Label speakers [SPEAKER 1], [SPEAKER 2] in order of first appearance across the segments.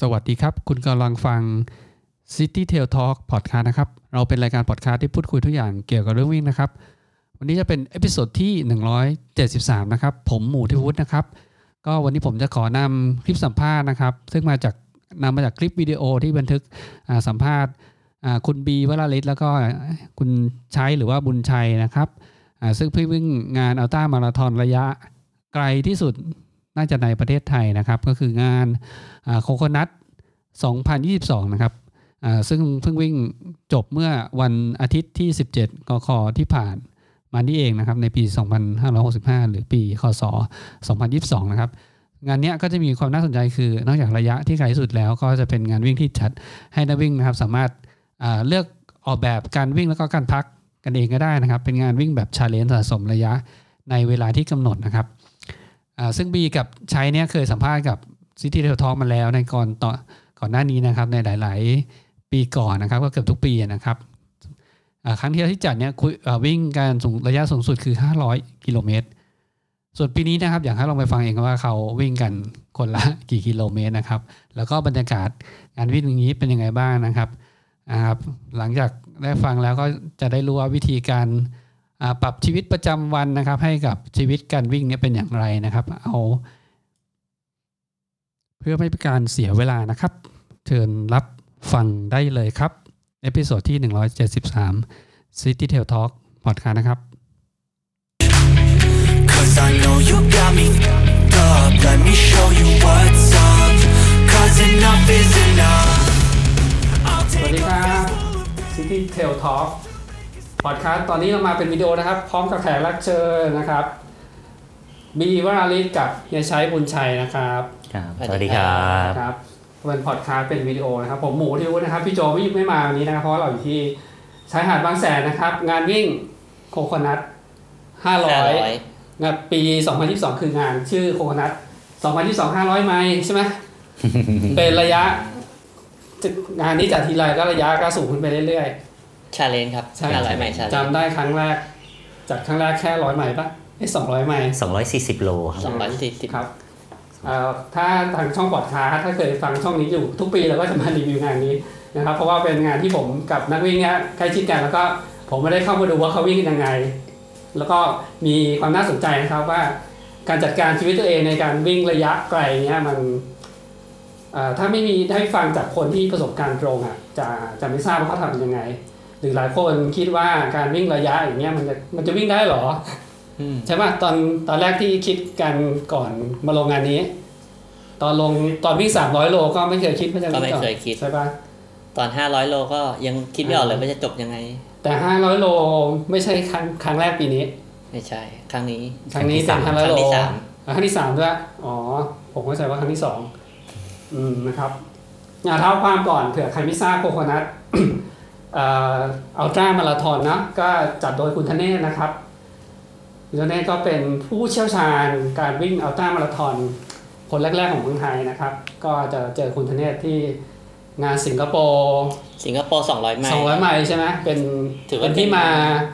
[SPEAKER 1] สวัสดีครับ คุณกำลังฟัง City Tail Talk Podcast นะครับ เราเป็นรายการ podcast ที่พูดคุยทุกอย่างเกี่ยวกับเรื่องวิ่งนะครับ วันนี้จะเป็นเอพิโซดที่ 173 นะครับ ผมหมูทิวุฒินะครับ ก็วันนี้ผมจะขอนำคลิปสัมภาษณ์นะครับ ซึ่งมาจากนำมาจากคลิปวิดีโอที่บันทึกอ่าสัมภาษณ์อ่าคุณบีวราลิศแล้วก็คุณชัยหรือว่าบุญชัยนะครับอ่าซึ่งเพิ่งวิ่งงานอัลต้ามาราธอนระยะไกลที่สุดน่าจะในประเทศไทยนะครับ ก็คืองานโคโคนัท2022 นะครับอ่าซึ่งเพิ่งวิ่งจบเมื่อวันอาทิตย์ที่ 17 กคที่ผ่านมานี่เองนะครับ ในปี 2565 หรือปีคศ 2022 นะครับ งานเนี้ยก็จะมีความน่าสนใจคือนอกจากระยะที่ไกลที่สุดแล้ว ก็จะเป็นงานวิ่งที่จัดให้นักวิ่งนะครับ สามารถอ่าเลือกออกแบบการวิ่งแล้วก็การพักกันเองก็ได้นะครับ เป็นงานวิ่งแบบชาเลนจ์สะสมระยะในเวลาที่กำหนดนะครับอ่าซึ่งบีกับชัยเนี่ยเคยสัมภาษณ์กับ ซิตี้เทลทอมาแล้วในก่อนต่อก่อนหน้านี้นะครับในหลาย ๆ ปีก่อนนะครับก็เกือบทุกปีนะครับอ่าครั้งที่แล้วที่จัดเนี่ยคุยอ่าวิ่งการสูงระยะสูงสุดคือ 500 กิโลเมตร ส่วนปีนี้นะครับอยากให้ลองไปฟังเองว่าเขาวิ่งกันคนละกี่กิโลเมตรนะครับ แล้วก็บรรยากาศงานวิ่งอย่างนี้เป็นยังไงบ้างนะครับอ่าครับหลังจากได้ฟังแล้วก็จะได้รู้ว่าวิธีการอ่าปรับชีวิตประจำวันนะครับ ให้กับชีวิตการวิ่งเนี่ยเป็นอย่างไรนะครับเอา เพื่อไม่เป็นการเสียเวลานะครับ เชิญรับฟังได้เลยครับ เอพิโซดที่ 173 City Tail Talk พอดคาสต์นะครับ
[SPEAKER 2] Cause I know you got me f***ed up Let me show you what's up Cause enough is enough I'll
[SPEAKER 1] สวัส
[SPEAKER 2] take
[SPEAKER 1] ดี
[SPEAKER 2] a
[SPEAKER 1] ครับ
[SPEAKER 2] fist
[SPEAKER 1] City Tail Talk พอดคาสต์ตอนนี้เรามาเป็นวิดีโอนะครับ พร้อมกับแขกรับเชิญนะครับ บีวราลิศกับเฮียชัยบุญชัยนะครับ
[SPEAKER 3] ครับ
[SPEAKER 4] ส
[SPEAKER 3] ส
[SPEAKER 4] วัสดี
[SPEAKER 3] วัสดีครับ
[SPEAKER 1] ครับเป็นพอดคาสต์เป็นวิดีโอนะครับ ผมหมูที่วุฒินะครับ พี่โจไม่ไม่มาวันนี้นะครับ เพราะว่าเราอยู่ที่ชายหาดบางแสนนะครับ งานวิ่งโคโคนัท500 งานปี 2022 คืองานชื่อโคโคนัท2022 500 ไมล์ใช่ไหม เป็นระยะ งานนี้จัดทีไรก็ระยะก็สูงขึ้นไปเรื่อย
[SPEAKER 4] ชาเลนจ์ครับ
[SPEAKER 1] ใช่
[SPEAKER 4] ห้าร้อยไมล์
[SPEAKER 1] ๆ
[SPEAKER 4] ชาเลนจ์
[SPEAKER 1] จำได้ครั้งแรก จัดครั้งแรกแค่ร้อยไมล์ปะไอ้สองร้อยไมล์
[SPEAKER 3] 240 โลครับ
[SPEAKER 4] สองร้อยสี่สิบ
[SPEAKER 1] ครับเอ่อถ้าทางช่องปอดคาสต์ถ้าเคยฟังช่องนี้อยู่ทุกปีเราก็จะมารีวิวงานนี้นะครับ เพราะว่าเป็นงานที่ผมกับนักวิ่งเนี่ยใกล้ชิดกันแล้วก็ผมไม่ได้เข้ามาดูว่าเขาวิ่งกันยังไง แล้วก็มีความน่าสนใจนะครับว่า การจัดการชีวิตตัวเองในการวิ่งระยะไกลเนี่ยมันเอ่อถ้าไม่มีได้ฟังจากคนที่ประสบการณ์ตรงอ่ะจะจะไม่ทราบว่าเขาทำยังไง หรือหลายคนคิดว่าการวิ่งระยะอย่างเงี้ยมันจะมันจะวิ่งได้เหรอ ใช่ป่ะตอนตอนแรกที่คิดกันก่อนมาลงงานนี้ ตอนลงตอนวิ่งสามร้อยโลก็ไม่เคยคิดว่าจะ
[SPEAKER 4] ก็
[SPEAKER 1] วิ่ง
[SPEAKER 4] ไม่
[SPEAKER 1] ก่อน
[SPEAKER 4] เคยคิด
[SPEAKER 1] ใช่ป่ะ
[SPEAKER 4] ตอนห้าร้อยโลก็ยังคิดไม่ออกเลย
[SPEAKER 1] อ่า
[SPEAKER 4] ว่าจะจบยังไง
[SPEAKER 1] แต่ห้าร้อยโลไม่ใช่ครั้งครั้งแรกปีนี้
[SPEAKER 4] ไม่ใช่ ครั้งนี้
[SPEAKER 1] ครั้งนี้
[SPEAKER 3] ครั้
[SPEAKER 1] สาม
[SPEAKER 3] งที่
[SPEAKER 1] ห้า
[SPEAKER 3] สาม
[SPEAKER 1] ร้อย
[SPEAKER 4] ครั้
[SPEAKER 1] โล
[SPEAKER 4] งที่สาม
[SPEAKER 1] อ่ะครั้งที่สามด้วยอ๋อ ผมเข้าใจว่าครั้งที่สองอืมนะครับอ่าเท้าความก่อนเผื่อใครไม่ทราบโคโคนัท เอ่ออัลตร้ามาราธอนนะก็จัดโดยคุณธเนศนะครับ คุณธเนศก็เป็นผู้เชี่ยวชาญการวิ่งอัลตร้ามาราธอนคนแรก ๆ ของเมืองไทยนะครับ ก็จะเจอคุณธเนศที่งานสิงคโปร์
[SPEAKER 4] สิงคโปร์สองร้อยไมล์
[SPEAKER 1] 200ไมล์ใช่ไหมเป็น
[SPEAKER 4] ถือว่า
[SPEAKER 1] เป็นที่มา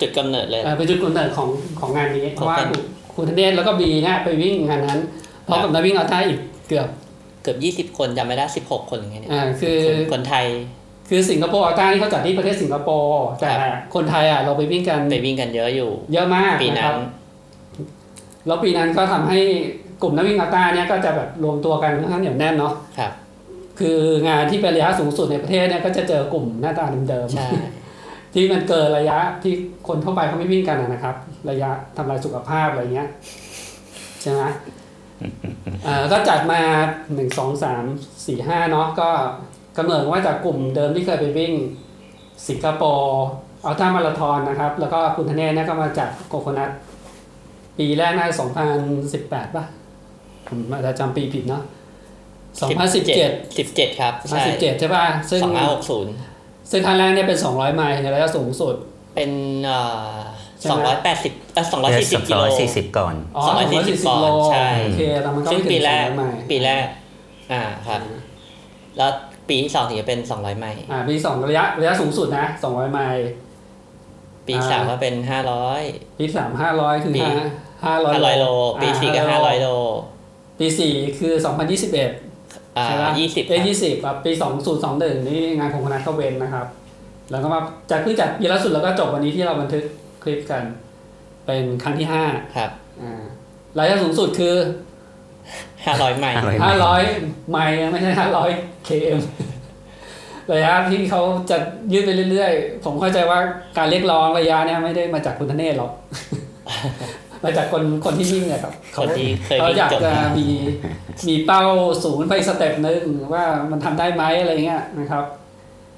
[SPEAKER 4] จุดกำเนิดเลย
[SPEAKER 1] เอ่อเป็นจุดกำเนิดของของงานนี้เพราะว่า
[SPEAKER 4] ครับ
[SPEAKER 1] คุณคุณธเนศแล้วก็บีเนี่ยไปวิ่งงานนั้นพร้อมกับนักวิ่งเอาท้าอีกเกือบ
[SPEAKER 4] เกือบยี่สิบ20 คนจำไม่ได้สิบหกคนหรือไงเนี่ย
[SPEAKER 1] อ่าคือ
[SPEAKER 4] คนคนไทย
[SPEAKER 1] คือสิงคโปร์เอาท้าที่เขาจัดที่ประเทศสิงคโปร์แต่
[SPEAKER 4] ครับ
[SPEAKER 1] คนไทยอ่ะเราไปวิ่งกัน
[SPEAKER 4] ไปวิ่งกันเยอะอยู่
[SPEAKER 1] เยอะมาก
[SPEAKER 4] ปี
[SPEAKER 1] นะครั
[SPEAKER 4] นั้น
[SPEAKER 1] บแล้วปีนั้นก็ทำให้กลุ่มนักวิ่งเอาท้าเนี่ยก็จะแบบรวมตัวกันค่อนข้างเหนียวแน่นเนาะ
[SPEAKER 4] ครับ
[SPEAKER 1] คืองานที่เป็นระยะสูงสุดในประเทศเนี่ยก็จะเจอกลุ่มหน้าตาเดิมๆ
[SPEAKER 4] ใช่
[SPEAKER 1] ที่มันเกินระยะที่คนทั่วไปเขาไม่วิ่งกันอะนะครับ ระยะทำลายสุขภาพอะไรเงี้ยใช่ไหมเอ่อก็จัดมาหนึ่งสองสามสี่ห้าเนาะก็กำเนิดว่าจากกลุ่มเดิมที่เคยไปวิ่งสิงคโปร์อัลตร้ามาราธอนนะครับ แล้วก็คุณธเนศเนี่ยก็มาจากโกโคนัทปีแรกน่าสองพันสิบแปดป่ะผมอาจจะจำปีผิดเนาะสองพันสิบเจ็ด
[SPEAKER 4] สิบเจ็ดครับ
[SPEAKER 1] สองพัน
[SPEAKER 4] ใช่
[SPEAKER 1] สิบเจ็ดใช่ป่ะซึ่ง
[SPEAKER 4] สองห้าหกศูนย์
[SPEAKER 1] ซึ่งครั้งแรกเนี่ยเป็นสองร้อยไมล์ในระยะสูงสุด
[SPEAKER 4] เป็น
[SPEAKER 1] ใช่ไห
[SPEAKER 4] สอง
[SPEAKER 1] ม
[SPEAKER 4] ร้อยแปดสิบสองร้อยสี่สิบกิโล
[SPEAKER 3] 240 ก่อน
[SPEAKER 1] อ๋อ
[SPEAKER 4] สองร้อยสี่สิบ
[SPEAKER 1] สองร้อยสี่สิบโล
[SPEAKER 4] ปอนด์ใช่
[SPEAKER 1] โอเคแล้วมันก็
[SPEAKER 4] ซึ่ง
[SPEAKER 1] ไม่ถึ
[SPEAKER 4] ปี
[SPEAKER 1] งส
[SPEAKER 4] แร
[SPEAKER 1] องร้
[SPEAKER 4] ก
[SPEAKER 1] อยไมล์
[SPEAKER 4] ปีแรก อ่าครับ แล้วปีที่สองถึงจะเป็นสองร้อยไมล์
[SPEAKER 1] อ่าปีสองระยะระยะสูงสุดนะสองร้อยไมล์
[SPEAKER 4] ปี
[SPEAKER 1] อ่า
[SPEAKER 4] สามก็เป็นห้าร้อย
[SPEAKER 1] ปีสามห้าร้อยคือ
[SPEAKER 4] ปี
[SPEAKER 1] ห้าห้าร้อย
[SPEAKER 4] ห้าร้อยโล ปีสี่ก็ห้าร้อยโล
[SPEAKER 1] ปีสี่คือสองพันยี่สิบเอ็ด
[SPEAKER 4] อ่า
[SPEAKER 1] ใช่ป่ะ
[SPEAKER 4] ยี่สิบ
[SPEAKER 1] เอ้ยี่สิบปีสองศูนย์สองหนึ่งนี่งานของคณะเข้าเวนนะครับ แล้วก็มาจากเพิ่งจัดปีล่าสุดแล้วก็จบวันนี้ที่เราบันทึกคลิปกัน เป็นครั้งที่ห้า
[SPEAKER 4] ครับ
[SPEAKER 1] อ่ารายได้สูงสุดคือ
[SPEAKER 4] ห้าร้อยไมล์
[SPEAKER 3] 500
[SPEAKER 1] ห้าร้อยไมล์นะไม่ใช่ห้าร้อยเคเอ็มระยะที่เขาจะยืดไปเรื่อยๆ ผมเข้าใจว่าการเรียกร้องระยะเนี่ยไม่ได้มาจากคุณธเนศหรอก มาจากคนคนที่วิ่งเนี่ยครับ
[SPEAKER 4] คนที่เคย
[SPEAKER 1] เรา
[SPEAKER 4] วิ่ง
[SPEAKER 1] อยาก
[SPEAKER 4] จบ
[SPEAKER 1] จะมีมีเป้าสูงไปอีกสเต็ปหนึ่งว่ามันทำได้ไหมอะไรเงี้ยนะครับ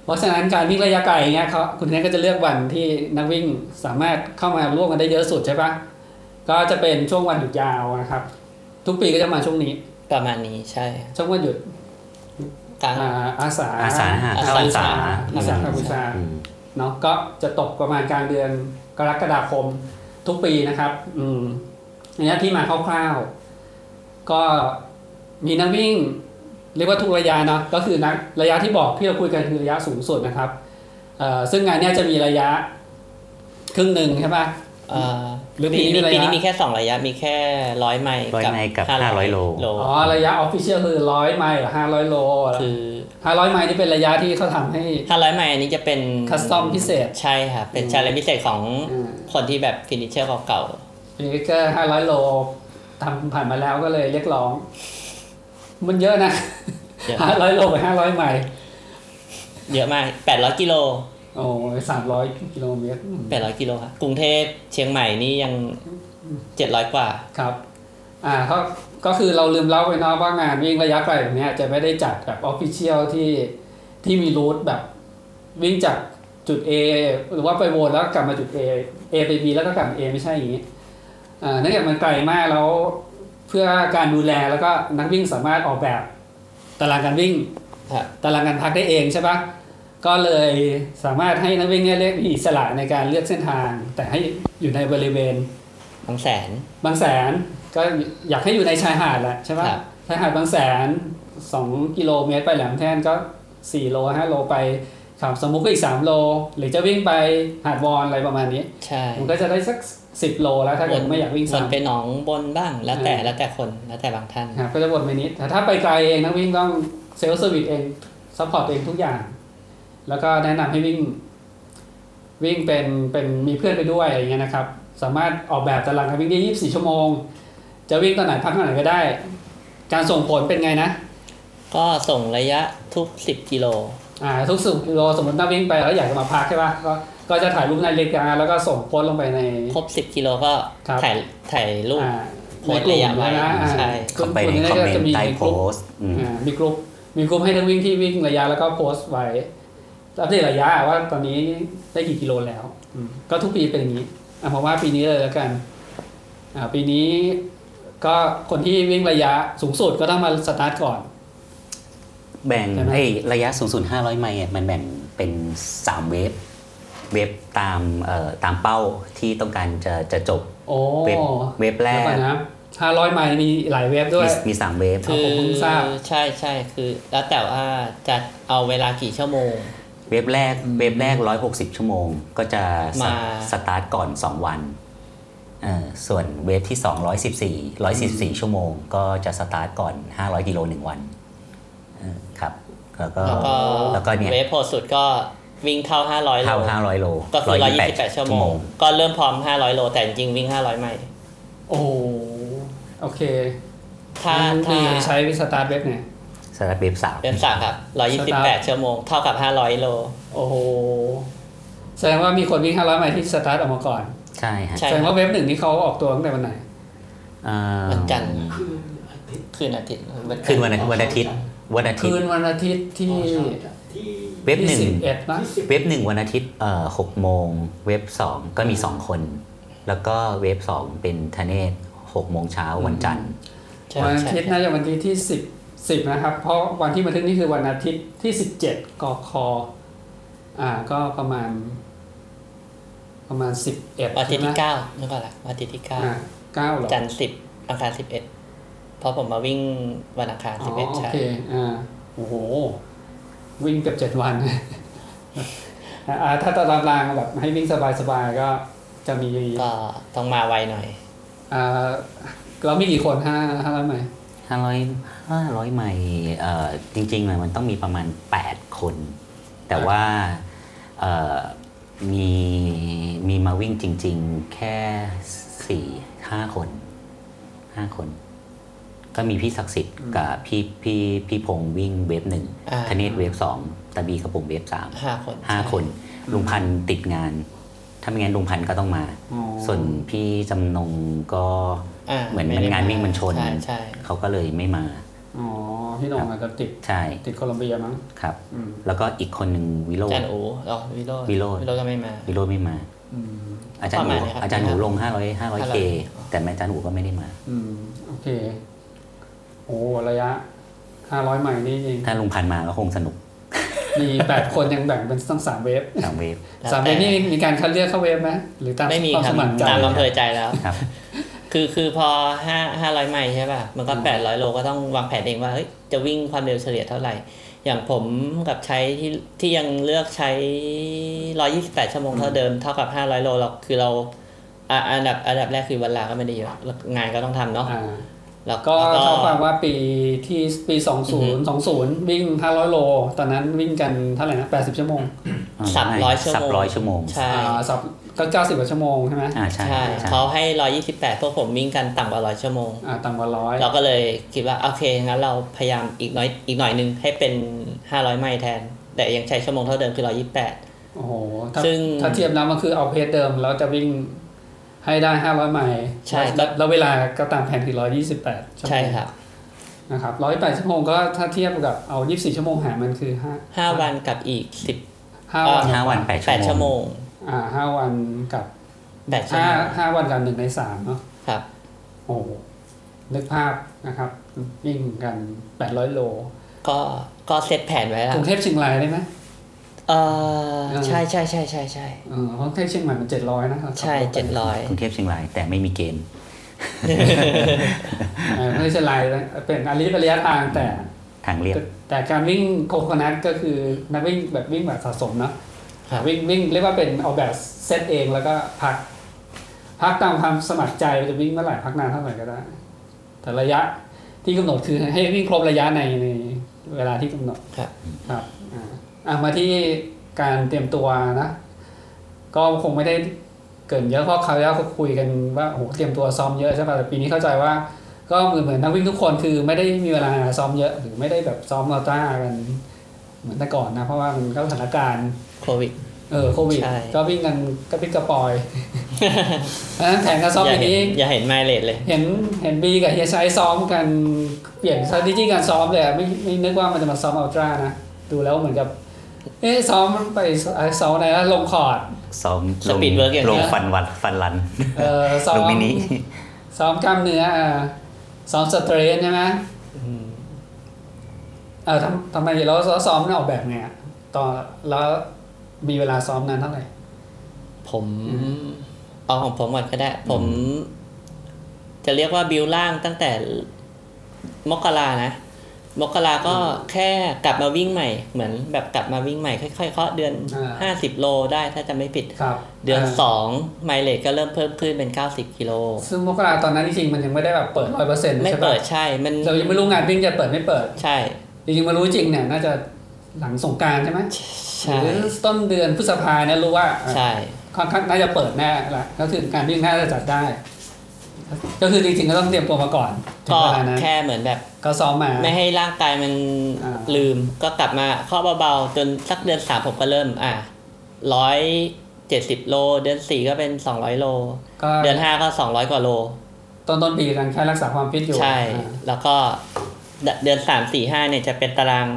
[SPEAKER 1] เพราะฉะนั้นการวิ่งระยะไกลเงี้ยเขาคุณเนี้ก็จะเลือกวันที่นักวิ่งสามารถเข้ามาร่วมกันได้เยอะสุดใช่ปะก็จะเป็นช่วงวันหยุดยาวนะครับ ทุกปีก็จะมาช่วงนี้
[SPEAKER 4] ประมาณนี้ใช่
[SPEAKER 1] ช่วงวันหยุด
[SPEAKER 4] กลาง
[SPEAKER 1] อ่าอาสา
[SPEAKER 3] อาสาฬหาเข้าพรรษา
[SPEAKER 1] อาสา
[SPEAKER 4] อืม
[SPEAKER 1] บูชา
[SPEAKER 3] อืม
[SPEAKER 1] เนาะก็จะตกประมาณกลางเดือนกรกฎาคมทุกปีนะครับ อืมอันนี้ที่มาคร่าวๆ ก็มีนักวิ่ง เรียกว่าทุกระยะเนาะก็คือนักระยะที่บอกที่เราคุยกันคือระยะสูงสุดนะครับเอ่อซึ่งงานเนี้ยจะมีระยะครึ่งหนึ่งใช่ปะ
[SPEAKER 4] เอ่อ
[SPEAKER 1] หรือปี
[SPEAKER 4] ปี
[SPEAKER 1] นี้
[SPEAKER 4] นี้
[SPEAKER 1] ระยะ
[SPEAKER 4] ปีนี้มีแค่สองระยะมีแค่ร้อยไมล์
[SPEAKER 3] ร้อยไมล์กับห้าร้อยโล
[SPEAKER 4] โล
[SPEAKER 1] อ๋อระยะออฟฟิเชียลคือร้อยไมล์หรือห้าร้อยโล
[SPEAKER 4] คือ
[SPEAKER 1] ห้าร้อยไมล์นี่เป็นระยะที่เขาทำให้
[SPEAKER 4] ห้าร้อยไมล์อันนี้จะเป็น
[SPEAKER 1] คัสตอมพิเศษ
[SPEAKER 4] ใช่ค่ะเป็น
[SPEAKER 1] อืม
[SPEAKER 4] ชาเลนจ์พิเศษของ
[SPEAKER 1] อืม
[SPEAKER 4] คนที่แบบฟินิเชอร์เก่า
[SPEAKER 1] มีแค่ห้าร้อยโลทำผ่านมาแล้วก็เลยเรียกร้อง มันเยอะนะ
[SPEAKER 4] ๆเยอะ
[SPEAKER 1] ห้าร้อยโลไปห้าร้อยไมล์
[SPEAKER 4] เยอะมากแปดร้อยกิโล
[SPEAKER 1] โอ้สามร้อย300 กิโลเมตรอืม
[SPEAKER 4] แปดร้อยกิโลครับกรุงเทพเชียงใหม่นี่ยังเจ็ดร้อยกว่า
[SPEAKER 1] ครับ อ่าก็ก็คือเราลืมเล่าไปเนาะว่างานวิ่งระยะไกลแบบเนี้ยจะไม่ได้จัดแบบออฟฟิเชียลที่ที่มีรูทแบบ วิ่งจากจุด A หรือว่าไปวนแล้วกลับมาจุด A A ไป B แล้วก็กลับมา A ไม่ใช่อย่างนี้อ่าเนื่องจากมันไกลมากแล้วเพื่อการดูแลแล้วก็นักวิ่งสามารถออกแบบตารางการวิ่ง
[SPEAKER 4] ครับ
[SPEAKER 1] ตารางการพักได้เองใช่ปะก็เลยสามารถให้นักวิ่งเนี่ยเรียกมีอิสระในการเลือกเส้นทาง แต่ให้อยู่ในบริเวณ
[SPEAKER 4] บางแสน
[SPEAKER 1] บางแสนก็อยากให้อยู่ในชายหาดแหละใช่ปะ
[SPEAKER 4] ครับ
[SPEAKER 1] ชายหาดบางแสน 2 กิโลเมตรไปแหลมแท่นก็ 4 โล 5 โลไปขับสมมุกก็อีก 3 โล หรือจะวิ่งไปหาดวอนอะไรประมาณนี้
[SPEAKER 4] ใช่
[SPEAKER 1] มันก็จะได้สัก 10 โลแล้วถ้าเกิดไม่อยากวิ่ง
[SPEAKER 4] วน
[SPEAKER 1] ซ้ำ
[SPEAKER 4] ไปหนองบนบ้างแล้วแต่
[SPEAKER 1] เออ
[SPEAKER 4] แล้วแต่คนแล้วแต่บางท่าน
[SPEAKER 1] ครับก็จะวนไปนิด แต่ถ้าไปไกลเองนักวิ่งต้องเซลล์เซอร์วิสเองซัพพอร์ตตัวเองทุกอย่าง แล้วก็แนะนำให้วิ่ง วิ่งเป็นเป็นมีเพื่อนไปด้วยอย่างเงี้ยนะครับ สามารถออกแบบตารางการวิ่งได้ 24 ชั่วโมง จะวิ่งตอนไหนพักตอนไหนก็ได้ การส่งผลเป็นไงนะ
[SPEAKER 4] ก็ส่งระยะทุกสิบกิโล
[SPEAKER 1] อ่าทุกสุกิโลสมมตินักวิ่งไปแล้วอยากจะมาพักใช่ปะก็ก็จะถ่ายรูปในรายการแล้วก็ส่งโพสต์ลงไปใน
[SPEAKER 4] ครบสิบกิโลก็
[SPEAKER 1] ครับ
[SPEAKER 4] ถ่ายถ่ายรูป
[SPEAKER 1] อ่า
[SPEAKER 4] โพ
[SPEAKER 1] ใน
[SPEAKER 4] สต์
[SPEAKER 1] กลุ่ม
[SPEAKER 4] ระยะไว้
[SPEAKER 1] นะนะอ่า
[SPEAKER 4] ใช่
[SPEAKER 3] เข้าไปในคอมเมนต์ใต้โพสต์อืม
[SPEAKER 1] อ่ามีกลุ่มมีกลุ่มให้นักวิ่งที่วิ่งระยะแล้วก็โพสต์ไว้อัปเดตระยะว่าตอนนี้ได้กี่กิโลแล้วอืมก็ทุกปีเป็นอย่างนี้อ่ะผมว่าปีนี้เลยแล้วกันอ่าปีนี้ก็คนที่วิ่งระยะสูงสุดก็ต้องมาสตาร์ทก่อน
[SPEAKER 3] แบ่ง
[SPEAKER 1] ใช่ไหม
[SPEAKER 3] ไอ้ระยะสูงสุด500 ไมล์อะมันแบ่งเป็น 3 เวฟเวฟตามเอ่อตามเป้าที่ต้องการจะจะจบ
[SPEAKER 1] โอ้
[SPEAKER 3] เว็บเว็บแรก
[SPEAKER 1] ล้วอนนะห้าร้อยไมล์มีหลายเว็บด้วย
[SPEAKER 3] มีมีสามเวฟ
[SPEAKER 1] ครับ
[SPEAKER 4] คื
[SPEAKER 1] ผมเพิ่งทราบ
[SPEAKER 4] ใช่ใช่คือแล้วแต่ว่าจะเอาเวลากี่ชั่วโมง
[SPEAKER 3] เวฟแรกเวฟแรก 160 ชั่วโมง ก็จะสตา
[SPEAKER 4] มา
[SPEAKER 3] สตาร์ทก่อน 2 วันเอ่อส่วนเวฟที่ 2 114 114 ชั่วโมง ก็จะสตาร์ทก่อน 500 กิโล 1 วันเอ่อครับ แล้วก็
[SPEAKER 4] แล้วก็
[SPEAKER 3] แล้วก็เนี่ย
[SPEAKER 4] เวฟโพสุดก็วิ่งเข้า 500 โล
[SPEAKER 3] เท่า 500 โล
[SPEAKER 4] ก็คือ
[SPEAKER 3] 128
[SPEAKER 4] 128 ชั่วโมง ก็เริ่มพร้อม 500 โล แต่จริงๆวิ่ง 500 ไมล์
[SPEAKER 1] โอ้โหโอเค
[SPEAKER 4] ถ้า
[SPEAKER 1] งั้น
[SPEAKER 4] ถ้า
[SPEAKER 1] ใช้สตาร์ทเว็บเนี่ย
[SPEAKER 3] สตาร์ทเวฟสาม
[SPEAKER 4] เดินสามครับ 128 ชั่วโมง เท่ากับ 500 โล
[SPEAKER 1] โอ้โหแสดงว่ามีคนวิ่งห้าร้อยไมล์ที่สตาร์ทออกมาก่อน
[SPEAKER 3] ใช่ฮะ
[SPEAKER 4] ใช่
[SPEAKER 1] แสดงว่าเว็บหนึ่งนี่เขาออกตัวตั้งแต่วันไหน
[SPEAKER 3] เอ่อ
[SPEAKER 4] วันจันทร์คืนอาทิตย์จัทร์
[SPEAKER 3] คืนวันอาวันอาทิตย์วันอาทิต
[SPEAKER 1] คื
[SPEAKER 3] ย์
[SPEAKER 1] นวันอาทิตย์ที่
[SPEAKER 3] เวฟหนึ่ง
[SPEAKER 1] เอ็ดนะ
[SPEAKER 3] เว็บหนึ่งวันอาทิตย์เอ่อหกโมง เว็บสองก็มีสองคน แล้วก็เว็บสองเป็นทเนศหกโมงเช้าวันจันทร์
[SPEAKER 4] ใช่
[SPEAKER 1] วันอา
[SPEAKER 4] ใช่
[SPEAKER 1] ทิตย์น่าจะวันที่ที่สิบสิบนะครับ เพราะวันที่บันทึกนี่คือวันอาทิตย์ที่สิบเจ็ดกคอ่า ก็ประมาณ ประมาณสิบเอ็ด
[SPEAKER 4] วันอาทิตย์ที่9นึกก่อนละวันอาทิตย์ที่เก้า
[SPEAKER 1] อ่าเก้าเหรอ
[SPEAKER 4] จันทร์สิบอังคารสิบเอ็ดเพราะผมมาวิ่งวันอังคาร
[SPEAKER 1] อ๋
[SPEAKER 4] สิ
[SPEAKER 1] อบ
[SPEAKER 4] เอ็ด
[SPEAKER 1] โอ
[SPEAKER 4] ใช่
[SPEAKER 1] เค อ่าโอ้โห วิ่งเกือบเจ็ดวัน อ่าถ้าตารางแบบให้วิ่งสบายๆก็จะมี
[SPEAKER 4] ก็ต้องมาไวหน่อย
[SPEAKER 1] อ่าเรามีกี่คนห้าห้าร้อยไหม
[SPEAKER 3] ห้าร้อยห้าร้อยไมล์เอ่อจริงๆเลยมันต้องมีประมาณ 8 คน แต่ว่าเอ่อมีมีมาวิ่งจริง ๆ แค่สี่ห้าคนห้าคน ก็มีพี่ศักดิ์สิทธิ์กับพี่พี่พี่พงษ์วิ่งเวฟหนึ่ง
[SPEAKER 4] อ่า
[SPEAKER 3] ธเนศเวฟสองตะบีกับผมเวฟสาม
[SPEAKER 4] ห้าคน
[SPEAKER 3] ห้าคน ลุงพันธุ์ติดงาน ถ้าไม่งั้นลุงพันธุ์ก็ต้องมา ส่วนพี่จำนงก็
[SPEAKER 4] า
[SPEAKER 3] เหมือนมัน
[SPEAKER 4] ไได้
[SPEAKER 3] งานวิ่งมันชน
[SPEAKER 4] ใช่ใช่
[SPEAKER 3] เขาก็เลยไม่มา
[SPEAKER 1] อ๋อพี่หนงอาจจะติด
[SPEAKER 3] ใช่
[SPEAKER 1] ติดโคลอมเบียมั้ง
[SPEAKER 3] ครับ
[SPEAKER 1] อืม
[SPEAKER 3] แล้วก็อีกคนหนึ่งวิโรจ
[SPEAKER 4] อาจาร
[SPEAKER 3] น์
[SPEAKER 4] ย์โอ๋อ๋อวิโรจน์
[SPEAKER 3] วิโรจน์
[SPEAKER 4] วิโรจน์ก็ไม่มา
[SPEAKER 3] วิโรจน์ไม่มา
[SPEAKER 1] อืม
[SPEAKER 3] อาจารย์หนู
[SPEAKER 4] ประมาณเนี้ยครับ
[SPEAKER 3] อาจารย์หนูลงห้าร้อยห้าร้อยเค
[SPEAKER 4] 500
[SPEAKER 3] แต่แม่อาจารย์หนูก็ไม่ได้มา
[SPEAKER 1] อืมโอเค โอ้ระยะห้าร้อยไมล์นี่เอง
[SPEAKER 3] ถ้าลุงพันธุ์มาก็คงสนุก
[SPEAKER 1] มีแปดคนยังแบ่งเป็นตั้งสามเวฟ
[SPEAKER 3] สามเวฟ
[SPEAKER 4] แล้ว
[SPEAKER 1] สามเว
[SPEAKER 4] แต่
[SPEAKER 1] ฟนี่มีการคัดเลือกเข้าเวฟไหมหรือตาม
[SPEAKER 4] ไม่มี
[SPEAKER 1] ความ
[SPEAKER 4] ครั
[SPEAKER 1] ส
[SPEAKER 4] บ
[SPEAKER 1] มัครใจ
[SPEAKER 4] ตามอำเภอใจแล้ว
[SPEAKER 3] ครับ
[SPEAKER 4] คือคือพอห้าห้าร้อยไมล์ใช่ป่ะ มันก็แปดร้อยโลก็ต้องวางแผนเองว่าเฮ้ยจะวิ่งความเร็วเฉลี่ยเท่าไหร่ อย่างผมกับใช้ที่ที่ยังเลือกใช้ร้อยี่สิบแปดชั่วโมงเท่าเดิมเท่ากับห้าร้อยโลเราคือเราอ่ะอันดับอันดับแรกคือเวลาก็ไม่ได้เยอะแล้วงานก็ต้องทำเนาะ
[SPEAKER 1] อ่า
[SPEAKER 4] แล้ว
[SPEAKER 1] ก็
[SPEAKER 4] ก็
[SPEAKER 1] เท่ากับว่าปีที่ปี
[SPEAKER 4] อือ
[SPEAKER 1] 20 20 วิ่ง 500 โล ตอนนั้นวิ่งกันเท่าไหร่นะ 80 ชั่วโมง
[SPEAKER 4] สับร้อยชั่วโมง
[SPEAKER 3] สับร้อยชั่วโมง
[SPEAKER 4] ใช่
[SPEAKER 1] อ่าสับก็ 90กว่าชั่วโมงใช่ไหม
[SPEAKER 3] อ่าใช่
[SPEAKER 4] ใช่
[SPEAKER 3] ใช่
[SPEAKER 4] เขาให้ร้อยี่สิบแปดพวกผมวิ่งกันต่ำกว่าร้อยชั่วโมง
[SPEAKER 1] อ่าต่ำกว่าร้อย
[SPEAKER 4] เราก็เลยคิดว่า โอเค งั้นเราพยายามอีกน้อยอีกหน่อยหนึงให้เป็น 500 ไมล์แทน แต่ยังใช้ชั่วโมงเท่าเดิมคือ 128
[SPEAKER 1] โอ้โหถ้า
[SPEAKER 4] ซึ่ง
[SPEAKER 1] ถ้าเทียบแล้วมันคือเอาเพจเดิม แล้วจะวิ่งให้ได้ 500 ไมล์
[SPEAKER 4] ใช่
[SPEAKER 1] แล้วแล้วเวลาก็ตามแผนคือ128ชั่วโมง
[SPEAKER 4] ใช่ครับ
[SPEAKER 1] นะครับ108ชั่วโมงก็ถ้าเทียบกับเอา 24 ชั่วโมงหารมันคือ5
[SPEAKER 4] 5 วันกับอีก
[SPEAKER 1] 5วัน
[SPEAKER 3] ห้าวันแปด
[SPEAKER 4] 18
[SPEAKER 3] ชั่
[SPEAKER 4] ชั่
[SPEAKER 3] ว
[SPEAKER 4] ว
[SPEAKER 3] โม
[SPEAKER 4] โม
[SPEAKER 3] ง
[SPEAKER 4] ง
[SPEAKER 1] อ่า5วันกับ
[SPEAKER 4] 8 ชั่วโมง
[SPEAKER 1] 5าวันกับ1ใน3เนาะ
[SPEAKER 4] ครับ
[SPEAKER 1] โอ้โหนึกภาพนะครับวิ่งกัน 800 โล
[SPEAKER 4] ก็ก็เซตแผนไว้
[SPEAKER 1] ก
[SPEAKER 4] ละ
[SPEAKER 1] รุงเทพเชียงรายได้ไหม
[SPEAKER 4] เออ
[SPEAKER 1] เออ
[SPEAKER 4] ใช่ใช่ใช่ใช่ใช่
[SPEAKER 1] เออเพราะกรุงเทพเชียงใหม่มันเจ็ดร้อยนะครับ
[SPEAKER 4] ใช่
[SPEAKER 3] กรุงเทพเชียงรายแต่ไม่มีเกณฑ์
[SPEAKER 1] เออกรุงเทพเชียงรายเป็นอาริระยะทางแต่
[SPEAKER 3] ทางเรียบ
[SPEAKER 1] แต่แต่การวิ่งโคโคนัทก็คือนักวิ่งแบบวิ่งแบบสะสมนะครับ วิ่งวิ่งเรียกว่าเป็นออกแบบเซตเองแล้วก็พัก พักตามความสมัครใจว่าจะวิ่งเมื่อไหร่พักนานเท่าไหร่ก็ได้ แต่ระยะที่กำหนดคือให้วิ่งครบระยะในในเวลาที่กำหนด
[SPEAKER 4] 128 ครับ
[SPEAKER 1] ครับอ่าอ่ะมาที่การเตรียมตัวนะ ก็คงไม่ได้เกรินเยอะเพราะคราวที่แล้วก็คุยกันว่าโอ้โหเตรียมตัวซ้อมเยอะใช่ป่ะแต่ปีนี้เข้าใจว่า ก็เหมือนเหมือนนักวิ่งทุกคนคือไม่ได้มีเวลาซ้อมเยอะหรือไม่ได้แบบซ้อมเราต้ากันเหมือนแต่ก่อนนะ เพราะว่ามันก็สถานการณ์
[SPEAKER 4] โควิด
[SPEAKER 1] เออโควิด
[SPEAKER 4] ใช่
[SPEAKER 1] ก็วิ่งกันกระปิดกระป อยเพราะฉะนั้นแผนการซ้อม
[SPEAKER 4] อย่า
[SPEAKER 1] ปี
[SPEAKER 4] เห็น
[SPEAKER 1] นี้
[SPEAKER 4] อย่าเห็นไมล์เลทเลย
[SPEAKER 1] เห็นเห็นบีกับเฮียชัยซ้อมกันเปลี่ยนสถานที่การซ้อมเลยอะไม่ไม่นึกว่ามันจะมาซ้อมอัลตร้านะ ดูแล้วเหมือนกับเอ๊ะซ้อมไปซ้อมอะไรนะลงคอร์ด
[SPEAKER 3] ซ้อมลง
[SPEAKER 4] Speed work อย่างเงี้
[SPEAKER 3] ล
[SPEAKER 4] ย
[SPEAKER 3] งฟันวันฟันรัน
[SPEAKER 1] เออซ้อ
[SPEAKER 3] ล
[SPEAKER 1] ม
[SPEAKER 3] งมินิ
[SPEAKER 1] ซ้อมกล้ามเนื้ออ่าซ้อมสเตรนใช่ไหมเออทำทำไมเราซ้อมเนี่ยออกแบบไงอะตอนแล้วมีเวลาซ้อมนานเท่าไหร่
[SPEAKER 4] ผมเอาของผมก่อนก็ได้ ผม จะเรียกว่าบิวล่างตั้งแต่มกรานะ มกราก็แค่กลับมาวิ่งใหม่ เหมือนแบบกลับมาวิ่งใหม่ค่อยๆเคาะเดือนห้าสิบโลได้ถ้าจะไม่ผิด
[SPEAKER 1] ครับ
[SPEAKER 4] เดือนส
[SPEAKER 1] า
[SPEAKER 4] องไมล์เลทก็เริ่มเพิ่มขึ้นเป็นเก้าสิบกิโล
[SPEAKER 1] ซึ่งมกราตอนนั้นจริงๆมันยังไม่ได้แบบเปิดร้อยเปอร์เซ็นต์
[SPEAKER 4] ไม่
[SPEAKER 1] ใช่ปะ
[SPEAKER 4] เปิดใช่มัน
[SPEAKER 1] เรายังไม่รู้งานวิ่งจะเปิดไม่เปิด
[SPEAKER 4] ใช่
[SPEAKER 1] จริงๆมารู้จริงเนี่ยน่าจะหลังสงกรารใช่ไหมห
[SPEAKER 4] ใช่
[SPEAKER 1] รือต้นเดือนพฤษภาเนี่ยรู้ว่า
[SPEAKER 4] ใช่
[SPEAKER 1] ค่อนข้างน่าจะเปิดแน่ละก็คือการวิ่งน่าจะจัดได้ ก็คือจริงๆก็ต้องเตรียมตัวมาก่อนถึง
[SPEAKER 4] ก็
[SPEAKER 1] เวลานั้น
[SPEAKER 4] แค่เหมือนแบบ
[SPEAKER 1] ก็ซ้อมมา
[SPEAKER 4] ไม่ให้ร่างกายมัน
[SPEAKER 1] อ่า
[SPEAKER 4] ลืมก็กลับมาเคาะเบาๆ จนสักเดือนสามผมก็เริ่ม อ่ะร้อยเจ็ดสิบโล เดือนสี่ก็เป็นสองร้อยโล
[SPEAKER 1] ก็
[SPEAKER 4] เดือนห้าก็สองร้อยกว่าโล
[SPEAKER 1] ต้นต้นๆปีกันแค่รักษาความฟิตอยู่
[SPEAKER 4] ใช่
[SPEAKER 1] อ่า
[SPEAKER 4] แล้วก็เดือนเดือนสามสี่ห้าเนี่ยจะเป็นตาราง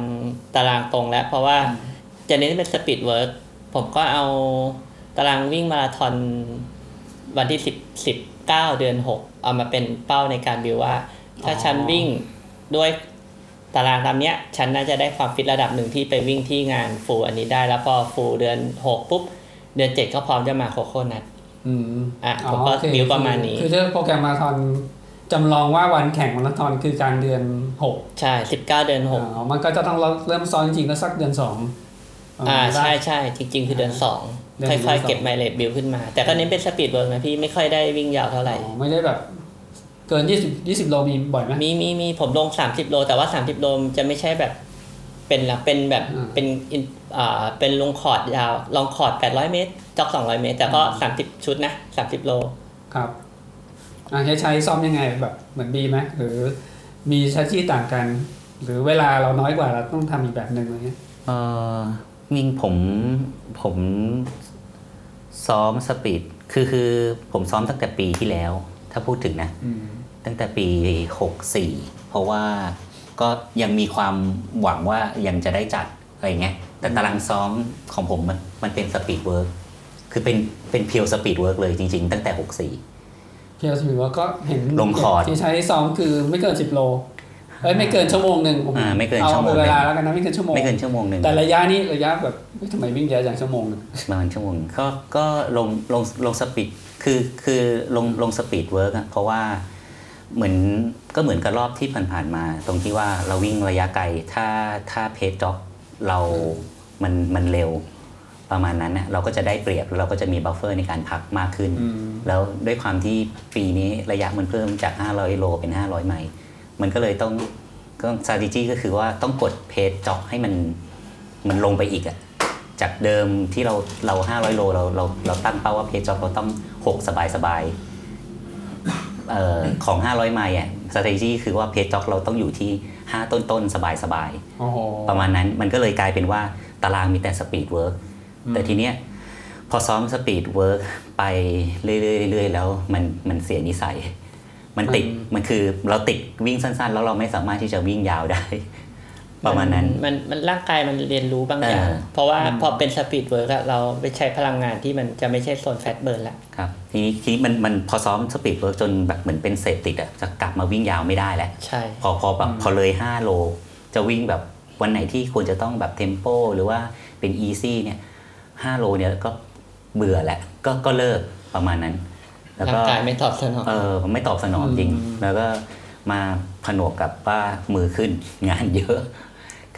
[SPEAKER 4] ตารางตรงแล้ว เพราะว่าจะเน้นเป็นสปีดเวิร์กผมก็เอาตารางวิ่งมาราธอนวันที่สิบสิบเก้าเดือนหกเอามาเป็นเป้าในการบิวว่า ถ้าฉันวิ่งด้วยตารางตามเนี้ย ฉันน่าจะได้ความฟิตระดับหนึ่งที่ไปวิ่งที่งานฟูลอันนี้ได้แล้วพอฟูลเดือนหกปุ๊บ เดือนเจ็ดก็พร้อมจะมาโคโคนัท
[SPEAKER 1] อืม
[SPEAKER 4] อ่ะผมก็
[SPEAKER 1] โอเค
[SPEAKER 4] บิวประมาณนี้
[SPEAKER 1] คือเรื่องโปรแกรมมาราธอนจำลองว่าวันแข่งมาราธอนคือกลางเดือนหก
[SPEAKER 4] ใช่สิบเก้าเดือนหก
[SPEAKER 1] อ๋อมันก็จะต้องเริ่มซ้อมจริงๆก็สักเดือนสองประ
[SPEAKER 4] อ่า
[SPEAKER 1] มาณนั้น
[SPEAKER 4] ใช่ใช่จริง ๆ คือเดือนสอง
[SPEAKER 1] เดือนส
[SPEAKER 4] ค่
[SPEAKER 1] อง
[SPEAKER 4] อยๆ เก็บไมล์เลทบิลขึ้นมา แต่ก็เน้นเป็นสปีดเวิร์กนะพี่ไม่ค่อยได้วิ่งยาวเท่าไหร่
[SPEAKER 1] อ๋อไม่ได้แบบ เกินยี่สิบยี่สิบโลมีบ่อยไหม
[SPEAKER 4] มีมีมีผมลง 30 โล แต่ว่า 30 โลจะไม่ใช่แบบเป็นหลักเป็นแบบ
[SPEAKER 1] อ่า
[SPEAKER 4] เป็นอินอ่าเป็นลงคอร์ดยาวลองคอร์ด 800 เมตรจ็อก 200 เมตร แต่ก็ 30 ชุดนะ 30 โล
[SPEAKER 1] ครับอ่าใช้ใช้ซ้อมยังไงแบบเหมือนบีไหมหรือมีใช้ที่ต่างกัน หรือเวลาเราน้อยกว่าเราต้องทำอีกแบบหนึ่งอะไรเงี้ย
[SPEAKER 3] เออยิงผมผมซ้อมสปีดคือคือผมซ้อมตั้งแต่ปีที่แล้ว ถ้าพูดถึงนะ
[SPEAKER 1] อืม
[SPEAKER 3] ตั้งแต่ปี 64 เพราะว่าก็ยังมีความหวังว่ายังจะได้จัดอะไรเงี้ย แต่ตารางซ้อมของผมมันมันเป็นสปีดเวิร์กคือเป็นเป็นเพียวสปีดเวิร์กเลยจริงๆ ตั้งแต่
[SPEAKER 1] เพียวสมิวก็เห็น
[SPEAKER 3] ลงคอร์ด
[SPEAKER 1] ที่ใช้ซ้อมคือไม่เกินสิบโลเอ้ยไม่เกินชั่วโมงหนึ่งผม
[SPEAKER 3] อ่าไม่เกิน
[SPEAKER 1] เอา
[SPEAKER 3] ชั่วโมงหนึ่
[SPEAKER 1] เว
[SPEAKER 3] ง
[SPEAKER 1] ลาแล้วกันนะไม่เกินชั่วโม
[SPEAKER 3] 64
[SPEAKER 1] ง
[SPEAKER 3] ไม่เกินชั่วโมงหนึ่ง
[SPEAKER 1] แต่ระยะนี้ระยะแบบเฮ้ยทำไมวิ่งเยอะอย่างชั่วโมงหนึ่ง
[SPEAKER 3] ประมาณชั่วโมงก็ก็ลงลงลงสปีดคือคือลงลงสปีดเวิร์กอะเพราะว่าเหมือนก็เหมือนกับรอบที่ผ่านๆมา ตรงที่ว่าเราวิ่งระยะไกลถ้าถ้าเพจจ็อกเรา มันมันเร็วประมาณนั้นนะเราก็จะได้เปรียบแล้วเราก็จะมีบัฟเฟอร์ในการพักมากขึ้น แล้วด้วยความที่ปีนี้ระยะมันเพิ่มจาก 500 โลเป็น 500 ไมล์ มันก็เลยต้องก็ strategy ก็คือว่าต้องกดเพจจ็อกให้มันมันลงไปอีกอะจากเดิมที่เราเรา 500 โลเราเราเราตั้งเป้าว่าเพจจ็อกเราต้อง 6 สบายสบายๆเอ่อของ 500 ไมล์อะ strategy คือว่าเพจจ็อกเราต้องอยู่ที่ 5 ต้นต้นๆสบายสบายๆ
[SPEAKER 1] โอ้โห
[SPEAKER 3] ประมาณนั้นมันก็เลยกลายเป็นว่าตารางมีแต่สปีดเวิร์ก
[SPEAKER 1] อืม
[SPEAKER 3] แต่ทีเนี้ยพอซ้อมสปีดเวิร์กไปเรื่อยๆเรื่อยๆแล้วมันมันเสียนิสัย มันติดมันคือเราติดวิ่งสั้นๆ แล้วเราไม่สามารถที่จะวิ่งยาวได้ ประมาณนั้น
[SPEAKER 4] มันมันร่างกายมันเรียนรู้บางอย่าง
[SPEAKER 3] เออ
[SPEAKER 4] เพราะว่าพอเป็นสปีดเวิร์กอะเราไปใช้พลังงานที่มันจะไม่ใช่โซนแฟตเบิร์นละ
[SPEAKER 3] ครับทีนี้ทีนี้มันมันพอซ้อมสปีดเวิร์กจนแบบเหมือนเป็นเสพติดอะจะกลับมาวิ่งยาวไม่ได้แล้ว
[SPEAKER 4] ใช่
[SPEAKER 3] พอพอแบบพอเลย 5 โล จะวิ่งแบบวันไหนที่ควรจะต้องแบบเทมโปหรือว่าเป็นอีซี่เนี่ย5โลเนี่ยก็เบื่อแหละก็ก็เลิกประมาณนั้น แล้ว
[SPEAKER 4] ร่า
[SPEAKER 3] ก็
[SPEAKER 4] งกายไม่ตอบสนอง
[SPEAKER 3] เออไม่ตอบสนองจริง แล้วก็มาผนวกกับว่ามือขึ้น งานเยอะ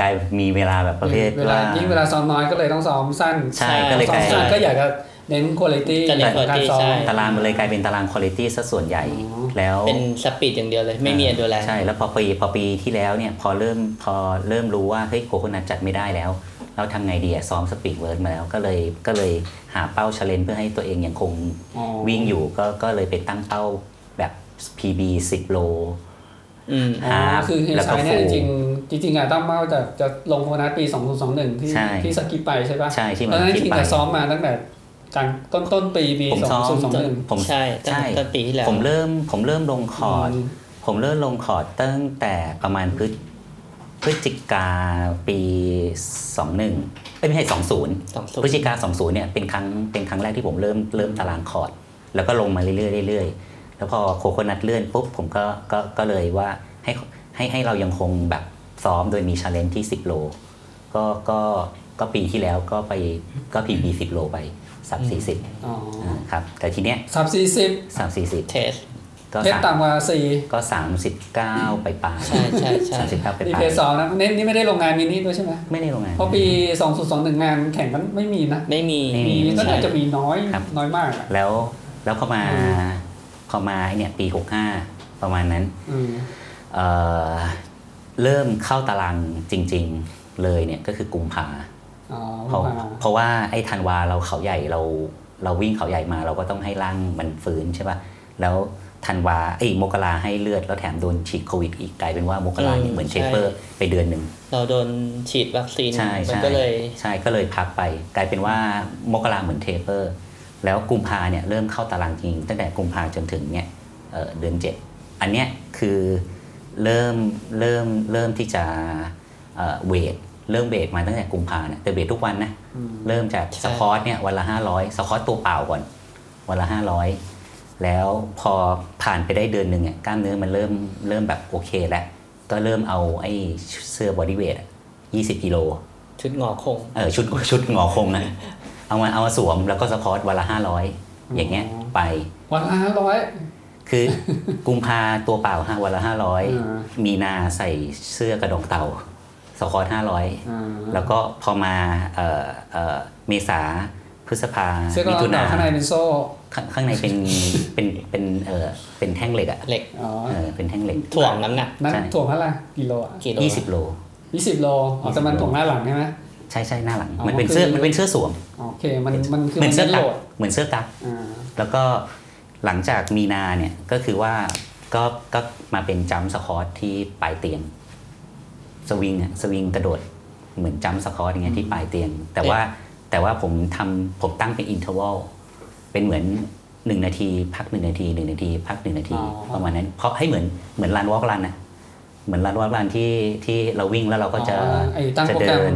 [SPEAKER 3] กลายมีเวลาแบบประเภท
[SPEAKER 1] เวลา
[SPEAKER 3] ว่า
[SPEAKER 1] ยิ่งเวลาซ้อมน้อยก็เลยต้องซ้อมสั้น
[SPEAKER 3] ใช่ก็เลย
[SPEAKER 1] ซ้
[SPEAKER 3] ก
[SPEAKER 1] อ
[SPEAKER 3] ลาม ย
[SPEAKER 1] สั้นก็อยากจะเน้นคุณภาพ
[SPEAKER 4] จะเน้น quality
[SPEAKER 1] การซ้อม
[SPEAKER 4] ใช่
[SPEAKER 3] ตารางมันเลยกลายเป็นตารางคุณภาพซะส่วนใหญ่
[SPEAKER 1] อ๋อ
[SPEAKER 3] แล้ว
[SPEAKER 4] เป็นสปีดอย่างเดียวเลยไม่มีอันดูแล
[SPEAKER 3] ใช่แล้วพอปีพอปีที่แล้วเนี่ยพอเริ่มพอเริ่มรู้ว่าเฮ้ยโคโคนัทจัดไม่ได้แล้ว เราทำไงดีอะซ้อมสปีดเวิร์ดมาแล้วก็เลยก็เลยหาเป้าเชลเลนเพื่อให้ตัวเองยังคง
[SPEAKER 1] อ๋อ
[SPEAKER 3] วิ่งอยู่ก็ก็เลยไปตั้งเป้าแบบ PB 10 โล
[SPEAKER 4] อืม
[SPEAKER 1] อ๋อคือเฮ
[SPEAKER 3] แล้วก็
[SPEAKER 1] ชายเนี่ยจ
[SPEAKER 3] full
[SPEAKER 1] ริงๆจริงๆอะตั้งเป้าจะจะลงโคนัสปี 2021 ที่
[SPEAKER 3] ใช่
[SPEAKER 1] ที่สกิปไปใช่ปะ
[SPEAKER 3] ใช่ที่มั
[SPEAKER 1] เพ
[SPEAKER 3] น
[SPEAKER 1] ราะฉะนั้น
[SPEAKER 3] ส
[SPEAKER 1] จ
[SPEAKER 3] กิ
[SPEAKER 1] ริง
[SPEAKER 3] ปไป
[SPEAKER 1] ๆแต่ซ้อมมาตั้งแต่กลางต้นต้นปีปี
[SPEAKER 3] ผมซ้อม
[SPEAKER 1] 2021
[SPEAKER 3] ผม
[SPEAKER 4] ใช่ตั้งแต่ต้นปีที่แล้ว
[SPEAKER 3] ผมเริ่มผมเริ่มลงคอร์ด
[SPEAKER 1] อืม
[SPEAKER 3] ผมเริ่มลงคอร์ดตั้งแต่ประมาณพฤศพฤศจิกาปี 21เอ้ยไม่ใช่20
[SPEAKER 4] สองสูต
[SPEAKER 3] พฤศจิกา20เนี่ยเป็นครั้งเป็นครั้งแรกที่ผมเริ่มเริ่มตารางคอร์ด แล้วก็ลงมาเรื่อยๆเรื่อยๆแล้วพอโคโคนัทเลื่อนปุ๊บผมก็ก็ก็เลยว่าให้ให้ให้เรายังคงแบบซ้อมโดยมีชาเลนจ์ที่ 10 โล ก็ก็ก็ปีที่แล้วก็ไปก็พีบี10 โลไปสับ40
[SPEAKER 1] อ๋อ
[SPEAKER 3] อ่าครับแต่ทีเนี้ย
[SPEAKER 1] สับสี่สิบ
[SPEAKER 3] สับ
[SPEAKER 4] เทส
[SPEAKER 3] 40 ก็
[SPEAKER 1] เทส
[SPEAKER 3] สาม
[SPEAKER 1] ต่ำกว่าสี่
[SPEAKER 3] ก็ 39 ไปปลาย
[SPEAKER 4] ใช่ใช่ใช่
[SPEAKER 3] สามสิบเก้าไป
[SPEAKER 1] นี่
[SPEAKER 3] ปลา
[SPEAKER 1] เพ
[SPEAKER 3] ย
[SPEAKER 1] จสองนะเน้นนี่ไม่ได้โรงงานมินิด้วยใช่ไหม
[SPEAKER 3] ไม่ได้ลงงาน
[SPEAKER 1] เพราะปี 2021 งานแข่งกันไม่มีนะ
[SPEAKER 4] ไม่มี
[SPEAKER 3] ไม่
[SPEAKER 1] มีก็น่าจะมีน้อย
[SPEAKER 3] ครับ
[SPEAKER 1] น้อยมากอะ
[SPEAKER 3] แล้วแล้วพอมาพอมาไอ้เนี่ยปี 65 ประมาณนั้น
[SPEAKER 1] อืม
[SPEAKER 3] เอ่อเริ่มเข้าตารางจริงๆเลยเนี่ยก็คือกุมภา
[SPEAKER 1] อ๋อ
[SPEAKER 3] เพราะ
[SPEAKER 1] มา
[SPEAKER 3] เพราะว่าไอ้ธันวาเราเขาใหญ่เราเราวิ่งเขาใหญ่มาเราก็ต้องให้ร่างมันฟื้นใช่ป่ะแล้วธันวาไอ้ยมกราให้เลือดแล้วแถมโดนฉีดโควิดอีกกลายเป็นว่ามกราเนี่ย
[SPEAKER 4] อืม
[SPEAKER 3] เหมือน
[SPEAKER 4] ใช่
[SPEAKER 3] เชฟเปอร์ไปเดือนหนึ่ง
[SPEAKER 4] เราโดนฉีดวัคซีน
[SPEAKER 3] ใช่
[SPEAKER 4] มัน
[SPEAKER 3] ใช่
[SPEAKER 4] ก็เลย
[SPEAKER 3] ใช่ก็เลยพักไป กลายเป็นว่ามกราเหมือนเทเปอร์ แล้วกุมภาเนี่ยเริ่มเข้าตารางจริง ตั้งแต่กุมภาจนถึงเนี่ยเอ่อเดือนเจ็ดอันเนี้ยคือ เริ่มเริ่มเริ่มที่จะเอ่อเวทเริ่มเวทมาตั้งแต่กุมภาเนี่ยแต่เวททุกวันนะเริ่มจากสควอตเนี่ยวันละห้าร้อยสควอตตัวเปล่าก่อน วันละห้าร้อยแล้วพอผ่านไปได้เดือนหนึ่งเนี่ยกล้ามเนื้อมันเริ่มเริ่มแบบโอเคแล้วก็เริ่มเอาไอ้เสื้อบอดี้เวทยี่สิบกิโล
[SPEAKER 4] ชุดหงอคง
[SPEAKER 3] เออชุดชุดหงอคงนะเอามาเอามาสวมแล้วก็สควอตวันละห้าร้อยอย่างเงี้ยไป
[SPEAKER 1] วันละห้าร้อย
[SPEAKER 3] คือ กุมภาตัวเปล่าห้าวันละห้าร้อย
[SPEAKER 1] อ่า
[SPEAKER 3] มีนาใส่เสื้อกระดองเต่าสคอร์ห้าร้อย
[SPEAKER 1] อ่า
[SPEAKER 3] แล้วก็พอมาเอ่อเอ่อเมษา พฤษภา
[SPEAKER 1] เสื้อก็
[SPEAKER 3] มิถุ
[SPEAKER 1] หนา
[SPEAKER 3] นา
[SPEAKER 1] ข้างในเป็นโซ่
[SPEAKER 3] ข้างข้างในเป็นเป็นเป็นเออเป็นแท่งเหล็กอะ
[SPEAKER 4] เหล็ก
[SPEAKER 1] อ๋อ
[SPEAKER 3] เออเป็นแท่งเหล็ก
[SPEAKER 4] ถ่วงน้ำหนัก
[SPEAKER 1] นั่น
[SPEAKER 3] ใช่
[SPEAKER 1] ถ่วงเท่าไหร่กิโลอ่ะ
[SPEAKER 4] กี่โล
[SPEAKER 3] ยี่สิบโล
[SPEAKER 1] ยี่สิบโลอ๋อแต่มัน
[SPEAKER 3] 20
[SPEAKER 1] ถ่วงหน้าหลังใช่ไหม
[SPEAKER 3] ใช่ใช่หน้าหลัง
[SPEAKER 1] อ๋อ
[SPEAKER 3] มันเป็น
[SPEAKER 1] มันคือ
[SPEAKER 3] เสื้อมันเป็นเสื้อสวม
[SPEAKER 1] อ๋อโอเคมันมันคือ
[SPEAKER 3] เหมือนเสื้อ
[SPEAKER 1] โหล
[SPEAKER 3] กั๊ก
[SPEAKER 1] ด
[SPEAKER 3] เหมือนเสื้อกั๊ก
[SPEAKER 1] อ่า
[SPEAKER 3] แล้วก็หลังจากมีนาเนี่ยก็คือว่าก็ก็มาเป็นจัมป์สควอตที่ปลายเตียง สวิงอะสวิงกระโดดเหมือนจัมป์สควอตอย่างเงี้ยที่ปลายเตียง แต่ว่าแต่ว่าผมทำผมตั้งเป็นอินเทอร์วลเป็นเหมือนหนึ่งนาที พักหนึ่งนาทีหนึ่งนาที พักหนึ่งนาทีประมาณนั้น เพราะให้เหมือนเหมือนลานวอล์กลันอะเหมือนลานวอล์กลันที่ที่เราวิ่งแล้วเราก็จะ
[SPEAKER 1] อ๋อไอ้ตั้ง
[SPEAKER 3] จะ
[SPEAKER 1] โปรแกร
[SPEAKER 3] เดิ
[SPEAKER 1] ม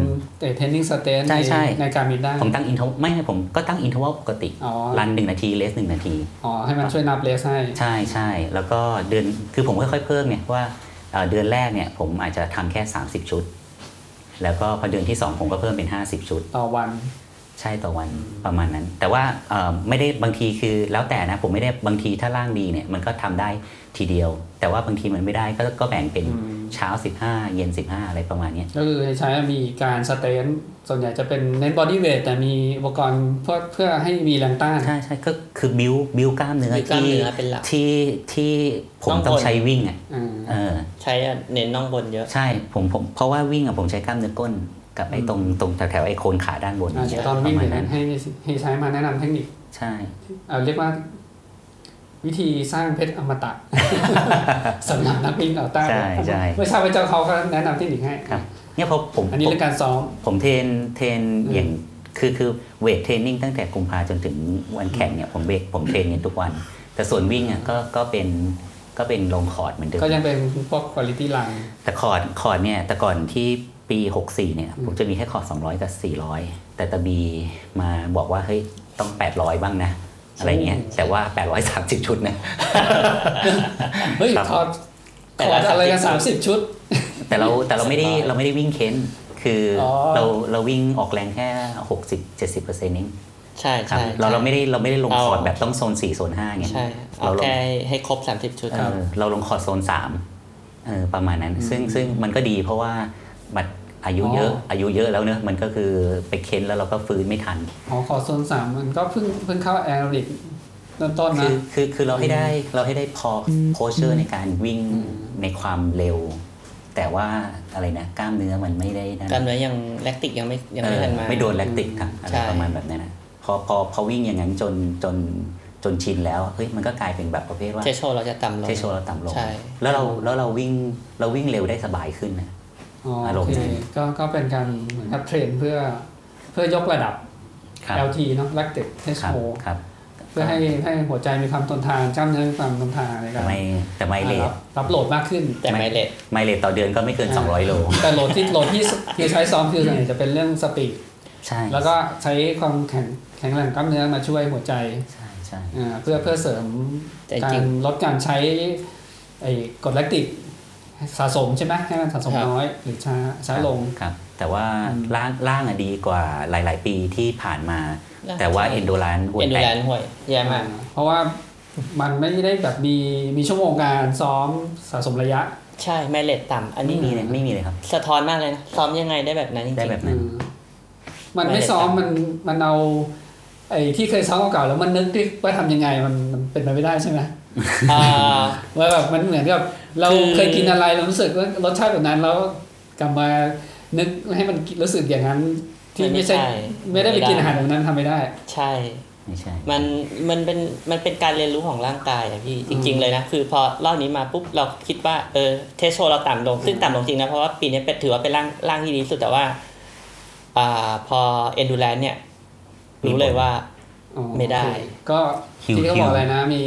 [SPEAKER 3] น
[SPEAKER 1] เทนนิ่งสเตน
[SPEAKER 3] ใช่ใช่
[SPEAKER 1] ในการมิดได้
[SPEAKER 3] ผมตั้งอินเทอร์ไม่ให้ผมก็ตั้งอินเทอร์วัลปกติ
[SPEAKER 1] อ๋อ
[SPEAKER 3] รันหนึ่งนาทีเลสหนึ่งนาที
[SPEAKER 1] อ๋อให้มันช่วยนับเลสให้
[SPEAKER 3] ใช่ใช่แล้วก็เดือนคือผมค่อยๆเพิ่มเนี่ยว่าเอ่อเดือนแรกเนี่ยผมอาจจะทำแค่ 30 ชุด แล้วก็พอเดือนที่ 2 ผมก็เพิ่มเป็น 50 ชุด
[SPEAKER 1] ต่อวัน
[SPEAKER 3] ใช่ต่อวันประมาณนั้น แต่ว่าเอ่อไม่ได้บางทีคือแล้วแต่นะ ผมไม่ได้บางทีถ้าร่างดีเนี่ยมันก็ทำได้ทีเดียว แต่ว่าบางทีมันไม่ได้ก็ก็แบ่งเป็น
[SPEAKER 1] อืม
[SPEAKER 3] เช้า 15 เย็น 15 อะไรประมาณเนี้ย
[SPEAKER 1] ก็คือใช้มีการสเตนส่วนใหญ่จะเป็นเน้นบอดี้เวทแต่มีอุปกรณ์เพื่อเพื่อให้มีแรงต้าน
[SPEAKER 3] ใช่ใช่ก็คือบิวบิวกล้ามเนื้อ
[SPEAKER 4] มีกล้าม
[SPEAKER 3] ที่
[SPEAKER 4] เนื้อเป็นหลัก
[SPEAKER 3] ที่ที่ผม
[SPEAKER 4] ต้อง
[SPEAKER 3] ต้อง
[SPEAKER 4] ทน
[SPEAKER 3] ใช้วิ่งอ่ะ
[SPEAKER 1] อ่า
[SPEAKER 3] เออ
[SPEAKER 4] ใช้อะเน้นน่องบนเยอะ
[SPEAKER 3] ใช่ผมผมเพราะว่าวิ่งอ่ะผมใช้กล้ามเนื้อก้น กับไอ้
[SPEAKER 1] อืม
[SPEAKER 3] ตรงตรงแถวๆไอ้โคนขาด้านบน
[SPEAKER 1] อ่าเดี๋ยวตอนวิ่ง
[SPEAKER 3] ประมา
[SPEAKER 1] เดี๋ย
[SPEAKER 3] ณ
[SPEAKER 1] ว
[SPEAKER 3] นั้น
[SPEAKER 1] ให้ให้ใช้มาแนะนำเทคนิค
[SPEAKER 3] ใช่
[SPEAKER 1] เอาเรียกว่า วิธีสร้างเพชรอมตะ สำหรับนักวิ่งเอาต้าน
[SPEAKER 3] ใช่ใช่
[SPEAKER 1] ไม่ทราบว่าเจ้าเขาก็แนะนำเทคนิคให้
[SPEAKER 3] ครับเนี่ยพอผม
[SPEAKER 1] อันนี้
[SPEAKER 3] ผม
[SPEAKER 1] เรื่องการซ้อม
[SPEAKER 3] ผมเทรนเทรน
[SPEAKER 1] อืม
[SPEAKER 3] อย่างคือคือเวทเทรนนิ่งตั้งแต่กุมภาจนถึงวันแข่งเนี่ยผมเวทผมเทรนเนี่ยทุกวัน แต่ส่วนวิ่งอ่ะก็ก็เป็นก็เป็นลงคอร์ดเหมือนเดิม
[SPEAKER 1] ก็ยังเป็นพวกคุณ i t y line
[SPEAKER 3] แต่คอร์ดคอร์ดเนี่ยแต่ก่อนที่ปี 64 เนี่ย ผมจะมีแค่คอร์ด 200 กับ 400 แต่ตะบีมาบอกว่า เฮ้ย ต้อง 800 บ้างนะ อะไรเงี้ย แต่ว่า 830 ชุดนะ
[SPEAKER 1] เฮ้ย
[SPEAKER 3] ครับ
[SPEAKER 1] คอร์ด
[SPEAKER 4] แต่
[SPEAKER 1] คอ
[SPEAKER 4] ละ
[SPEAKER 1] ร์ดอะไรกันสามสิบชุด
[SPEAKER 3] แต่เราแต่เราไม่ได้เราไม่ได้วิ่งเค้น คืออ
[SPEAKER 1] อ
[SPEAKER 3] เราเราวิ่งออกแรงแค่ 60 70เปอร์เซ็นต์เอง
[SPEAKER 4] ใช่
[SPEAKER 3] ครับ
[SPEAKER 4] ใช่
[SPEAKER 3] เราเราไม่
[SPEAKER 4] ใช่
[SPEAKER 3] ได้เราไม่ได้ลง
[SPEAKER 4] เอา
[SPEAKER 3] คอร์ดแบบต้องโซน 4 โซน5ไง
[SPEAKER 4] ใช่เอา
[SPEAKER 3] เราลง
[SPEAKER 4] แค่ให้ครบ 30 ชุด
[SPEAKER 3] เออเราลงคอร์สโซนสามเออประมาณนั้น ซึ่งซึ่งมันก็ดีเพราะว่าบัตรอายุเยอะ
[SPEAKER 1] อ๋ออ
[SPEAKER 3] อายุเยอะแล้วเนอะมันก็คือไปเค้นแล้วเราก็ฟื้นไม่ทัน
[SPEAKER 1] หอคอร์ดโซนสามมันก็เพิ่งเพิ่งเข้าแอโรบิกเริ่มต้น
[SPEAKER 3] คื
[SPEAKER 1] นะ
[SPEAKER 3] อคือคือเราให้ได้เราให้ได้พอโพเชอร์ในการวิ่งในความเร็ว แต่ว่าอะไรนะกล้ามเนื้อมันไม่ได้นั่น
[SPEAKER 4] กล้ามเนื้อยังแลคติกยังไม่ยัง
[SPEAKER 3] เอ
[SPEAKER 4] ไม่
[SPEAKER 3] อ
[SPEAKER 4] ทันมา
[SPEAKER 3] ไม่โดนแลคติกครับอะไร
[SPEAKER 4] ใช่
[SPEAKER 3] ประมาณแบบนั้นนะพอพอพอวิ่งอย่างนั้นจนจนจนชินแล้วเฮ้ยมันก็กลายเป็นแบบประเภทว่า
[SPEAKER 4] เทโชเราจะต่ำลง
[SPEAKER 3] เทโชเราต่ำลง
[SPEAKER 4] ใช่
[SPEAKER 3] แล้วเราแล้วเราวิ่งเราวิ่งเร็วได้สบายขึ้นนะ
[SPEAKER 1] อ๋อ
[SPEAKER 3] อา
[SPEAKER 1] โอ
[SPEAKER 3] รมณ์
[SPEAKER 1] เค
[SPEAKER 3] นั้น
[SPEAKER 1] ก็ก็เป็นการเหมือนกับเทรนเพื่อเพื่อยกระดับ
[SPEAKER 3] ครับ
[SPEAKER 1] LT เนอะ lactic
[SPEAKER 3] ครับ
[SPEAKER 1] threshold
[SPEAKER 3] ครับ
[SPEAKER 1] เพื่อให้ให้หัวใจมีความทนทานกล้ามเนื้อมีความทนทานใน
[SPEAKER 3] แต่
[SPEAKER 1] การ
[SPEAKER 3] ไม่แต่ไม่เล
[SPEAKER 1] รั
[SPEAKER 3] ท
[SPEAKER 1] บรับโหลดมากขึ้น
[SPEAKER 4] แต่ไม่เลท
[SPEAKER 3] ไม่เลทต่อเดือนก็ไม่เกิน
[SPEAKER 1] อ่า
[SPEAKER 3] 200 โล
[SPEAKER 1] แต่โหลดที่โหลดที่ที่ใช้ซ้อมคือส่วนใหญ่จะเป็นเรื่องสปีด
[SPEAKER 3] ใช่
[SPEAKER 1] แล้วก็ใช้ความแข็งแข็งแรงกล้ามเนื้อมาช่วยหัวใจ
[SPEAKER 3] ใช่ใช่
[SPEAKER 1] อ่าเพื่อเพื่อเสริม
[SPEAKER 4] แต่จ
[SPEAKER 1] กา
[SPEAKER 4] ริ
[SPEAKER 1] รง ลดการใช้ไอ้กรดแลคติกสะสมใช่ไหมให้มันสะสม
[SPEAKER 4] ครับ
[SPEAKER 1] น้อยหรือช้าช้าลง
[SPEAKER 3] ครับ แต่ว่าล่างล่างอะดีกว่าหลาย ๆ ปีที่ผ่านมา
[SPEAKER 4] ล่าง
[SPEAKER 3] แต่ว่าเอนโดรันหัว
[SPEAKER 4] เอ็นดู
[SPEAKER 3] แต
[SPEAKER 4] แล
[SPEAKER 3] ก
[SPEAKER 4] นห่วยแย่มาก
[SPEAKER 1] เพราะว่ามันไม่ได้แบบมีมีชั่วโมงการซ้อมสะสมระยะ
[SPEAKER 4] ใช่ไม่เลทต่ำอันนี้
[SPEAKER 3] ไม่มีเลยไม่มีเลยครับ
[SPEAKER 4] สะท้อนมากเลยนะซ้อมยังไงได้แบบนั้นจ
[SPEAKER 3] ได้
[SPEAKER 4] ริง
[SPEAKER 3] แบบนั้น
[SPEAKER 1] มัน
[SPEAKER 4] ไม่
[SPEAKER 1] ไม่
[SPEAKER 4] ได้
[SPEAKER 1] ซ้อม
[SPEAKER 4] ตาม
[SPEAKER 1] มันมันเอาไอ้ที่เคยซ้อมเก่าๆแล้วมันนึกดิว่าทำยังไงมันมันเป็นไปไม่ได้ใช่ไหม
[SPEAKER 4] ๆอ่า
[SPEAKER 1] ว่าแบบมันเหมือนกับเรา
[SPEAKER 4] คือ
[SPEAKER 1] เคยกินอะไรเรารู้สึกว่ารสชาติแบบนั้นแล้วกลับมานึกให้มันรู้สึกอย่างนั้น ที่ไม่ใช่ไม่ได้ไปกินอาหารแบบนั้นทำไม่ได้
[SPEAKER 4] ใช่
[SPEAKER 3] ไม่ใช่
[SPEAKER 4] มันมันเป็นมันเป็นการเรียนรู้ของร่างกายอะพี่จริง ๆ เลยนะ คือพอรอบนี้มาปุ๊บเราคิดว่าเออเทสโชเราต่ำลง ซึ่งต่ำลงจริงนะเพราะว่าปีนี้เป็นถือว่าเป็นร่างร่างที่ดีที่สุดแต่ว่า อ่าพอเอนดูแลนเนี่ย รู้เลยว่า
[SPEAKER 1] อ๋อ
[SPEAKER 4] ไม่ได้
[SPEAKER 1] โอเคก็
[SPEAKER 3] หิว
[SPEAKER 1] ที่เขา
[SPEAKER 3] หิ
[SPEAKER 1] บ
[SPEAKER 3] ว
[SPEAKER 1] อกอะไรนะมี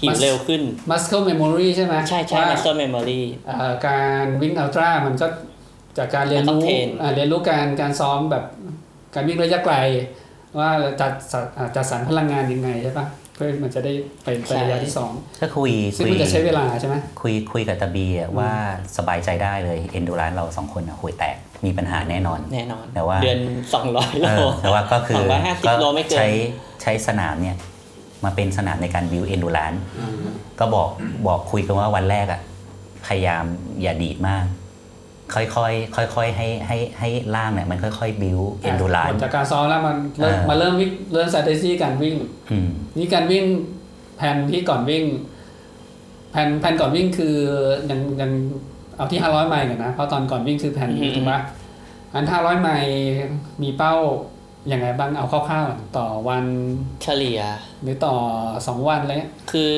[SPEAKER 4] หิวเร็วขึ้น
[SPEAKER 1] muscle memory ใช่ไหม
[SPEAKER 4] ใช่ใช่
[SPEAKER 1] ว่า
[SPEAKER 4] muscle memory
[SPEAKER 1] เอ่อการวิ่งอัลตร้ามันก็จากการเรียน
[SPEAKER 4] มันต้อ
[SPEAKER 1] รู้
[SPEAKER 4] งเทรน
[SPEAKER 1] อ่าเรียนรู้การการซ้อมแบบการวิ่งระยะไกล ว่าจัดสรรอ่าจัดสรรพลังงานยังไงใช่ปะเพื่อมันจะได้ไปไประยะที่สอง
[SPEAKER 3] ก็คุย
[SPEAKER 1] ซึ่ง
[SPEAKER 3] คุย
[SPEAKER 1] มันจะใช้เวลาใช่ไหม
[SPEAKER 3] คุยคุยกับตาบีอะว่าสบายใจได้เลยเอนโดรันเราสองคนอะหัวแตกมีปัญหาแน่นอน
[SPEAKER 4] แน่นอน
[SPEAKER 3] แต่ว่า
[SPEAKER 4] เดือนสองร้อยโล
[SPEAKER 3] เออแต่ว่าก็คือ
[SPEAKER 4] สองร้อยห้าสิบ
[SPEAKER 3] ก็
[SPEAKER 4] โลไม่เกิน
[SPEAKER 3] ใช้ใช้สนามเนี่ย มาเป็นสนามในการบิวเอนดูรัน
[SPEAKER 1] อ่า
[SPEAKER 3] ก็บอกบอกคุยกันว่าวันแรกอะพยายามอย่าดีดมาก ค่อยๆค่อยๆให้ให้ให้ร่างเนี่ยมันค่อยๆบิวเอนดูราน
[SPEAKER 1] ผลจากการซ้อมแล้วมันเริ่ม
[SPEAKER 3] อ่าม
[SPEAKER 1] มาเริ่มวิ่งเริ่ม strategy การวิ่ง
[SPEAKER 3] อืม
[SPEAKER 1] นี่การวิ่งแผนที่ก่อนวิ่งแผนแผนก่อนวิ่งคือยังยังเอาที่ห้าร้อยไมล์ก่อนนะเพราะตอนก่อนวิ่งคือแผน
[SPEAKER 4] อืม
[SPEAKER 1] ถูกปะอันห้าร้อยไมล์มีเป้าอย่างไรบ้างเอาคร่าวๆก่อนต่อวัน
[SPEAKER 4] เฉลี่ย
[SPEAKER 1] หรือต่อสองวันอะไรเงี้ย
[SPEAKER 4] คือ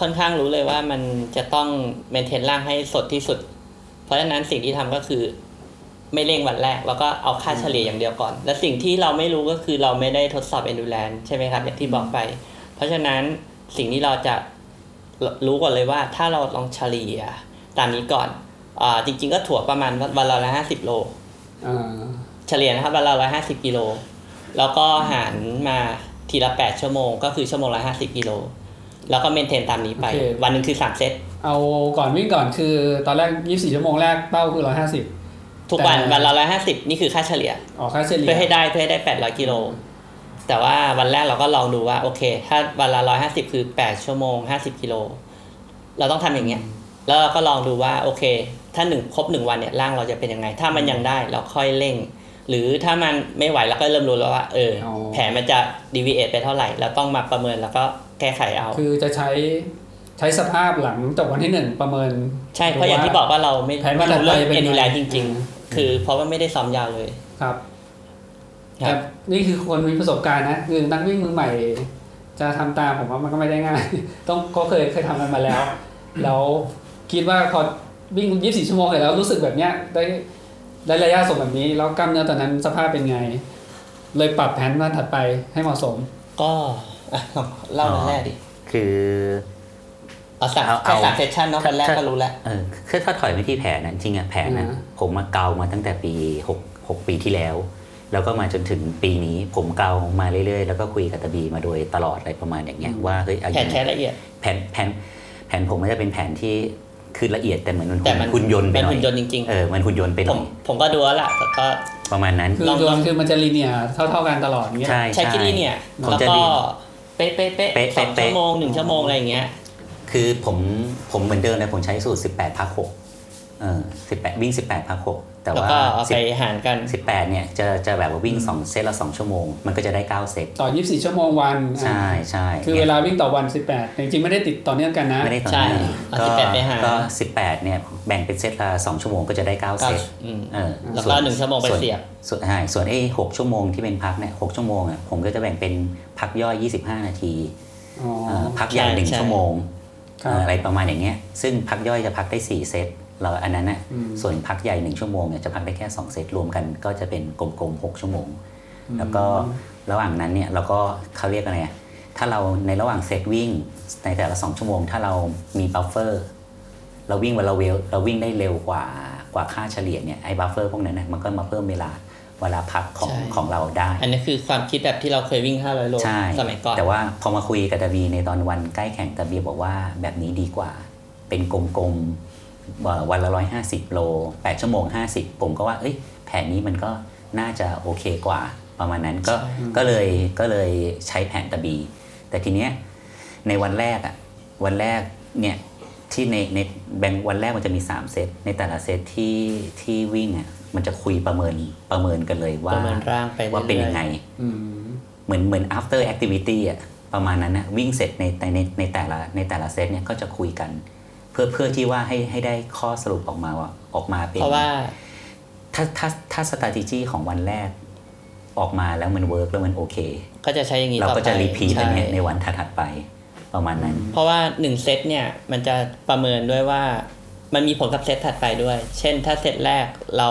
[SPEAKER 4] ค่อนข้างรู้เลยว่ามันจะต้องเมนเทนร่างให้สดที่สุด เพราะฉะนั้นสิ่งที่ทำก็คือ ไม่เร่งวันแรก แล้วก็เอาค่าเฉลี่ยอย่างเดียวก่อน และสิ่งที่เราไม่รู้ก็คือเราไม่ได้ทดสอบ endurance ใช่ไหมครับอย่างที่บอกไป เพราะฉะนั้นสิ่งที่เราจะรู้ก่อนเลยว่า ถ้าเราลองเฉลี่ยตามนี้ก่อนอาจริง ๆ ก็ถั่วประมาณวันละห้าสิบโล
[SPEAKER 1] อ่า
[SPEAKER 4] เฉลี่ยนะครับวันละร้อยห้าสิบกิโล แล้วก็หารมาทีละแปดชั่วโมง ก็คือชั่วโมงละห้าสิบกิโล แล้วก็เมนเทนตามนี้ไป วันหนึ่งคือสามเซต
[SPEAKER 1] เอาก่อนวิ่งก่อนคือตอนแรกยี่สิบสี่ชั่วโมงแรกเป้าคือร้อยห้าสิบ
[SPEAKER 4] ทุกวัน
[SPEAKER 1] แต่
[SPEAKER 4] วันละร้อยห้าสิบนี่คือค่าเฉลี่ย
[SPEAKER 1] ออกค่าเฉลี่ย
[SPEAKER 4] เพื่อให้ได้เพื่อให้ได้แปดร้อยกิโล แต่ว่าวันแรกเราก็ลองดูว่า โอเค ถ้าวันละร้อยห้าสิบคือแปดชั่วโมงห้าสิบกิโล เราต้องทำอย่างเงี้ย แล้วเราก็ลองดูว่าโอเค ถ้าหนึ่งครบหนึ่งวันเนี่ยร่างเราจะเป็นยังไง ถ้ามันยังได้เราค่อยเร่ง หรือถ้ามันไม่ไหวเราก็เริ่มรู้แล้วว่า เออ แผนมันจะดีว a เอทไปเท่าไหร่ เราต้องมาประเมินแล้วก็แก้ไขเอา
[SPEAKER 1] คือจะใช้ใช้สภาพหลังจากวันที่หนึ่งประเมิน
[SPEAKER 4] ใช่เพราะอย่างที่บอกว่าเราไม่
[SPEAKER 1] แผนวั
[SPEAKER 4] ไม่
[SPEAKER 1] นถัด
[SPEAKER 4] รู้
[SPEAKER 1] ไป
[SPEAKER 4] เรื่อง
[SPEAKER 1] เป็น
[SPEAKER 4] เอ็นดูแล
[SPEAKER 1] ไง
[SPEAKER 4] จริง ๆ คือเพราะว่าไม่ได้ซ้อมยาวเลย
[SPEAKER 1] ครับ
[SPEAKER 4] ค
[SPEAKER 1] แต่
[SPEAKER 4] รับ
[SPEAKER 1] นี่คือคนมีประสบการณ์นะคือนักวิ่งมือใหม่ จะทำตามผมว่ามันก็ไม่ได้ง่าย ต้องก็เคยเคยทำกันมาแล้ว แล้วคิดว่าพอวิ่ง 24 ชั่วโมงเสร็จแล้วรู้สึกแบบเนี้ยได้ได้ระยะส่งแบบนี้ แล้วกล้ามเนื้อตอนนั้นสภาพเป็นไง เลยปรับแผนวันถัดไปให้เหมาะสม
[SPEAKER 4] ก็ อ่ะลองเล่าวันแรกดิ
[SPEAKER 3] คือ
[SPEAKER 4] เอาสาม
[SPEAKER 3] เอา
[SPEAKER 4] แค่สาม
[SPEAKER 3] เอา
[SPEAKER 4] เซสชันเนาะวันแรกก็รู้แล้ว
[SPEAKER 3] เออคือถ้าถอยไปที่แผนนะจริงอะแผนนะ
[SPEAKER 1] อ่า
[SPEAKER 3] ผมมาเกามาตั้งแต่ปี6 6ปีที่แล้ว แล้วก็มาจนถึงปีนี้ ผมเกามาเรื่อยๆ แล้วก็คุยกับตะบีมาโดยตลอดอะไรประมาณอย่างเงี้ยว่าเฮ้ยเอาอ
[SPEAKER 4] แผ
[SPEAKER 3] ย่าน ง
[SPEAKER 4] แท้ละเอียด
[SPEAKER 3] แผนแผนแผนผมมันจะเป็นแผนที่คือละเอียดแต่เหมือนมัน
[SPEAKER 4] แต่มัน
[SPEAKER 3] หุ่นยนต์ไปหน่อย
[SPEAKER 4] มันหุ่นยนต์จริงๆ
[SPEAKER 3] เออมันหุ่นยนต์ไปห
[SPEAKER 4] ผ
[SPEAKER 3] น่
[SPEAKER 4] ม
[SPEAKER 3] อย
[SPEAKER 4] ผมก็ดูแล้วล่ะแต่ก็
[SPEAKER 3] ประมาณนั้น
[SPEAKER 1] คือโดนคือมันจะลีเนียร์เท่า ๆกันตลอดอย่างเงี้ย
[SPEAKER 3] ใช่
[SPEAKER 4] ใช้คิดนี่เนี่ย
[SPEAKER 3] ผม
[SPEAKER 4] แล้ว
[SPEAKER 3] จะ
[SPEAKER 4] ก็
[SPEAKER 3] ดี
[SPEAKER 4] เป๊ะเป๊ะเป๊ะ
[SPEAKER 3] เป๊ะ
[SPEAKER 4] สอง
[SPEAKER 3] เป๊ะ
[SPEAKER 4] ชั่วโมงหนึ่งชั่วโมงอะไรอย่างเงี้ย
[SPEAKER 3] คือผมผมเหมือนเดิมเลยผมใช้สูตร 18พัก6เออ18วิ่ง 18พัก6แต่
[SPEAKER 4] แล้ว
[SPEAKER 3] ว่า
[SPEAKER 4] ก็เอา
[SPEAKER 3] สิ
[SPEAKER 4] ไป
[SPEAKER 3] บ
[SPEAKER 4] หารกัน
[SPEAKER 3] 18เนี่ยจะจะแบบว่าวิ่ง 2 เซตละ2ชั่วโมง มันก็จะได้ 9 เซต
[SPEAKER 1] ต่อ 24 ชั่วโมงวัน
[SPEAKER 3] ใช่ใช่
[SPEAKER 1] คือเวลาวิ่งต่อวัน 18แต่จริงๆไม่ได้ติดต่อเนื่องกันนะ
[SPEAKER 3] ไม่ได้ต่อ
[SPEAKER 4] ใช่
[SPEAKER 3] เนื่อง
[SPEAKER 4] เอา
[SPEAKER 3] ก็
[SPEAKER 4] 18ไปหาร
[SPEAKER 3] ก็ 18เนี่ยแบ่งเป็นเซตละ2ชั่วโมงก็จะได้ 9
[SPEAKER 4] ก็
[SPEAKER 3] เซต
[SPEAKER 4] อืม
[SPEAKER 3] เออ
[SPEAKER 4] แล้วก็
[SPEAKER 3] ส่
[SPEAKER 4] หนึ่งชั่วโมงไป
[SPEAKER 3] ส่น
[SPEAKER 4] เสียบ
[SPEAKER 3] ส่วนใช่ส่วนไอ้หกชั่วโมงที่เป็นพักเนี่ยหกชั่วโมงอ่ะผมก็จะแบ่งเป็นพักย่อย 25 นาที
[SPEAKER 1] อ๋อ
[SPEAKER 3] เอ่อพักใหญ่
[SPEAKER 4] ใช่
[SPEAKER 3] หนึ่ง
[SPEAKER 4] ใช่
[SPEAKER 3] ชั่วโมง
[SPEAKER 1] ครับ
[SPEAKER 3] เอ่ออะไรประมาณอย่างเงี้ยซึ่งพักย่อยจะพักได้ 4 เซตเราอันนั้นน่ะ
[SPEAKER 1] อืม
[SPEAKER 3] ส่วนพักใหญ่หนึ่งชั่วโมงเนี่ยจะพักได้แค่สองเซตรวมกันก็จะเป็นกลมๆหกชั่วโมง แล้วก็ระหว่างนั้นเนี่ยเราก็เขาเรียกอะไรอะถ้าเราในระหว่างเซตวิ่งในแต่ละ 2 ชั่วโมง ถ้าเรามีบัฟเฟอร์เราวิ่งวันละเวลเราวิ่งได้เร็วกว่ากว่าค่าเฉลี่ยเนี่ยไอ้บัฟเฟอร์พวกนั้นนะมันก็มาเพิ่มเวลาเวลาพักของ
[SPEAKER 4] ใช่
[SPEAKER 3] ของเราได้
[SPEAKER 4] อันนี้คือความคิดแบบที่เราเคยวิ่ง 500 โล
[SPEAKER 3] ใช่
[SPEAKER 4] สมัยก่อน
[SPEAKER 3] แต่ว่าพอมาคุยกับตาบีในตอนวันใกล้แข่งตาบีบอกว่าแบบนี้ดีกว่า เป็นกลมๆเอ่อวันละร้อยห้าสิบโลแปดชั่วโมงห้าสิบผมก็ว่า เอ้ยแผนนี้มันก็น่าจะโอเคกว่า ประมาณนั้นก็ก็เลยก็เลยใช้แผนตาบี แต่ทีเนี้ยในวันแรกอ่ะวันแรกเนี่ยที่ในในแบงค์วันแรกมันจะมี 3 เซตในแต่ละเซตที่ที่วิ่งอ่ะมันจะคุยประเมินประเมินกันเลยว่า
[SPEAKER 4] ประเมินร่างไปเรื่อยๆ
[SPEAKER 3] ว่าเป็นยังไง
[SPEAKER 1] อืม
[SPEAKER 3] เหมือนเหมือน after activity อะประมาณนั้นนะวิ่งเสร็จในในในในแต่ละในแต่ละเซตเนี่ยก็จะคุยกัน เพื่อเพื่อที่ว่าให้ให้ได้ข้อสรุปออกมาว่าออกมาเป็น
[SPEAKER 4] เพราะว่า
[SPEAKER 3] ถ้าถ้าถ้า strategy ของวันแรกออกมาแล้วมันเวิร์กแล้วมันโอเค
[SPEAKER 4] ก็จะใช้อย่างนี้
[SPEAKER 3] เรา
[SPEAKER 4] ต่อไป
[SPEAKER 3] ก็จะรีพีท
[SPEAKER 4] ใช่
[SPEAKER 3] อันเนี้ยในวันถัดๆไปประมาณนั้น
[SPEAKER 4] เพราะว่า 1 เซตเนี่ย มันจะประเมินด้วยว่ามันมีผลกับเซตถัดไปด้วย เช่นถ้าเซตแรกเรา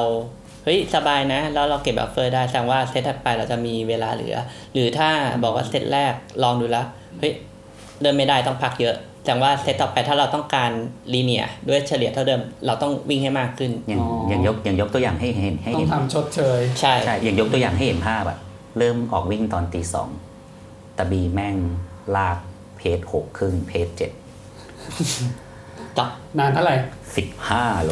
[SPEAKER 4] เฮ้ย สบายนะ แล้วเราเก็บบัฟเฟอร์ได้แสดงว่าเซตถัดไปเราจะมีเวลาเหลือ หรือถ้าบอกว่าเซตแรกลองดูแล้วเฮ้ย เดินไม่ได้ต้องพักเยอะแสดงว่าเซตต่อไปถ้าเราต้องการลีเนียด้วยเฉลี่ยเท่าเดิม เราต้องวิ่งให้มากขึ้น
[SPEAKER 3] อย่าง
[SPEAKER 1] อ๋ออ
[SPEAKER 3] ย่างยกอย่างยกตัวอย่างให้เห็นให้
[SPEAKER 1] ต้อ
[SPEAKER 3] เห็
[SPEAKER 1] ง
[SPEAKER 3] น
[SPEAKER 1] ทำชดเชย
[SPEAKER 4] ใช่
[SPEAKER 3] ใช่อย่างยกตัวอย่างให้เห็นภาพอะเริ่มออกวิ่งตอนตีสองตะบีแม่งลากเพจหกครึ่งเพจเจ็ด
[SPEAKER 4] ต่อ
[SPEAKER 1] นานเท่าไหร่
[SPEAKER 3] สิบห้าโล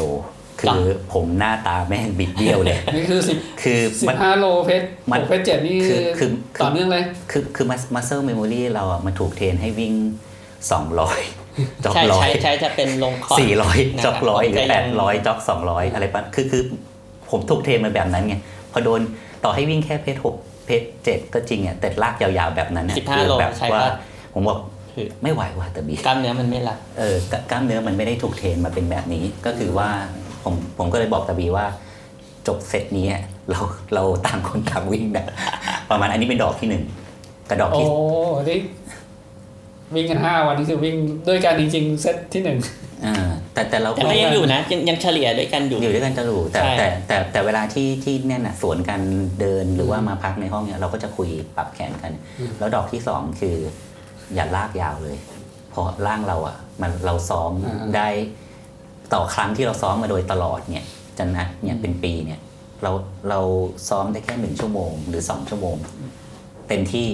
[SPEAKER 3] คื
[SPEAKER 4] ต่อ
[SPEAKER 3] อผมหน้าตาแม่งบิดเบี้ยว เลย
[SPEAKER 1] นี่คือสิบ
[SPEAKER 3] คือ
[SPEAKER 1] สิบ
[SPEAKER 3] มัน
[SPEAKER 1] ห้าโลเพชร
[SPEAKER 3] มั
[SPEAKER 1] ห
[SPEAKER 3] น
[SPEAKER 1] กเพชรเจ็ดนี่
[SPEAKER 3] คือคือ
[SPEAKER 1] ต่อเนื่องเลย
[SPEAKER 3] คือคือมัสเซอร์เมมโมรีเราอ่ะมันถูกเทรนให้วิ่ง 200 จ็อก
[SPEAKER 4] ใช่
[SPEAKER 3] ร้อ
[SPEAKER 4] ใช้
[SPEAKER 3] ย
[SPEAKER 4] ใช้จะเป็นลงคอร์ด
[SPEAKER 3] สี่ร้อย
[SPEAKER 4] นะค
[SPEAKER 3] จ็อกร้อยหรือ
[SPEAKER 4] ผม
[SPEAKER 3] แป
[SPEAKER 4] จะ
[SPEAKER 3] ด
[SPEAKER 4] ง
[SPEAKER 3] ร้อยจ็อกสองร้อยอะไรปะคือคือผมถูกเทรนมาแบบนั้นไงพอโดนต่อให้วิ่งแค่เพจหกเพจเจ็ดก็จริงอ่ะแต่ลากยาวๆแบบนั้นน่ะ
[SPEAKER 4] สิบห้า
[SPEAKER 3] คือ
[SPEAKER 4] โล
[SPEAKER 3] แบบ
[SPEAKER 4] ใช้
[SPEAKER 3] ว่า
[SPEAKER 4] ว่า
[SPEAKER 3] ผมบอก
[SPEAKER 4] คือ
[SPEAKER 3] ไม่ไหวว่ะแต่บี
[SPEAKER 4] กล้ามเนื้อมันไม่รับ
[SPEAKER 3] เออกล้ามเนื้อมันไม่ได้ถูกเทรนมาเป็นแบบนี้ ก็คือว่าผมผมก็เลยบอกตาบีว่า จบเซตนี้อะ เราเราต่างคนต่างวิ่งนะ ประมาณอันนี้เป็นดอกที่หนึ่งกระดอก
[SPEAKER 1] โอ้
[SPEAKER 3] ที่
[SPEAKER 1] ที่วิ่งกันห้าวันนี่คือวิ่งด้วยกันจริงๆเซตที่หนึ่ง
[SPEAKER 3] อ่าแต่แต่เรา
[SPEAKER 4] แต่ก็ยังอยู่นะยังยังเฉลี่ยด้วยกันอยู่
[SPEAKER 3] อยู่ด้วยกันตลอดแต่
[SPEAKER 4] ใช่
[SPEAKER 3] แต่แต่แต่เวลาที่ที่เนี่ยน่ะสวนกันเดินหรือว่ามาพักในห้องเนี่ยเราก็จะคุยปรับแขนกัน
[SPEAKER 1] อืม
[SPEAKER 3] แล้วดอกที่สองคืออย่าลากยาวเลยเพราะร่างเราอ่ะ มันเราซ้อมได้ ต่อครั้งที่เราซ้อมมาโดยตลอดเนี่ยจะนัดเนี่ยเป็นปีเนี่ย เราเราซ้อมได้แค่หนึ่งชั่วโมงหรือสองชั่วโมง เต็มที่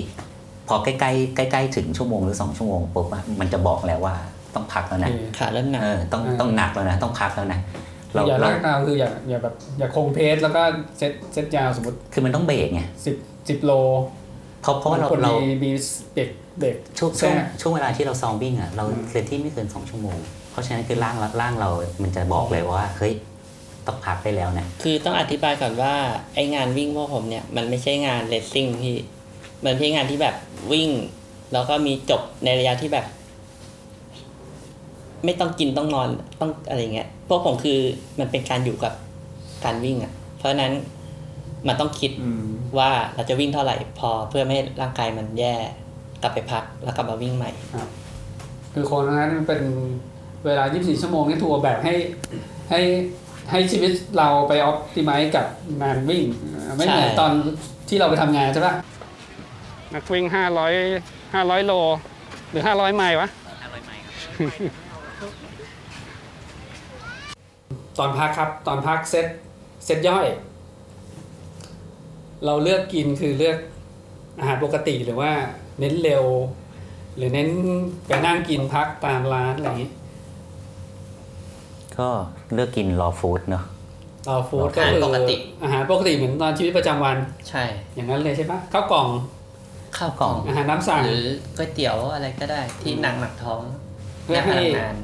[SPEAKER 3] พอใกล้ใกล้ใกล้ๆถึงชั่วโมงหรือสองชั่วโมงปุ๊บอะมันจะบอกแล้วว่าต้องพักแล้วนะ
[SPEAKER 4] ขาเริ่มหนัก
[SPEAKER 3] เออต้อง
[SPEAKER 1] อืม
[SPEAKER 3] ต้องหนักแล้วนะ ต้องพักแล้วนะเรา
[SPEAKER 1] อย่า
[SPEAKER 3] เรา
[SPEAKER 1] ลากนาวคืออย่าอย่าแบบอย่าคงเพสแล้วก็เซตเซตยาวสมมติ
[SPEAKER 3] คือมันต้องเบรกไง
[SPEAKER 1] สิบสิบโล
[SPEAKER 3] เพราะเพราะว่าเรา
[SPEAKER 1] คน
[SPEAKER 3] เรา
[SPEAKER 1] มีมีเด็กเด็ก
[SPEAKER 3] ช่วงช่วง
[SPEAKER 1] แทรก
[SPEAKER 3] ช่วงเวลาที่เราซ้อมวิ่งอ่ะเรา
[SPEAKER 1] อืม
[SPEAKER 3] เซตที่ไม่เกินสองชั่วโมง เพราะฉะนั้นคือร่างเราร่างเรา มันจะบอกเลยว่าเฮ้ยต้องพักได้แล้วนะ
[SPEAKER 4] คือต้องอธิบายก่อนว่าไองานวิ่งพวกผมเนี่ยมันไม่ใช่งานเลสซิ่งพี่มันเป็นงานที่แบบวิ่ง แล้วก็มีจบในระยะที่แบบ ไม่ต้องกินต้องนอนต้องอะไรเงี้ยพวกผมคือมันเป็นการอยู่กับการวิ่งอะ่ะ เพราะฉะนั้นมันต้องคิด
[SPEAKER 1] อืม
[SPEAKER 4] ว่าเราจะวิ่งเท่าไหร่ พอเพื่อไม่ให้ร่างกายมันแย่กลับไปพักแล้วกลับมาวิ่งใหม่
[SPEAKER 1] คือคนนั้นมันเป็นเวลา 24 ชั่วโมงนี่ถูกออกแบบให้ให้ให้ชีวิตเราไปออพติไมซ์กับงานวิ่ง ไม่เหมือน
[SPEAKER 4] ใช่
[SPEAKER 1] ตอนที่เราไปทำงานใช่ปะนักวิ่ง 500 500 โล หรือ 500 ไมล์วะ ตอนพักครับตอนพักเซตเซตย่อย เราเลือกกินคือเลือกอาหารปกติหรือว่าเน้นเร็ว หรือเน้นไปนั่งกินพักตามร้านอะไรอย่างนี้
[SPEAKER 3] ก็เลือกกินรอฟู้ดเนาะ
[SPEAKER 1] เราฟู้ดก็คือ
[SPEAKER 4] อาหารปกติ
[SPEAKER 1] อาหารปกติเหมือนตอนชีวิตประจำวัน
[SPEAKER 4] ใช่
[SPEAKER 1] อย่างนั้นเลยใช่ปะข้าวกล่อง
[SPEAKER 4] ข้าวกล่อง
[SPEAKER 1] อาหารน้ำสั่ง
[SPEAKER 4] หรือก๋วยเตี๋ยวอะไรก็ได้ที่หนักหนักท้อง
[SPEAKER 1] เพื่อให้
[SPEAKER 4] หนักพลังงาน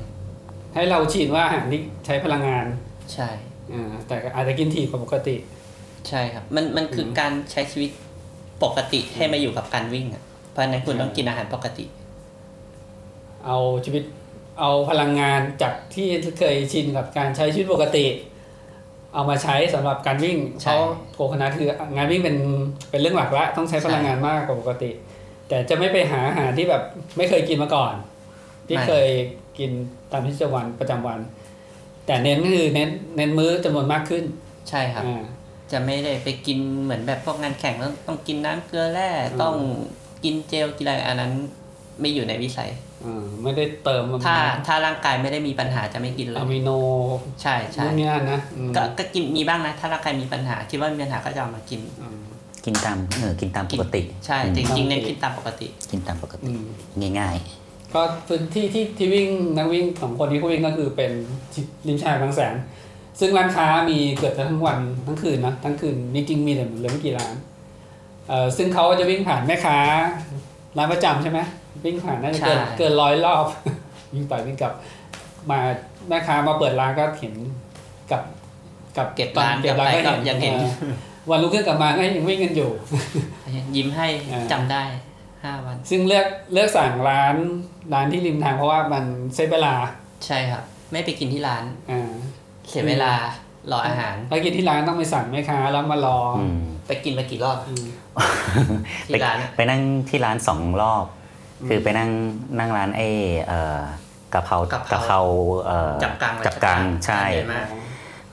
[SPEAKER 1] ให้เราชินว่าอาหารนี้ใช้พลังงาน
[SPEAKER 4] ใช่
[SPEAKER 1] อ่าแต่อาจจะกินถี่กว่าปกติ
[SPEAKER 4] ใช่ครับ มันมันคืออการใช้ชีวิตปกติให้มาอยู่กับการวิ่งอ่ะเพราะฉะนั้นคุณ
[SPEAKER 1] ใช่
[SPEAKER 4] ต้องกินอาหารปกติ
[SPEAKER 1] เอาชีวิตเอาพลังงานจากที่เคยชินกับการใช้ชีวิตปกติ เอามาใช้สำหรับการวิ่งเพราะโคคณะคืองานวิ่งเป็นเป็นเรื่องหลักละต้องใช้พลังงานมากกว่าปกติ แต่จะไม่ไปหาอาหารที่แบบไม่เคยกินมาก่อน ที่เคยกินตามที่จวันประจำวัน แต่เน้นคือเน้นเน้นมื้อจำนวนมากขึ้น
[SPEAKER 4] ใช่ครับ
[SPEAKER 1] อ่า
[SPEAKER 4] จะไม่ได้ไปกินเหมือนแบบพวกงานแข่งต้องต้องกินน้ำเกลือแร่ต้องกินเจลกินอะไรอันนั้น ไม่อยู่ในวิสัย
[SPEAKER 1] อ่าไม่ได้เติมมัน
[SPEAKER 4] ถ้าถ้าร่างกายไม่ได้มีปัญหาจะไม่กินเล
[SPEAKER 1] อะ
[SPEAKER 4] ย
[SPEAKER 1] มิโน
[SPEAKER 4] ใช่ใช่
[SPEAKER 1] นู่นนี่นั่นนะอืม
[SPEAKER 4] ก็ก็กินมีบ้างนะ ถ้าร่างกายมีปัญหาคิดว่ามีปัญหาก็จะเอามากิน
[SPEAKER 1] อืม
[SPEAKER 3] กินตามเออกินตามปกติ
[SPEAKER 4] ใช่
[SPEAKER 3] อืม
[SPEAKER 4] จริงๆ
[SPEAKER 1] ปกติ
[SPEAKER 4] เน้นกินตามปกติ
[SPEAKER 3] กินตามปกติ
[SPEAKER 1] อืม
[SPEAKER 3] ง่าย
[SPEAKER 1] ก็พื้นที่ที่ที่วิ่งนักวิ่งสองคนนี้ก็วิ่งก็คือเป็นริมชายหาดบางแสน ซึ่งร้านค้ามีเกือบจะทั้งวันทั้งคืนนะทั้งคืนมีจริงมีแต่เหลือไม่กี่ร้านเอ่อซึ่งเขาจะวิ่งผ่านแม่ค้าร้านประจำใช่ไหมวิ่งผ่านน่าจะเกิน
[SPEAKER 4] ใช่
[SPEAKER 1] เกินร้อยรอบ วิ่งไปวิ่งกลับมาแม่ค้ามาเปิดร้านก็เห็นกับกับ
[SPEAKER 4] เก็บร้าน
[SPEAKER 1] เก็บร้าน
[SPEAKER 4] กลับไป
[SPEAKER 1] ก็
[SPEAKER 4] ก็ยั
[SPEAKER 1] เห็น
[SPEAKER 4] ง
[SPEAKER 1] เอ
[SPEAKER 4] เห็น
[SPEAKER 1] อวันรุ่งขึ้นกลับมาก็ยังวิ่งกันอยู่
[SPEAKER 4] ยิ้มให้
[SPEAKER 1] อ่า
[SPEAKER 4] จำได้ห้าวัน
[SPEAKER 1] ซึ่งเลือกเลือกสั่งร้านร้านที่ริมทางเพราะว่ามันเซฟเวลา
[SPEAKER 4] ใช่ครับ ไม่ไปกินที่ร้าน
[SPEAKER 1] อ่า
[SPEAKER 4] เสียเวลารออาหาร
[SPEAKER 1] ไปกินที่ร้านต้องไปสั่งแม่ค้าแล้วมารออ
[SPEAKER 3] ๆอืม
[SPEAKER 4] ไปกินมากี่รอบ
[SPEAKER 1] อืม
[SPEAKER 4] ที่ร้านอะ
[SPEAKER 3] ไปนั่งที่ร้านสองรอบ คือไปนั่งนั่งร้านไอ้เอ่อกะเพราก
[SPEAKER 4] ะเพราก
[SPEAKER 3] เพราเอ่อ
[SPEAKER 4] จับกลางเลย
[SPEAKER 3] จับกลางใช่
[SPEAKER 4] เหนื่อยมาก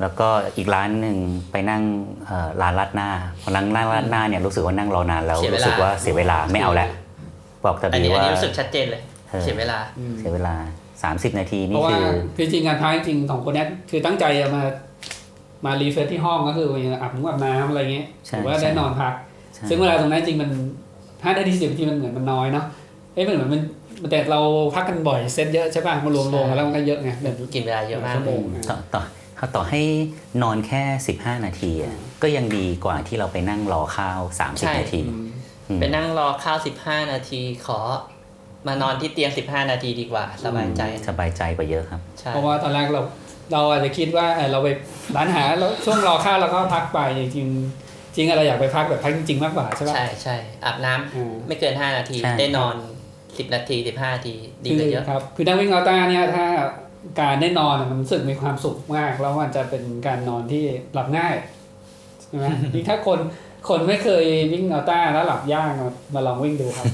[SPEAKER 3] แล้วก็อีกร้านหนึ่งไปนั่งเอ่อร้านราดหน้าพอนั่งนั่งราดหน้าเนี่ยรู้สึกว่านั่งรอนานแล้วรู้สึกว่าเสียเวลาไม่เอาละบอกแต่
[SPEAKER 4] อัน
[SPEAKER 3] บี
[SPEAKER 4] นี้อัน
[SPEAKER 3] ว่า
[SPEAKER 4] นี้รู้สึกชัดเจนเลย
[SPEAKER 3] เออ
[SPEAKER 4] เสียเวลา
[SPEAKER 1] อืม
[SPEAKER 3] เสียเวลา 30 นาที
[SPEAKER 1] เพ
[SPEAKER 3] นี่
[SPEAKER 1] ราะว่า
[SPEAKER 3] คือ
[SPEAKER 1] คือจริงงานพายจริงของคนเนี้ยคือตั้งใจจะมามารีเฟรชที่ห้องก็คือมีอาบน้ำอาบน้ำอะไรเงี้ยหรือว่าได้นอนพัก
[SPEAKER 3] ใช่
[SPEAKER 1] ซึ่งเวลาตรงนั้นจริงมันห้านาทีสิบนาทีมันเหมือนมันน้อยเนาะเอ้ยมันเหมือนมันแต่เราพักกันบ่อยเซตเยอะใช่ป่ะมารวมรวมกันแล้วมันก็เยอะไงแบบ
[SPEAKER 4] กินเวลาเยอะมาก
[SPEAKER 1] ชั่วโมงอะ
[SPEAKER 3] ต่อต่อต่อให้นอนแค่ 15 นาทีอะก็ยังดีกว่าที่เราไปนั่งรอข้าว
[SPEAKER 4] ใช่
[SPEAKER 3] 30 นาที
[SPEAKER 4] ไปนั่งรอข้าวสิบห้านาทีขอ มานอนที่เตียงสิบห้านาทีดีกว่า สบายใจ
[SPEAKER 3] สบายใจกว่าเยอะครับ
[SPEAKER 4] ใช่
[SPEAKER 1] เพราะว่าตอนแรกเราเราอาจจะคิดว่าเออเราไปร้านอาหารแล้วช่วงรอข้าวเราก็พักไปจริงๆจริงๆเราอยากไปพักแบบพักจริงๆมากกว่าใช่ปะ
[SPEAKER 4] ใช่ใช่อาบน้ำ
[SPEAKER 1] อืม
[SPEAKER 4] ไม่เกินห้านาที
[SPEAKER 3] ใช่
[SPEAKER 4] ได้นอนสิบนาทีสิบห้านาทีดีกว่าเยอะ
[SPEAKER 1] คือครับคือนักวิ่งอัลต้าเนี่ยถ้าการได้นอนอะมันรู้สึกมีความสุขมาก แล้วมันจะเป็นการนอนที่หลับง่ายใช่ไหม ยิ่งถ้าคนคนไม่เคยวิ่งอัลต้าแล้วหลับยากอะมาลองวิ่งดู ครับ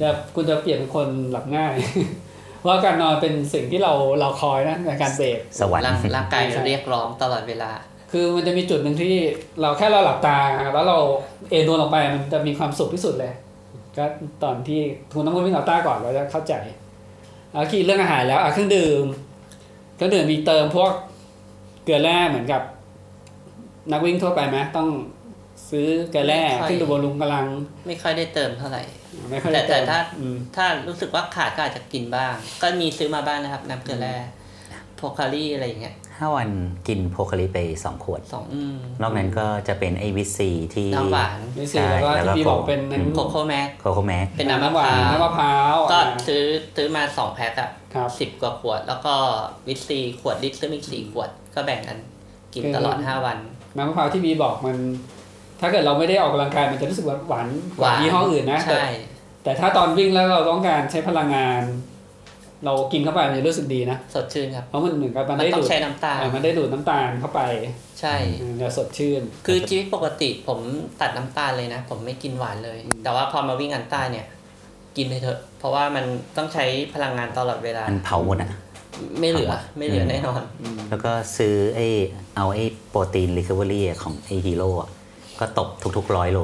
[SPEAKER 1] จะคุณจะเปลี่ยนเป็นคนหลับง่าย เพราะการนอนเป็นสิ่งที่เราเราคอยนะในการเบรก
[SPEAKER 3] สวรรค์
[SPEAKER 4] ร่างร่างกาย
[SPEAKER 1] ใช่
[SPEAKER 4] เรียกร้องตลอดเวลา
[SPEAKER 1] คือมันจะมีจุดหนึ่งที่เราแค่เราหลับตา แล้วเราเอนตัวลงไปมันจะมีความสุขที่สุดเลย ก็ตอนที่คุณต้องวิ่งเอาต้าก่อนเราจะเข้าใจเอาขี่เรื่องอาหารแล้วเอาเครื่องดื่มเครื่องดื่มมีเติมพวกเกลือแร่เหมือนกับ นักวิ่งทั่วไปไหมต้องซื้อเกลือแร่
[SPEAKER 4] ไม่ค่อย
[SPEAKER 1] ขึ้นดูบนลุงกำลัง
[SPEAKER 4] ไม่ค่อยได้เติมเท่าไหร่
[SPEAKER 1] ไม่ค่อย
[SPEAKER 4] แต่
[SPEAKER 1] ได้เม
[SPEAKER 4] แต่ถ้า
[SPEAKER 1] อืม
[SPEAKER 4] ถ้ารู้สึกว่าขาดก็อาจจะกินบ้าง ก็มีซื้อมาบ้างนะครับ น้ำเกลือแร่โพคารี่อะไรอย่างเงี้ย
[SPEAKER 3] ห้าวันกินโพคาลิไปสองขวด
[SPEAKER 4] สองอืม
[SPEAKER 3] นอกนั้นก็จะเป็นไอวิตซีที่
[SPEAKER 4] น้ำหวาน
[SPEAKER 1] ไม่ซื้อแล้วก็
[SPEAKER 3] ใช่แล้วก็
[SPEAKER 1] ที่พี่บอก
[SPEAKER 3] ของ
[SPEAKER 1] เป็นน้ำ
[SPEAKER 4] โคโค่แม็ก
[SPEAKER 3] โคโคแม็ก
[SPEAKER 4] เป็นน้ำมะ
[SPEAKER 1] ห
[SPEAKER 4] พ
[SPEAKER 1] วา
[SPEAKER 4] ร้านว
[SPEAKER 1] น้ำมะพร้าว
[SPEAKER 4] ก็
[SPEAKER 1] อ่า
[SPEAKER 4] ซื้อซื้อมาสองแพ็คอะ
[SPEAKER 1] ครับ
[SPEAKER 4] สิบกว่าขวด แล้วก็วิตซีขวดลิตรซื้อมาอีกสี่ขวด ก็แบ่งกันกินตลอดห้าวัน
[SPEAKER 1] น้ำมะพร้าวที่บีบอกมัน ถ้าเกิดเราไม่ได้ออกกำลังกายมันจะรู้สึกหวานหวานกว่าว
[SPEAKER 4] หาน
[SPEAKER 1] ยี่ห้ออื่นนะแต่
[SPEAKER 4] ใช่
[SPEAKER 1] แต่ถ้าตอนวิ่งแล้วเราต้องการใช้พลังงาน เรากินเข้าไปมันจะรู้สึกดีนะ
[SPEAKER 4] สดชื่นครับ
[SPEAKER 1] เพราะมันเหมือนกับมัน
[SPEAKER 4] มัน
[SPEAKER 1] ได้
[SPEAKER 4] ต้อ
[SPEAKER 1] ดู
[SPEAKER 4] ง
[SPEAKER 1] ด
[SPEAKER 4] ใช้น้ำตาล
[SPEAKER 1] อ่ามันได้ดูดน้ำตาลเข้าไป
[SPEAKER 4] ใช่
[SPEAKER 1] อืมจะสดชื่น
[SPEAKER 4] คือชีวิตปกติผมตัดน้ำตาลเลยนะ ผมไม่กินหวานเลย แต่ว่าพอมาวิ่งอันต้าเนี่ย กินไปเถอะ เพราะว่ามันต้องใช้พลังงานตลอดเวลา
[SPEAKER 3] มันเผาหมดอ่ะ
[SPEAKER 4] ไม่เหลือ
[SPEAKER 3] ครับ
[SPEAKER 4] ไม่เหลือแน่นอน
[SPEAKER 3] แล้วก็ซื้อไอเอาไอโปรตีนรีค o เวอรี่ของไอฮีโร่อะก็ตกทุกๆร้อยโล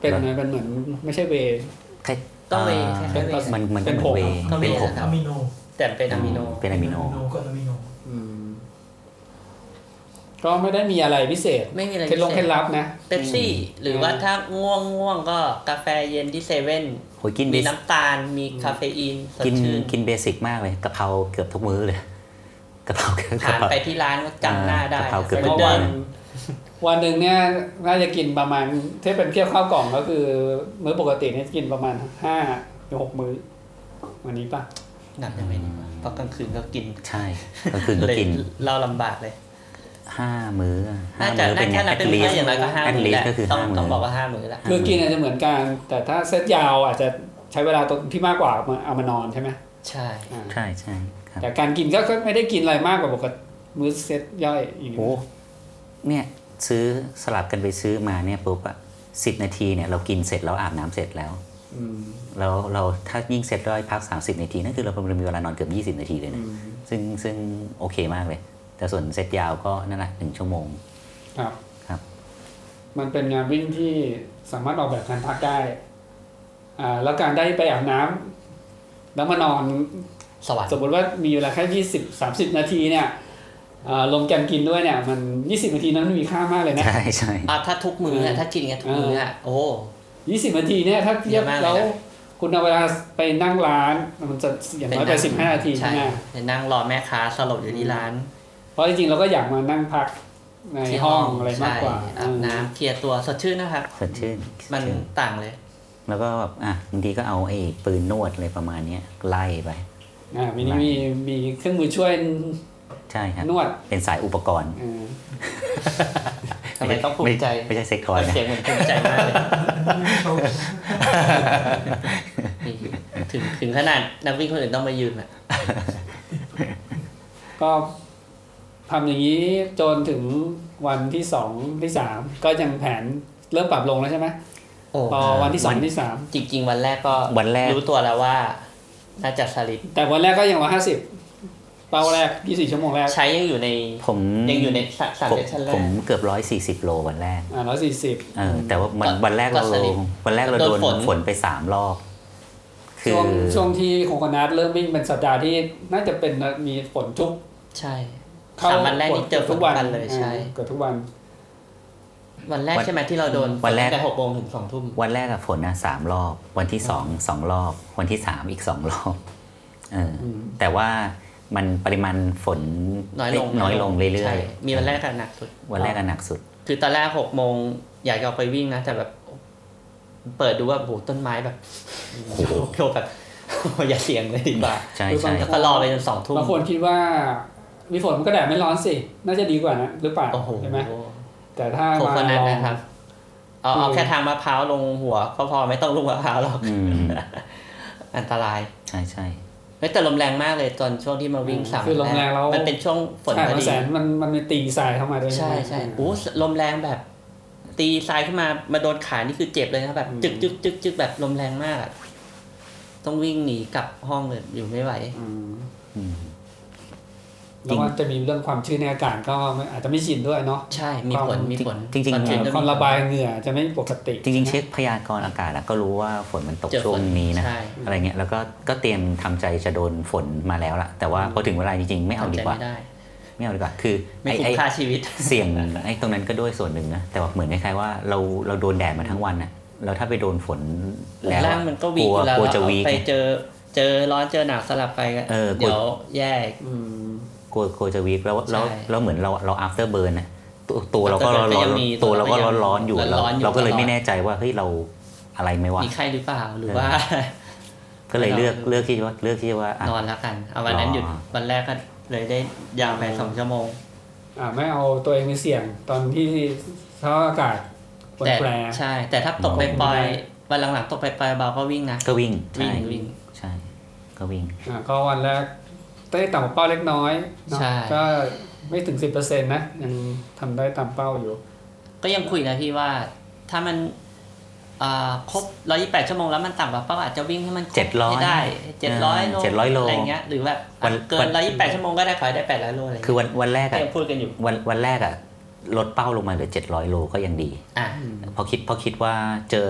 [SPEAKER 1] เป็น
[SPEAKER 3] ครับ
[SPEAKER 1] มันเหมือนไม่ใช่เวย์
[SPEAKER 3] แค่
[SPEAKER 4] ต้องเวย์
[SPEAKER 3] อ่า
[SPEAKER 4] ใช่ไหม
[SPEAKER 3] มันมัน
[SPEAKER 1] เป็นผง
[SPEAKER 3] เวย์
[SPEAKER 4] ต้องเว
[SPEAKER 3] เป็
[SPEAKER 4] ย์
[SPEAKER 3] นผง
[SPEAKER 4] นะค
[SPEAKER 5] อะ
[SPEAKER 4] บ
[SPEAKER 5] มิโน
[SPEAKER 4] แต่เป็นอะมิโน
[SPEAKER 3] เป็นอะมิโน
[SPEAKER 5] ก็อะมิโน
[SPEAKER 1] อืมก็ไม่ได้มีอะไรพิเศษ
[SPEAKER 4] ไม่มีอะไร
[SPEAKER 1] เคล็ดลง
[SPEAKER 4] พิเศษ
[SPEAKER 1] เคล็ดลับนะ
[SPEAKER 4] เป๊ปซี่ หรือว่าถ้าง่วงง่วงก็กาแฟเย็นที่เซเว่น
[SPEAKER 3] โหยกินเบ
[SPEAKER 4] มี
[SPEAKER 3] ส
[SPEAKER 4] น้ำตาลมีคาเฟอีนสด
[SPEAKER 3] กิน
[SPEAKER 4] ชื่น
[SPEAKER 3] กินเบสิกมากเลยกะเพราเกือบทุกมื้อเลยกะเพราเกือบ
[SPEAKER 4] ทานไปที่ร้านก็จำหน้าได้
[SPEAKER 3] กะเพราเกือบ
[SPEAKER 4] เห
[SPEAKER 1] เพ
[SPEAKER 4] มือ
[SPEAKER 1] ราะ
[SPEAKER 4] นเดิ
[SPEAKER 1] วันวั
[SPEAKER 4] ม
[SPEAKER 1] นหนึ่งเนี่ยน่าจะกินประมาณถ้าเป็นเทียบข้าวกล่องก็คือมื้อปกติเนี่ยกินประมาณห้าหรือหกมื้อ วันนี้ปะ
[SPEAKER 4] หนักยังไงนี่วะเพราะกลางคืนก็กิน
[SPEAKER 3] ใช่กลางคืนก็
[SPEAKER 4] เลย
[SPEAKER 3] กิน
[SPEAKER 4] เราลำบากเลย
[SPEAKER 3] ห้ามื้อห้า
[SPEAKER 4] น่าจะ
[SPEAKER 3] มื้อ
[SPEAKER 4] น่า
[SPEAKER 3] เป็น
[SPEAKER 4] แค่นั้น
[SPEAKER 3] แอ
[SPEAKER 4] เป็
[SPEAKER 3] ด
[SPEAKER 4] น
[SPEAKER 3] ลี
[SPEAKER 4] มื้
[SPEAKER 3] ส
[SPEAKER 4] ออย่างไรก็ห้า
[SPEAKER 3] แอด
[SPEAKER 4] มื้
[SPEAKER 3] ลี
[SPEAKER 4] อ
[SPEAKER 3] ส
[SPEAKER 4] แหละ
[SPEAKER 3] ก็คือ
[SPEAKER 4] ต้อง
[SPEAKER 3] ห้ามื้
[SPEAKER 4] ต้องบอก
[SPEAKER 3] อ
[SPEAKER 4] ว่าห้ามื้อละ
[SPEAKER 1] คือกินอาจจะเหมือนกัน แต่ถ้าเซตยาวอาจจะใช้เวลาตรงที่มากกว่าเอามาเอามานอนใช่ไหม
[SPEAKER 4] ใช่
[SPEAKER 1] อ่า
[SPEAKER 3] ใช่ใช่ครับ
[SPEAKER 1] แต่การกินก็ก็ไม่ได้กินอะไรมากกว่าปกติมื้อเซตย่อยอย่าง
[SPEAKER 3] โอ้
[SPEAKER 1] เงี้ย
[SPEAKER 3] เนี่ยซื้อสลับกันไปซื้อมาเนี่ยปุ๊บอะสิบนาทีเนี่ยเรากินเสร็จแล้วอาบน้ำเสร็จแล้ว
[SPEAKER 1] อืม
[SPEAKER 3] แล้วเราถ้ายิ่งเสร็จด้วยพัก 30 นาทีนั่นคือเราประมาณมีเวลานอนเกือบ20 นาทีเลย
[SPEAKER 1] อื
[SPEAKER 3] นะ
[SPEAKER 1] ม
[SPEAKER 3] ซึ่งซึ่งโอเคมากเลย แต่ส่วนเซตยาวก็นั่นแหละหนึ่งชั่วโมง
[SPEAKER 1] ครับ
[SPEAKER 3] ครับ
[SPEAKER 1] มันเป็นงานวิ่งที่สามารถออกแบบการพักได้ อ่า แล้วการได้ไปอาบน้ำแล้วมานอน
[SPEAKER 4] สวรรค์
[SPEAKER 1] สมมติว่ามีเวลาแค่ยี่สิบสามสิบนาทีเนี่ยเอ่อลงแกมกินด้วยเนี่ย มันยี่สิบนาทีนั้นมันมีค่ามากเลยนะ
[SPEAKER 3] ใช่ใช่
[SPEAKER 4] อ่ะถ้าทุกมืออะถ้ากินกันทุกมืออะโอ้
[SPEAKER 1] ยี่สิบนาทีเนี่ยถ้าเทียบ
[SPEAKER 4] เยอะมากเลยนะ
[SPEAKER 1] แล้วคุณเอาเวลาไปนั่งร้าน มันจะอย่างน้อยไปสิบห้านาทีใช่
[SPEAKER 4] ใช่
[SPEAKER 1] ไหม
[SPEAKER 4] เดี๋ยวนั่งรอแม่ค้าสลบอยู่ที่ร้าน
[SPEAKER 1] เพราะจริงๆเราก็อยากมานั่งพักใน
[SPEAKER 4] ที่
[SPEAKER 1] ห้องอะไรมากกว่า
[SPEAKER 4] ใช่อาบน้ำเคลียร์ตัวสดชื่นนะครับ
[SPEAKER 3] สดชื่น
[SPEAKER 4] มัน
[SPEAKER 3] สดชื่น
[SPEAKER 4] ต่างเลย
[SPEAKER 3] แล้วก็แบบอ่ะบางทีก็เอาไอ้ปืนนวดอะไรประมาณเนี้ยไล่ไป
[SPEAKER 1] อ่ามีนี่มีมีเครื่องมือช่วย
[SPEAKER 3] ใช่ครับ
[SPEAKER 1] นวด
[SPEAKER 3] เป็นสายอุปกรณ์
[SPEAKER 1] อ่า
[SPEAKER 4] ทำไมต้องภูมิใจ
[SPEAKER 3] ไม่ใช่เซ็กทอยนะ
[SPEAKER 4] เสียงเหมือนภูมิใจ มากเลยนี่ถึงถึงขนาดนักวิ่งคนอื่นต้องมายืนอะ
[SPEAKER 1] ก็ทำอย่างนี้จนถึงวันที่สองที่สามก็ยังแผนเริ่มปรับลงแล้วใช่ไหม
[SPEAKER 4] โอ้
[SPEAKER 1] พอวันที่สอง
[SPEAKER 3] วัน
[SPEAKER 1] ที่สาม
[SPEAKER 4] จริง ๆ วันแรกก็
[SPEAKER 3] วันแรก
[SPEAKER 4] รู้ตัวแล้วว่า น่าจะสลิป
[SPEAKER 1] แต่วันแรกก็ยังว่าห้าสิบเป้าแรกยี่สิบชั่วโมงแรก
[SPEAKER 4] ใช้ยังอยู่ใน
[SPEAKER 3] ผม
[SPEAKER 4] ยังอยู่ในสามสาม
[SPEAKER 3] ผม
[SPEAKER 4] เซสชั่นแร
[SPEAKER 3] ผ
[SPEAKER 4] ก
[SPEAKER 3] มเกือบร้อยสี่สิบ140 โลวันแรก
[SPEAKER 1] อ่าร้อยสี่สิบ
[SPEAKER 3] เออแต่ว่ามัน
[SPEAKER 4] ก็
[SPEAKER 3] วันแรกเรา
[SPEAKER 4] ก็สนิท
[SPEAKER 3] วันแรกเราโดน
[SPEAKER 4] โดนฝน
[SPEAKER 3] ฝนไปสามรอบ คือ
[SPEAKER 1] ช่วงช่วงที่โคโคนัทเริ่มวิ่งเป็นสัปดาห์ที่น่าจะเป็นมีฝนทุก
[SPEAKER 4] ใช่
[SPEAKER 1] เข้า
[SPEAKER 4] สามวันแรกนี่เจอทุกวันเลยใช่
[SPEAKER 1] อ่าเกิดทุกวัน
[SPEAKER 4] วันแรกใช่ไหมที่เราโดน
[SPEAKER 3] วันแรก
[SPEAKER 4] แต่หกโมงถึงสองทุ่ม
[SPEAKER 3] วันแรกอะฝนอะสามรอบ วันที่สองสองรอบ วันที่สามอีกสองรอบเอออ
[SPEAKER 1] ม
[SPEAKER 3] แต่ว่ามันปริมาณฝน
[SPEAKER 4] น้อยลง
[SPEAKER 3] น้อยลงเรื่อ
[SPEAKER 4] ใช่
[SPEAKER 3] ย
[SPEAKER 4] มีวันแรกอะหนักสุด
[SPEAKER 3] ๆวันแรกอะหนักสุด
[SPEAKER 4] คือตอนแรกหกโมงอยากจะออกไปวิ่งนะ แต่แบบ เปิดดูว่าโอ้โหต้นไม้แบบ
[SPEAKER 3] โอ้โห
[SPEAKER 4] โยแบบ อย่าเสียงเลยดีกว่า
[SPEAKER 3] ใช่
[SPEAKER 1] หรือบา
[SPEAKER 3] ใช่
[SPEAKER 1] ง
[SPEAKER 4] แล้วก็รอไปจนสองทุ่ม
[SPEAKER 1] บางคนคิดว่ามีฝนมันก็แดดไม่ร้อนสิ น่าจะดีกว่านะหรือเปล่า
[SPEAKER 4] โอ้โห
[SPEAKER 1] ใช่ไหมแต่ถ้า
[SPEAKER 4] โค
[SPEAKER 1] มา
[SPEAKER 4] โคนัท
[SPEAKER 1] ลอง
[SPEAKER 4] นะครับ เอา
[SPEAKER 1] คื
[SPEAKER 4] เอา
[SPEAKER 1] อ
[SPEAKER 4] แค่ทางมะพร้าวลงหัว ก็พอไม่ต้องลงมะพร้าวหรอก
[SPEAKER 3] อืม
[SPEAKER 4] อันตราย
[SPEAKER 3] ใช่ใช่
[SPEAKER 4] เฮ้ยแต่ลมแรงมากเลยตอนช่วงที่มาวิ่งสาม
[SPEAKER 1] คือลมแรงแล้ว
[SPEAKER 4] มันเป็นช่วงฝน
[SPEAKER 1] ใช่
[SPEAKER 4] พอ
[SPEAKER 1] มัน
[SPEAKER 4] ดี
[SPEAKER 1] แสนมันมันมีตีทรายเข้ามาด้วย
[SPEAKER 4] ใช่
[SPEAKER 1] ไหม
[SPEAKER 4] ใช่อู้ลมแรงแบบ ตีทรายขึ้นมามาโดนขานี่คือเจ็บเลยนะแบบ
[SPEAKER 1] อืม
[SPEAKER 4] จึกจึกจึกจึกแบบลมแรงมากอะต้องวิ่งหนีกลับห้องเลยอยู่ไม่ไหว
[SPEAKER 1] อืม
[SPEAKER 3] อืม
[SPEAKER 1] แล้วว่าจะมีเรื่องความชื้นในอากาศก็ไม่อาจจะไม่ชินด้วยเนาะ
[SPEAKER 4] ใช่มีผลมีผล
[SPEAKER 3] จริงๆ
[SPEAKER 4] ตอน
[SPEAKER 3] จ
[SPEAKER 4] เย็
[SPEAKER 3] ง
[SPEAKER 4] นก็
[SPEAKER 1] ความระบายเหงื่อจะไม่ปกติ
[SPEAKER 3] จริงๆ เช็คพยากรณ์อากาศแล้วก็รู้ว่าฝนมันตก
[SPEAKER 4] เจอฝ
[SPEAKER 3] ช่วงนี้นะ
[SPEAKER 4] ใช่
[SPEAKER 3] อะไรเงี้ยแล้วก็ก็เตรียมทำใจจะโดนฝนมาแล้วล่ะ แต่ว่าพอถึงเวลาจริงๆ ไม่เอา
[SPEAKER 4] ทำ
[SPEAKER 3] ดี
[SPEAKER 4] ใจ
[SPEAKER 3] กว่า
[SPEAKER 4] ไม่ได้
[SPEAKER 3] ไม่เอาดีกว่า คือ
[SPEAKER 4] ไม่
[SPEAKER 3] ไอ้
[SPEAKER 4] คุ้
[SPEAKER 3] ไอ้
[SPEAKER 4] มค่าชีวิต
[SPEAKER 3] เสี่ยงไอ้ตรงนั้นก็ด้วยส่วนหนึ่งนะ แต่ว่าเหมือนคล้ายๆว่าเราเราโดนแดดมาทั้งวันน่ะแล้วถ้าไปโดนฝนแล้ว
[SPEAKER 4] ร่างมันก็วี
[SPEAKER 3] กลั
[SPEAKER 4] ก
[SPEAKER 3] ว
[SPEAKER 4] อยู่แล้ว
[SPEAKER 3] กลัวจะ
[SPEAKER 4] เรา
[SPEAKER 3] วีก
[SPEAKER 4] ไปเจอเจอร้อนเจอหนาวสลับไปก็
[SPEAKER 3] เออกลัว
[SPEAKER 4] เดี๋ยวแย่อีก
[SPEAKER 1] อืม
[SPEAKER 3] กลัวกลัวจะวีกแล้วแล้ว
[SPEAKER 4] ใช่
[SPEAKER 3] แล้วเหมือนเราเรา after burn น่ะตัวตัวเราก็ร้อน
[SPEAKER 4] แต่ยังมี
[SPEAKER 3] ๆตัวเราก็ร้อนร้อนๆอยู่
[SPEAKER 4] ร้
[SPEAKER 3] เรา
[SPEAKER 4] อนๆอยู่
[SPEAKER 3] เราก็เลย
[SPEAKER 4] ตอด
[SPEAKER 3] ไม่แน่ใจว่าเฮ้ยเราอะไรไหม่วะ
[SPEAKER 4] มีไข้หรือเปล่าหรือว่า
[SPEAKER 3] ก็เลยเลือก
[SPEAKER 4] เรา
[SPEAKER 3] เลือกที่ว่าเลือกที่ว่าอ่ะ
[SPEAKER 4] นอนแล้วกันเอาวันนั้นหยุด
[SPEAKER 3] อ๋อ
[SPEAKER 4] วันแรกก็เลยได้ยาวไปสองชั่วโมง
[SPEAKER 1] อ่าไม่เอาตัวเองไปเสี่ยงตอนที่สภาพอากาศปรวน
[SPEAKER 4] แต่
[SPEAKER 1] แปร
[SPEAKER 4] ใช่ แต่ถ้าตก
[SPEAKER 3] อืม
[SPEAKER 4] ไปปล่อย
[SPEAKER 1] ได้
[SPEAKER 4] วันหลังๆตกไปปล่อยเบาก็วิ่งนะ
[SPEAKER 3] ก็วิ่ง
[SPEAKER 4] วิ่
[SPEAKER 3] ใช่
[SPEAKER 4] งวิ่ง
[SPEAKER 3] ใช่ก็วิ่ง
[SPEAKER 1] อ่าก็วันแรกได้ต่ำกว่าเป้าเล็กน้อยเนอะ
[SPEAKER 4] ใช่
[SPEAKER 1] ก็ไม่ถึงสิบเปอร์เซ็นต์นะ ยังทำได้ตามเป้าอยู่
[SPEAKER 4] ก็ยังคุยนะพี่ว่าถ้ามันอ่าครบร้อยยี่แปดชั่วโมงแล้วมันต่ำกว่าเป้าอาจจะวิ่งให้มันครบ
[SPEAKER 3] 700
[SPEAKER 4] ให้ได้เจ็ดร้อยโล
[SPEAKER 3] เจ็ดร้อยโล
[SPEAKER 4] อะไรเงี้ยหรือแบบ
[SPEAKER 3] วัน
[SPEAKER 4] เกินร้อยยี่แปดชั่วโมงก็ได้ขอให้ได้แปดร้อยโลอะไร
[SPEAKER 3] คือวันวันแรก
[SPEAKER 4] ก็
[SPEAKER 3] อะ
[SPEAKER 4] ยังพูดกันอยู่
[SPEAKER 3] วันวันแรกอะลดเป้าลงมาเหลือ 700 โลก็ยังดี
[SPEAKER 4] อ่ะ
[SPEAKER 3] พอคิดพอคิดว่าเจอ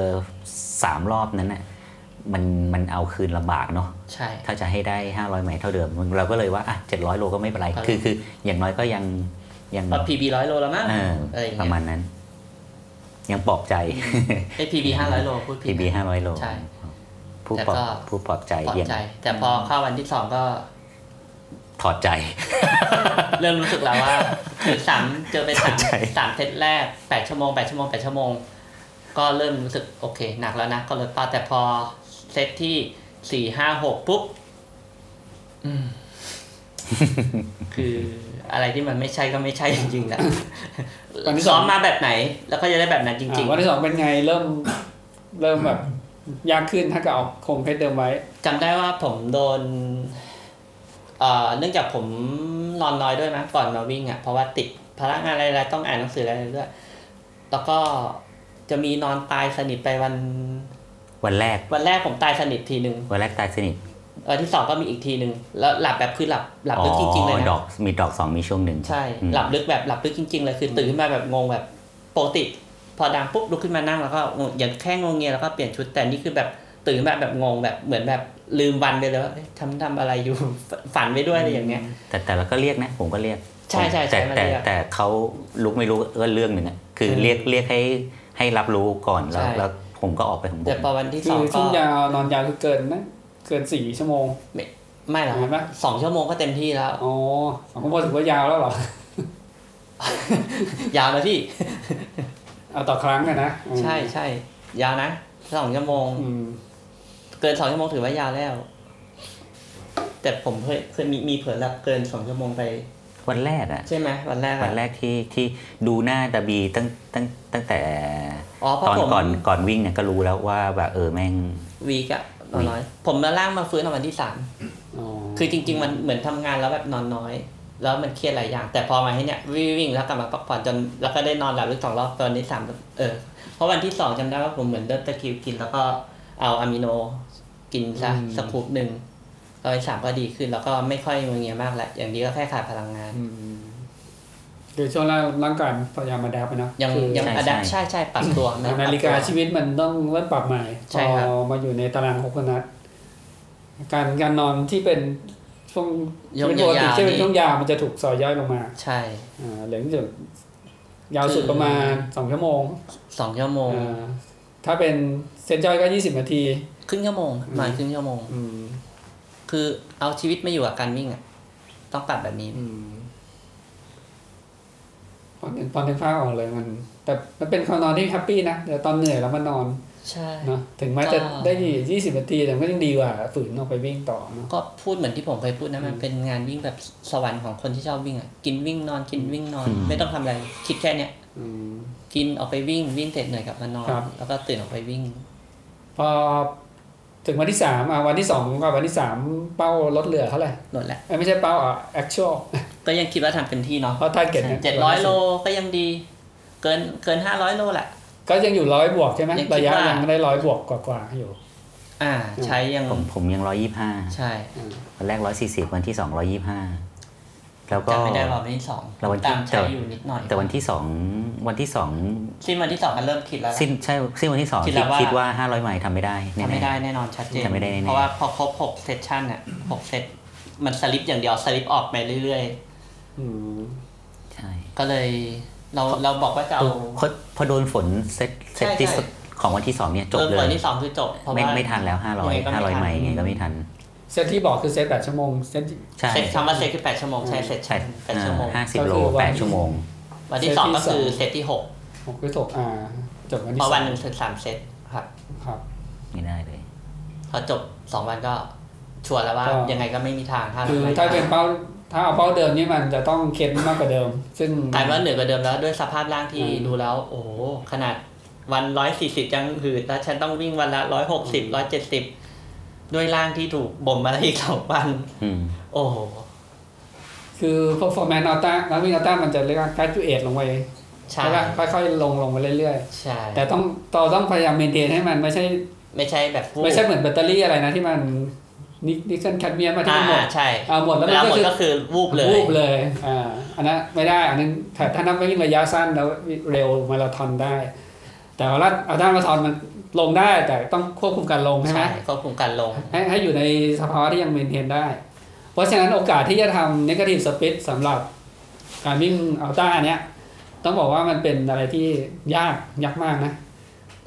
[SPEAKER 3] 3 รอบนั้นน่ะมันมันเอาคืนลำบากเนาะ
[SPEAKER 4] ใช่
[SPEAKER 3] ถ้าจะให้ได้ 500ไมล์เท่าเดิมเราก็เลยว่าอ่ะ700 โลก็ไม่เป็นไรคือคืออย่างน้อยก็ยังยัง
[SPEAKER 4] พอพีบีร้อยโลแล้วมั้ง
[SPEAKER 3] เออ
[SPEAKER 4] อะไรอย่าง
[SPEAKER 3] ป
[SPEAKER 4] เงี้
[SPEAKER 3] ระมาย ณนั้น ยังปลอบใจ
[SPEAKER 4] ไอพีบีห้าร้อยโลพูดผิด
[SPEAKER 3] PB 500 โล
[SPEAKER 4] ใช่
[SPEAKER 3] ผู้ปลอบ
[SPEAKER 4] แต่ก็
[SPEAKER 3] ผู้ปลอบใจ
[SPEAKER 4] ปลอ
[SPEAKER 3] เยี่ย
[SPEAKER 4] ด
[SPEAKER 3] ม
[SPEAKER 4] ใจ แต่พอเข้าวันที่สองก็
[SPEAKER 3] ถอดใจ
[SPEAKER 4] เริ่มรู้สึกแล้วว่าคือสามเจอไปสาม
[SPEAKER 3] ใช่
[SPEAKER 4] สามเซตแรกแปดชั่วโมงแปดชั่วโมงแปดชั่วโมง ก็เริ่มรู้สึกโอเค หนักแล้วนะ ก็ลดเป้าแต่พอเซตที่สี่ห้าหกปุ๊บอื มคืออะไรที่มันไม่ใช่ก็ไม่ใช่จริงๆนะ
[SPEAKER 1] วันที่สอง
[SPEAKER 4] ซ้อมมาแบบไหน แล้วก็จะได้แบบนั้นจริง
[SPEAKER 1] อ่าวันที่สองเป็นไงเริ่มเริ่มแบบยากขึ้นถ้าเกิดเอาคงเพชรเดิมไว้
[SPEAKER 4] ๆจำได้ว่าผมโดนเอ่อเนื่องจากผมนอนน้อยด้วยมั้งก่อนมาวิ่งอ่ะเพราะว่าติดพลังงานอะไรๆต้องอ่านหนังสืออะไรๆด้วย แล้วก็จะมีนอนตายสนิทไปวัน
[SPEAKER 3] วันแรก
[SPEAKER 4] วันแรกผมตายสนิททีหนึ่ง
[SPEAKER 3] วันแรกตายสนิท
[SPEAKER 4] วันที่สองก็มีอีกทีหนึ่งแล้วหลับแบบคือหลับหลับลึกจริงๆเลย
[SPEAKER 3] อ๋อดอ
[SPEAKER 4] นะ
[SPEAKER 3] กมีดอกสองมีช่วงหนึ่ง
[SPEAKER 4] ใช่
[SPEAKER 3] อืม
[SPEAKER 4] หลับลึกแบบหลับลึกจริงๆเลยคือตื่นขึ้นมาแบบงงแบบปกติ พอดังปุ๊บลุกขึ้นมานั่งแล้วก็งงอย่างแค่งงเงียแล้วก็เปลี่ยนชุดแต่นี่คือแบบตื่นมาแบบงงแบบเหมือนแบบลืมวันไปเลยว่าเอ๊ะทำทำอะไรอยู่ ฝันไปด้วยอะไรอย่างเงี้ย
[SPEAKER 3] แต่แต่เราก็เรียกนะ ผมก็เรียก
[SPEAKER 4] ใช่ใช่ใช่
[SPEAKER 3] แต่
[SPEAKER 4] มา
[SPEAKER 3] แต่
[SPEAKER 4] เรียก
[SPEAKER 3] แต่เขาลุกไม่รู้ก็เรื่องหนึ่งอะคือเรียกเรียกให้ให้รับรู้ก่อนแล้ว
[SPEAKER 4] ใช่
[SPEAKER 3] แล้วผมก็ออกไปของผ
[SPEAKER 4] แต่
[SPEAKER 3] ม
[SPEAKER 4] พอวันที่
[SPEAKER 1] คื
[SPEAKER 4] สอง
[SPEAKER 1] อ
[SPEAKER 4] ก็
[SPEAKER 1] ช่วงยาวนอนยาวคือเกินนะเกินสี่ชั่วโมง
[SPEAKER 4] ไม่ไม่หรอกครับ
[SPEAKER 1] เห็นไหม
[SPEAKER 4] สองชั่วโมงก็เต็มที่แล้ว
[SPEAKER 1] อ๋อสองชั่วโมงถือว่ายาวแล้วเหรอย
[SPEAKER 4] าวนะพี่
[SPEAKER 1] เอาต่อครั้งอะนะอืม
[SPEAKER 4] ใช่ใช่ยาวนะสองชั่วโมง
[SPEAKER 1] อืม
[SPEAKER 4] เกินสองชั่วโมงถือว่ายาวแล้ว แต่ผมเคยเคยมีมีเผลอหลับเกินสองชั่วโมงไป
[SPEAKER 3] วันแรกอะ
[SPEAKER 4] ใช่ไหมวันแรก
[SPEAKER 3] วัน
[SPEAKER 4] อะ
[SPEAKER 3] แรกที่ที่ดูหน้าตาบีตั้งตั้งตั้งแต่
[SPEAKER 4] อ๋อเพราะ
[SPEAKER 3] ตอน
[SPEAKER 4] ผม
[SPEAKER 3] ก่อนก่อนวิ่งเนี่ยก็รู้แล้วว่าแบบเออแม่ง
[SPEAKER 4] วีกอะนอนน้อย ผมมาล่างมาฟื้นเอาวันที่สาม
[SPEAKER 1] อ๋อ
[SPEAKER 4] คือจริง ๆ มันเหมือนทำงานแล้วแบบนอนน้อย แล้วมันเครียดหลายอย่าง แต่พอมาให้เนี่ยวิ่งวิ่งแล้วกลับมาพักผ่อนจนแล้วก็ได้นอนหลับลึกสองรอบตอนที่สามเออเพราะวันที่สองจำได้ว่าผมเหมือนเดินตะคริวกิน แล้วก็เอาอะมิโนกินซะสกคูปหนึ่งร้อยสามก็ดีขึ้น แล้วก็ไม่ค่อยมึนเงียมากแล้วอย่างดีก็แค่ขาดพลังงาน
[SPEAKER 1] อืมคือช่วงแรกร่างกายพยายามมาดับนะ
[SPEAKER 4] ยัง
[SPEAKER 1] คือ
[SPEAKER 4] ยัง
[SPEAKER 3] ใช่
[SPEAKER 4] อ
[SPEAKER 3] ใช่
[SPEAKER 4] ดัปใช่ใช่ปรับตัวะ
[SPEAKER 1] นาฬิกาชีวิตมันต้องเริ่มปรับใหม่
[SPEAKER 4] ใช่ครับ
[SPEAKER 1] พอมาอยู่ในตารางโคโคนัทการการนอนที่เป็นช่วง
[SPEAKER 4] ยง
[SPEAKER 1] ชีวิตปกติ
[SPEAKER 4] ยาว
[SPEAKER 1] ที่เป็น
[SPEAKER 4] นี่
[SPEAKER 1] ช่วงยาวมันจะถูกซอยย่อยลงมา
[SPEAKER 4] ใช่
[SPEAKER 1] อ่าเหลือจุดยาวสุดประมาณสองชั่วโมง
[SPEAKER 4] สองชั่วโมง
[SPEAKER 1] อ่าถ้าเป็นเซตย่อยก็ยี่สิบนาที
[SPEAKER 4] ครึ่งชั่วโมง
[SPEAKER 1] อืม
[SPEAKER 4] ประมาณครึ่งชั่วโมง
[SPEAKER 1] อืม
[SPEAKER 4] คือเอาชีวิตมาอยู่กับการวิ่งอ่ะ ต้องปรับแบบนี้
[SPEAKER 1] อืมตอนตอนเดินฟ้าออกเลยมัน แต่มันเป็นความนอนที่แฮปปี้นะแต่ตอนเหนื่อยแล้วมันนอน
[SPEAKER 4] ใช่
[SPEAKER 1] เนาะถึงแม้จะ
[SPEAKER 4] ก็
[SPEAKER 1] ได้ดียี่สิบนาทีแต่มันก็ยังดีกว่าฝืนออกไปวิ่งต่อเนาะ
[SPEAKER 4] ก็พูดเหมือนที่ผมเคยพูดนะมันเป็นงานวิ่งแบบสวรรค์ของคนที่ชอบวิ่งอ่ะกินวิ่งนอนกินวิ่งนอน ไม่ต้องทำอะไร คิดแค่เนี้ย
[SPEAKER 1] อืม
[SPEAKER 4] กินออกไปวิ่งวิ่งเสร็จเหนื่อยกลับมานอน
[SPEAKER 1] ครับ
[SPEAKER 4] แล้วก็ตื่นออกไปวิ่ง
[SPEAKER 1] พอถึงวันที่สามอ่ะวันที่สองกับวันที่สามเป้าลดเหลือเท่าไหร่
[SPEAKER 4] หลดแล้ว
[SPEAKER 1] เอ้ยไม่ใช่เป้าอ่ะ actual
[SPEAKER 4] ก็ยังคิดว่าทำเต็มที่เนาะ
[SPEAKER 1] เพราะ target นี่
[SPEAKER 4] เจ็ดร้อยโลก็ยังดี เกินเกินห้าร้อยโลแหละ
[SPEAKER 1] ก็ยังอยู่ร้อยบวกใช่ไหม
[SPEAKER 4] ยังคิด
[SPEAKER 1] ระยะ
[SPEAKER 4] ว่ายั
[SPEAKER 1] ยังได้ร้อยบวกกว่าๆอยู่
[SPEAKER 4] อ่า ใช้ยัง
[SPEAKER 3] ผมผมยังร้อยยี่ห้า
[SPEAKER 4] ใช่
[SPEAKER 3] วันแรกร้อยสี่สิบวันที่สองร้อยยี่ห้าแล้วก็
[SPEAKER 4] จำไม่ได้ว่าวันที่สอง
[SPEAKER 3] แล้ววันที่
[SPEAKER 4] ตามใช้
[SPEAKER 3] แต่
[SPEAKER 4] อยู่นิดหน่อย
[SPEAKER 3] แต่วันที่สองวันที่สอง
[SPEAKER 4] สิ้นวันที่สองมันเริ่มคิดแล้วล่ะ
[SPEAKER 3] สิ้นใช่สิ้นวันที่สอง
[SPEAKER 4] คิดแล้วว่า
[SPEAKER 3] คิดว่าห้าร้อยไมล์ทำไม่ได้แน่ๆ
[SPEAKER 4] ทำไม่ได้แน่นอนชัดเจน
[SPEAKER 3] ทำไม่ได้แน่ๆ
[SPEAKER 4] เพราะว่าพอครบหกเซสชันอ่ะหกเซตมันสลิปอย่างเดียวสลิปออกไปเรื่อย
[SPEAKER 1] อืม
[SPEAKER 3] ใช่
[SPEAKER 4] ๆ ก็เลยเราเราบอกว่าจะเอา
[SPEAKER 3] พอพอโดนฝนเซตเซต
[SPEAKER 4] ใช่
[SPEAKER 3] ที่
[SPEAKER 4] ใช่
[SPEAKER 3] สุดของวันที่สองเนี่ยจบ
[SPEAKER 4] เริ่ม
[SPEAKER 3] เล
[SPEAKER 4] เปิ
[SPEAKER 3] ย
[SPEAKER 4] ดที่สองคือจบเพราะ
[SPEAKER 3] ไม่
[SPEAKER 4] ว่า
[SPEAKER 3] ไม่ทันแล้วห้าร้อย
[SPEAKER 4] ยังไงก็ไม่
[SPEAKER 3] ห้าร้อย
[SPEAKER 4] ทัน
[SPEAKER 3] ไมล์ยังไงก็ไม่ทัน
[SPEAKER 1] เซตที่บอกคือเซตแปดชั่วโมงเซตที่
[SPEAKER 3] ใช่
[SPEAKER 4] เซตคำว่าเซตคือแปดชั่วโมงใช้เซส
[SPEAKER 3] ใช่
[SPEAKER 4] ชันแปดชั่วโมง
[SPEAKER 3] ห้าสิบ
[SPEAKER 1] ก็
[SPEAKER 3] โล
[SPEAKER 1] คือวัน
[SPEAKER 3] แปดชั่วโมง
[SPEAKER 4] วันที่สองก็คือเซตที่หก
[SPEAKER 1] หกหรือหกอ่าจบวัน
[SPEAKER 4] เพ
[SPEAKER 1] ที่
[SPEAKER 4] ราะ
[SPEAKER 1] ส
[SPEAKER 4] วั
[SPEAKER 1] อน ง
[SPEAKER 4] หนึ่งคือสามเซตครับ
[SPEAKER 1] ครับ
[SPEAKER 3] ไม่ได้เลย
[SPEAKER 4] พอจบสองวันก็ชัวร์แล้วว่า
[SPEAKER 1] ก็
[SPEAKER 4] ยังไงก็ไม่มีทางถ้า
[SPEAKER 1] คือ
[SPEAKER 4] ไม่
[SPEAKER 1] ถ้าเป็นเป้าถ้าเอาเป้าเดิมนี่มันจะต้องเค้นมากกว่าเดิม ซึ่ง
[SPEAKER 4] กลายเป็นว่าเหนื่อยกว่าเดิมแล้วด้วยสภาพร่างที่
[SPEAKER 1] อืม
[SPEAKER 4] ดูแล้ว โอ้โหขนาดวันร้อยสี่สิบยังหืดแล้วฉันต้องวิ่งวันละร้อยหกสิบร้อยเจ็ดสิบด้วยร่างที่ถูกบ่มมาแล้วอีกสองวัน
[SPEAKER 3] อืม
[SPEAKER 4] โอ้โห
[SPEAKER 1] คือ performance alta นักวิ่ง alta มันจะเรียกว่า graduate ลงไป
[SPEAKER 4] ใช่
[SPEAKER 1] ใช่ปะค่อยๆ ลงลงไปเรื่อย
[SPEAKER 4] ใช่
[SPEAKER 1] ๆ แต่ต้องเราต้องพยายาม maintain ให้มันไม่ใช่
[SPEAKER 4] ไม่ใช่แบบฟู
[SPEAKER 1] ไม่ใช่เหมือนแบตเตอรี่อะไรนะที่มันนินิกเกิลแคดเมียมมาที่มันหมด
[SPEAKER 4] อ่าใช่
[SPEAKER 1] อ่าหมดแล้วมัน
[SPEAKER 4] เวลา
[SPEAKER 1] ก็
[SPEAKER 4] หมด
[SPEAKER 1] คือ
[SPEAKER 4] ก็คือวูบเลย
[SPEAKER 1] วูบเลยอ่าอันนั้นไม่ได้ อันนั้นถ้าถ้านักวิ่งระยะสั้นแล้วเร็วมาราธอนได้ แต่ว่าเอาด้านมาราธอนมันลงได้แต่ต้องควบคุมการลงใช่ไหม
[SPEAKER 4] ใช่ควบคุมการลง
[SPEAKER 1] ให้ให้อยู่ในสภาวะที่ยังเมนเทนได้ เพราะฉะนั้นโอกาสที่จะทำ negative split สำหรับการวิ่งอัลต้าเนี้ยต้องบอกว่ามันเป็นอะไรที่ยากยากมากนะ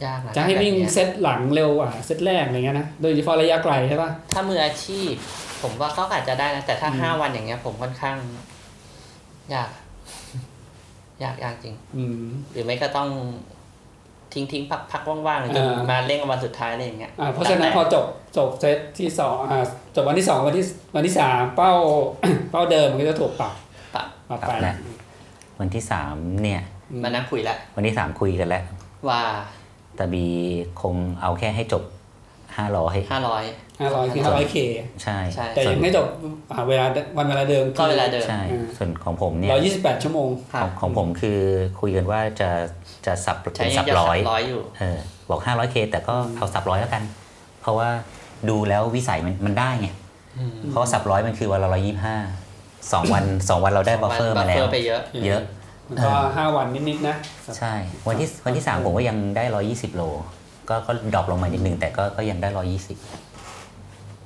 [SPEAKER 4] ยากนะ
[SPEAKER 1] จะให้วิ่ง
[SPEAKER 4] แบบเนี้ย
[SPEAKER 1] เซตหลังเร็วกว่าเซตแรกอะไรเงี้ยนะ โดยเฉพาะระยะไกลใช่ปะ
[SPEAKER 4] ถ้ามืออาชีพ ผมว่าเขาอาจจะได้นะ แต่ถ้าห้าวันอย่างเงี้ย ผมค่อนข้าง ยาก ยากยากจริง
[SPEAKER 1] อืม
[SPEAKER 4] หรือไม่ก็ต้องทิ้งทิ้งพักพักว่างๆหรือ
[SPEAKER 1] เออ
[SPEAKER 4] มาเร่งวันสุดท้ายอะไรอย่างเงี้ย
[SPEAKER 1] อ่าเพราะฉะนั้นพอจบจบเซตที่สองอ่าจบวันที่สองวันที่วันที่สามเป้า เป้าเดิมมันก็จะถูกปรับ
[SPEAKER 4] ปะ
[SPEAKER 1] ปรับไป
[SPEAKER 3] ปรับแล้ว วันที่สามเนี่ย
[SPEAKER 4] มานั่งคุยละ
[SPEAKER 3] วันที่สามคุยกันแล้ว
[SPEAKER 4] ว่า
[SPEAKER 3] ตาบีคงเอาแค่ให้จบห้าร้อย
[SPEAKER 4] ห้าร้อย
[SPEAKER 1] ห้าร้อยคือห้าร้อยเค
[SPEAKER 3] ใช่
[SPEAKER 4] ใช่
[SPEAKER 1] แต่ยังไม่จบอ่าเวลาวันเวลาเดิม
[SPEAKER 4] ก็เวลาเดิม
[SPEAKER 3] ใช่ ส่วนของผมเนี่ย
[SPEAKER 1] ร้อยยี่สิบแปดชั่วโมง
[SPEAKER 4] ครั
[SPEAKER 3] ข
[SPEAKER 4] บ
[SPEAKER 3] องของผมคือคุยกันว่าจะจะสับ
[SPEAKER 4] ใช้
[SPEAKER 3] เป็น
[SPEAKER 4] ยั
[SPEAKER 3] สั
[SPEAKER 4] ง
[SPEAKER 3] บ
[SPEAKER 4] จะสั
[SPEAKER 3] ร้อย
[SPEAKER 4] บร้อยอยู่
[SPEAKER 3] เออบอก 500K แต่ก็เอาสับร้อยแล้วกัน เพราะว่าดูแล้ววิสัยมันมันได้ไง เพราะว่าสับร้อยมันคือวันละร้อยยี่ห้าสองวันสองวันเราได้บัฟเฟอร์มาแล้
[SPEAKER 4] บัฟเฟอ
[SPEAKER 3] ว
[SPEAKER 4] ร์ไปเยอะ
[SPEAKER 3] เยอะ
[SPEAKER 1] มันก็ห้าวันนิดๆนะ
[SPEAKER 3] ใช่ วันที่วันที่สามผมก็ยังได้ร้อยี่สิบโล ก็ก็ดรอปลงมานิดนึงแต่ก็ก็ยังได้ร้อยี่สิบ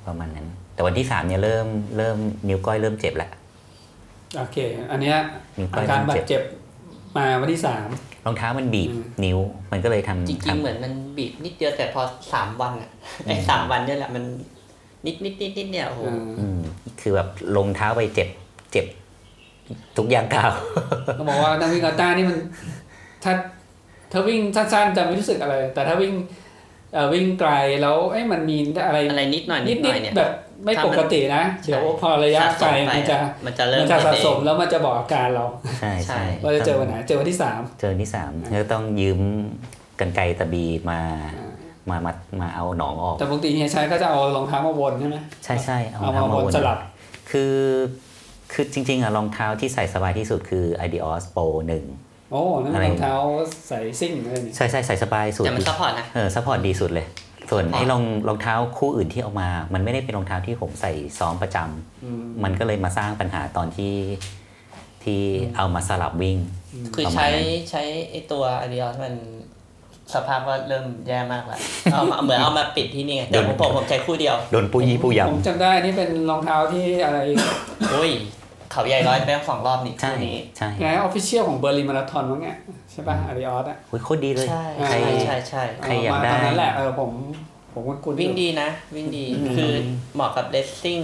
[SPEAKER 3] ประมาณนั้น แต่วันที่สามเนี่ยเริ่มเริ่มนิ้วก้อยเริ่มเจ็บแล้ว
[SPEAKER 1] โอเค อันเนี้ย
[SPEAKER 3] นิ้วก้
[SPEAKER 1] อา
[SPEAKER 3] อย
[SPEAKER 1] การ
[SPEAKER 3] มัน
[SPEAKER 1] บา
[SPEAKER 3] เจ็
[SPEAKER 1] ด
[SPEAKER 3] บ
[SPEAKER 1] เจ็บมาวันที่สาม
[SPEAKER 3] รองเท้ามันบีบ
[SPEAKER 1] อืม
[SPEAKER 3] นิ้วมันก็เลยทำ
[SPEAKER 4] จริงๆ
[SPEAKER 3] ทำ
[SPEAKER 4] เหมือนมันบีบนิดเดียวแต่พอสามวันอ่ะไอ้สามวันเนี่ยแหละมันนิดนิดนิดนิดเนี่ยโอ้โห
[SPEAKER 1] เออ
[SPEAKER 3] อืมคือแบบลงเท้าไปเจ็บเจ็บทุกอย่างก้าว
[SPEAKER 1] ก็บอกว่านักวิ่งอัลต้านี่มัน ถ้าถ้าวิ่งสั้นๆจะไม่รู้สึกอะไร แต่ถ้าวิ่งเอ่อวิ่งไกลแล้วเอ้ยมันมีอะไร
[SPEAKER 4] อะไรนิดหน่อยนิ
[SPEAKER 1] นิ
[SPEAKER 4] ด
[SPEAKER 1] ด
[SPEAKER 4] หน่อยเนี่ย
[SPEAKER 1] ๆแบบไม่ปกตินะ
[SPEAKER 4] ใช่
[SPEAKER 1] เดี๋ยวพอระยะไกลมันจะ
[SPEAKER 4] มันจะเริ่ม
[SPEAKER 1] มันจะสะสม
[SPEAKER 4] เอง
[SPEAKER 1] แล้วมันจะบอกอาการเรา
[SPEAKER 3] ใช่
[SPEAKER 4] ใช่
[SPEAKER 3] ใช่
[SPEAKER 1] เราจะเจอวันไหนเจอวันที่สาม
[SPEAKER 3] เจอวันที่สามก็ต้องยืมกันไกรตะบีมามามามาเอาหนองออก
[SPEAKER 1] แต่ปกติเฮียชัยก็จะเอารองเท้ามาวนใช่ไหม
[SPEAKER 3] ใช่ใช่
[SPEAKER 1] เอามาวนสลับ
[SPEAKER 3] คือคือจริง ๆอะรองเท้าที่ใส่สบายที่สุดคือ Adios Pro 1
[SPEAKER 1] โอ้นั่นมันรองเท้าใส่ซิ่งเลยนี่
[SPEAKER 3] ใช่ใช่ใส่สบายสุด
[SPEAKER 4] แต่มันซัพพอร์ตนะ
[SPEAKER 3] เออซัพพอร์ตดีสุดเลย ส่วน
[SPEAKER 4] ซัพพอร์ต
[SPEAKER 3] ไอ้รองรองเท้าคู่อื่นที่เออกมา มันไม่ได้เป็นรองเท้าที่ผมใส่ซ้อมประจำ
[SPEAKER 1] อืม
[SPEAKER 3] มันก็เลยมาสร้างปัญหาตอนที่ที่เอามาสลับวิ่ง
[SPEAKER 4] คือ
[SPEAKER 3] ประมาณ
[SPEAKER 4] ใช้
[SPEAKER 3] นั้น
[SPEAKER 4] ใช้ไอ้ตัวอ d ดิออมันสภาพก็เริ่มแย่มากแล้ว เอามาเหมือนเอามาปิดที่นี่ไงแต่ผมผมผมใช้คู่เดียว
[SPEAKER 3] โดนปุยยี่ปุย
[SPEAKER 1] ผม
[SPEAKER 3] ยำ
[SPEAKER 1] จำได้นี่เป็นรองเท้าที่อะไร
[SPEAKER 4] โอ้ย เขาใหญ่ร้อยแป้งสองรอบนี่
[SPEAKER 3] ใช่
[SPEAKER 4] คู่นี้
[SPEAKER 3] ใช่
[SPEAKER 1] ไงออฟฟิเชียลของเบอร์ลินมาราธอนมั้งเนี่ยใช่ป่ะอาริออสอ่ะ
[SPEAKER 3] โอ้ยโคตรดีเลย
[SPEAKER 4] ใช่
[SPEAKER 3] คร
[SPEAKER 4] ใช่ใช่ใช่
[SPEAKER 3] ใครอยาก
[SPEAKER 1] ม
[SPEAKER 3] ได้
[SPEAKER 1] ตอนนั้นแหละเออผมผมว่าคุณ
[SPEAKER 4] วิ่งดีนะ วิ่งดีคือเหมาะกับเลสซิ่ง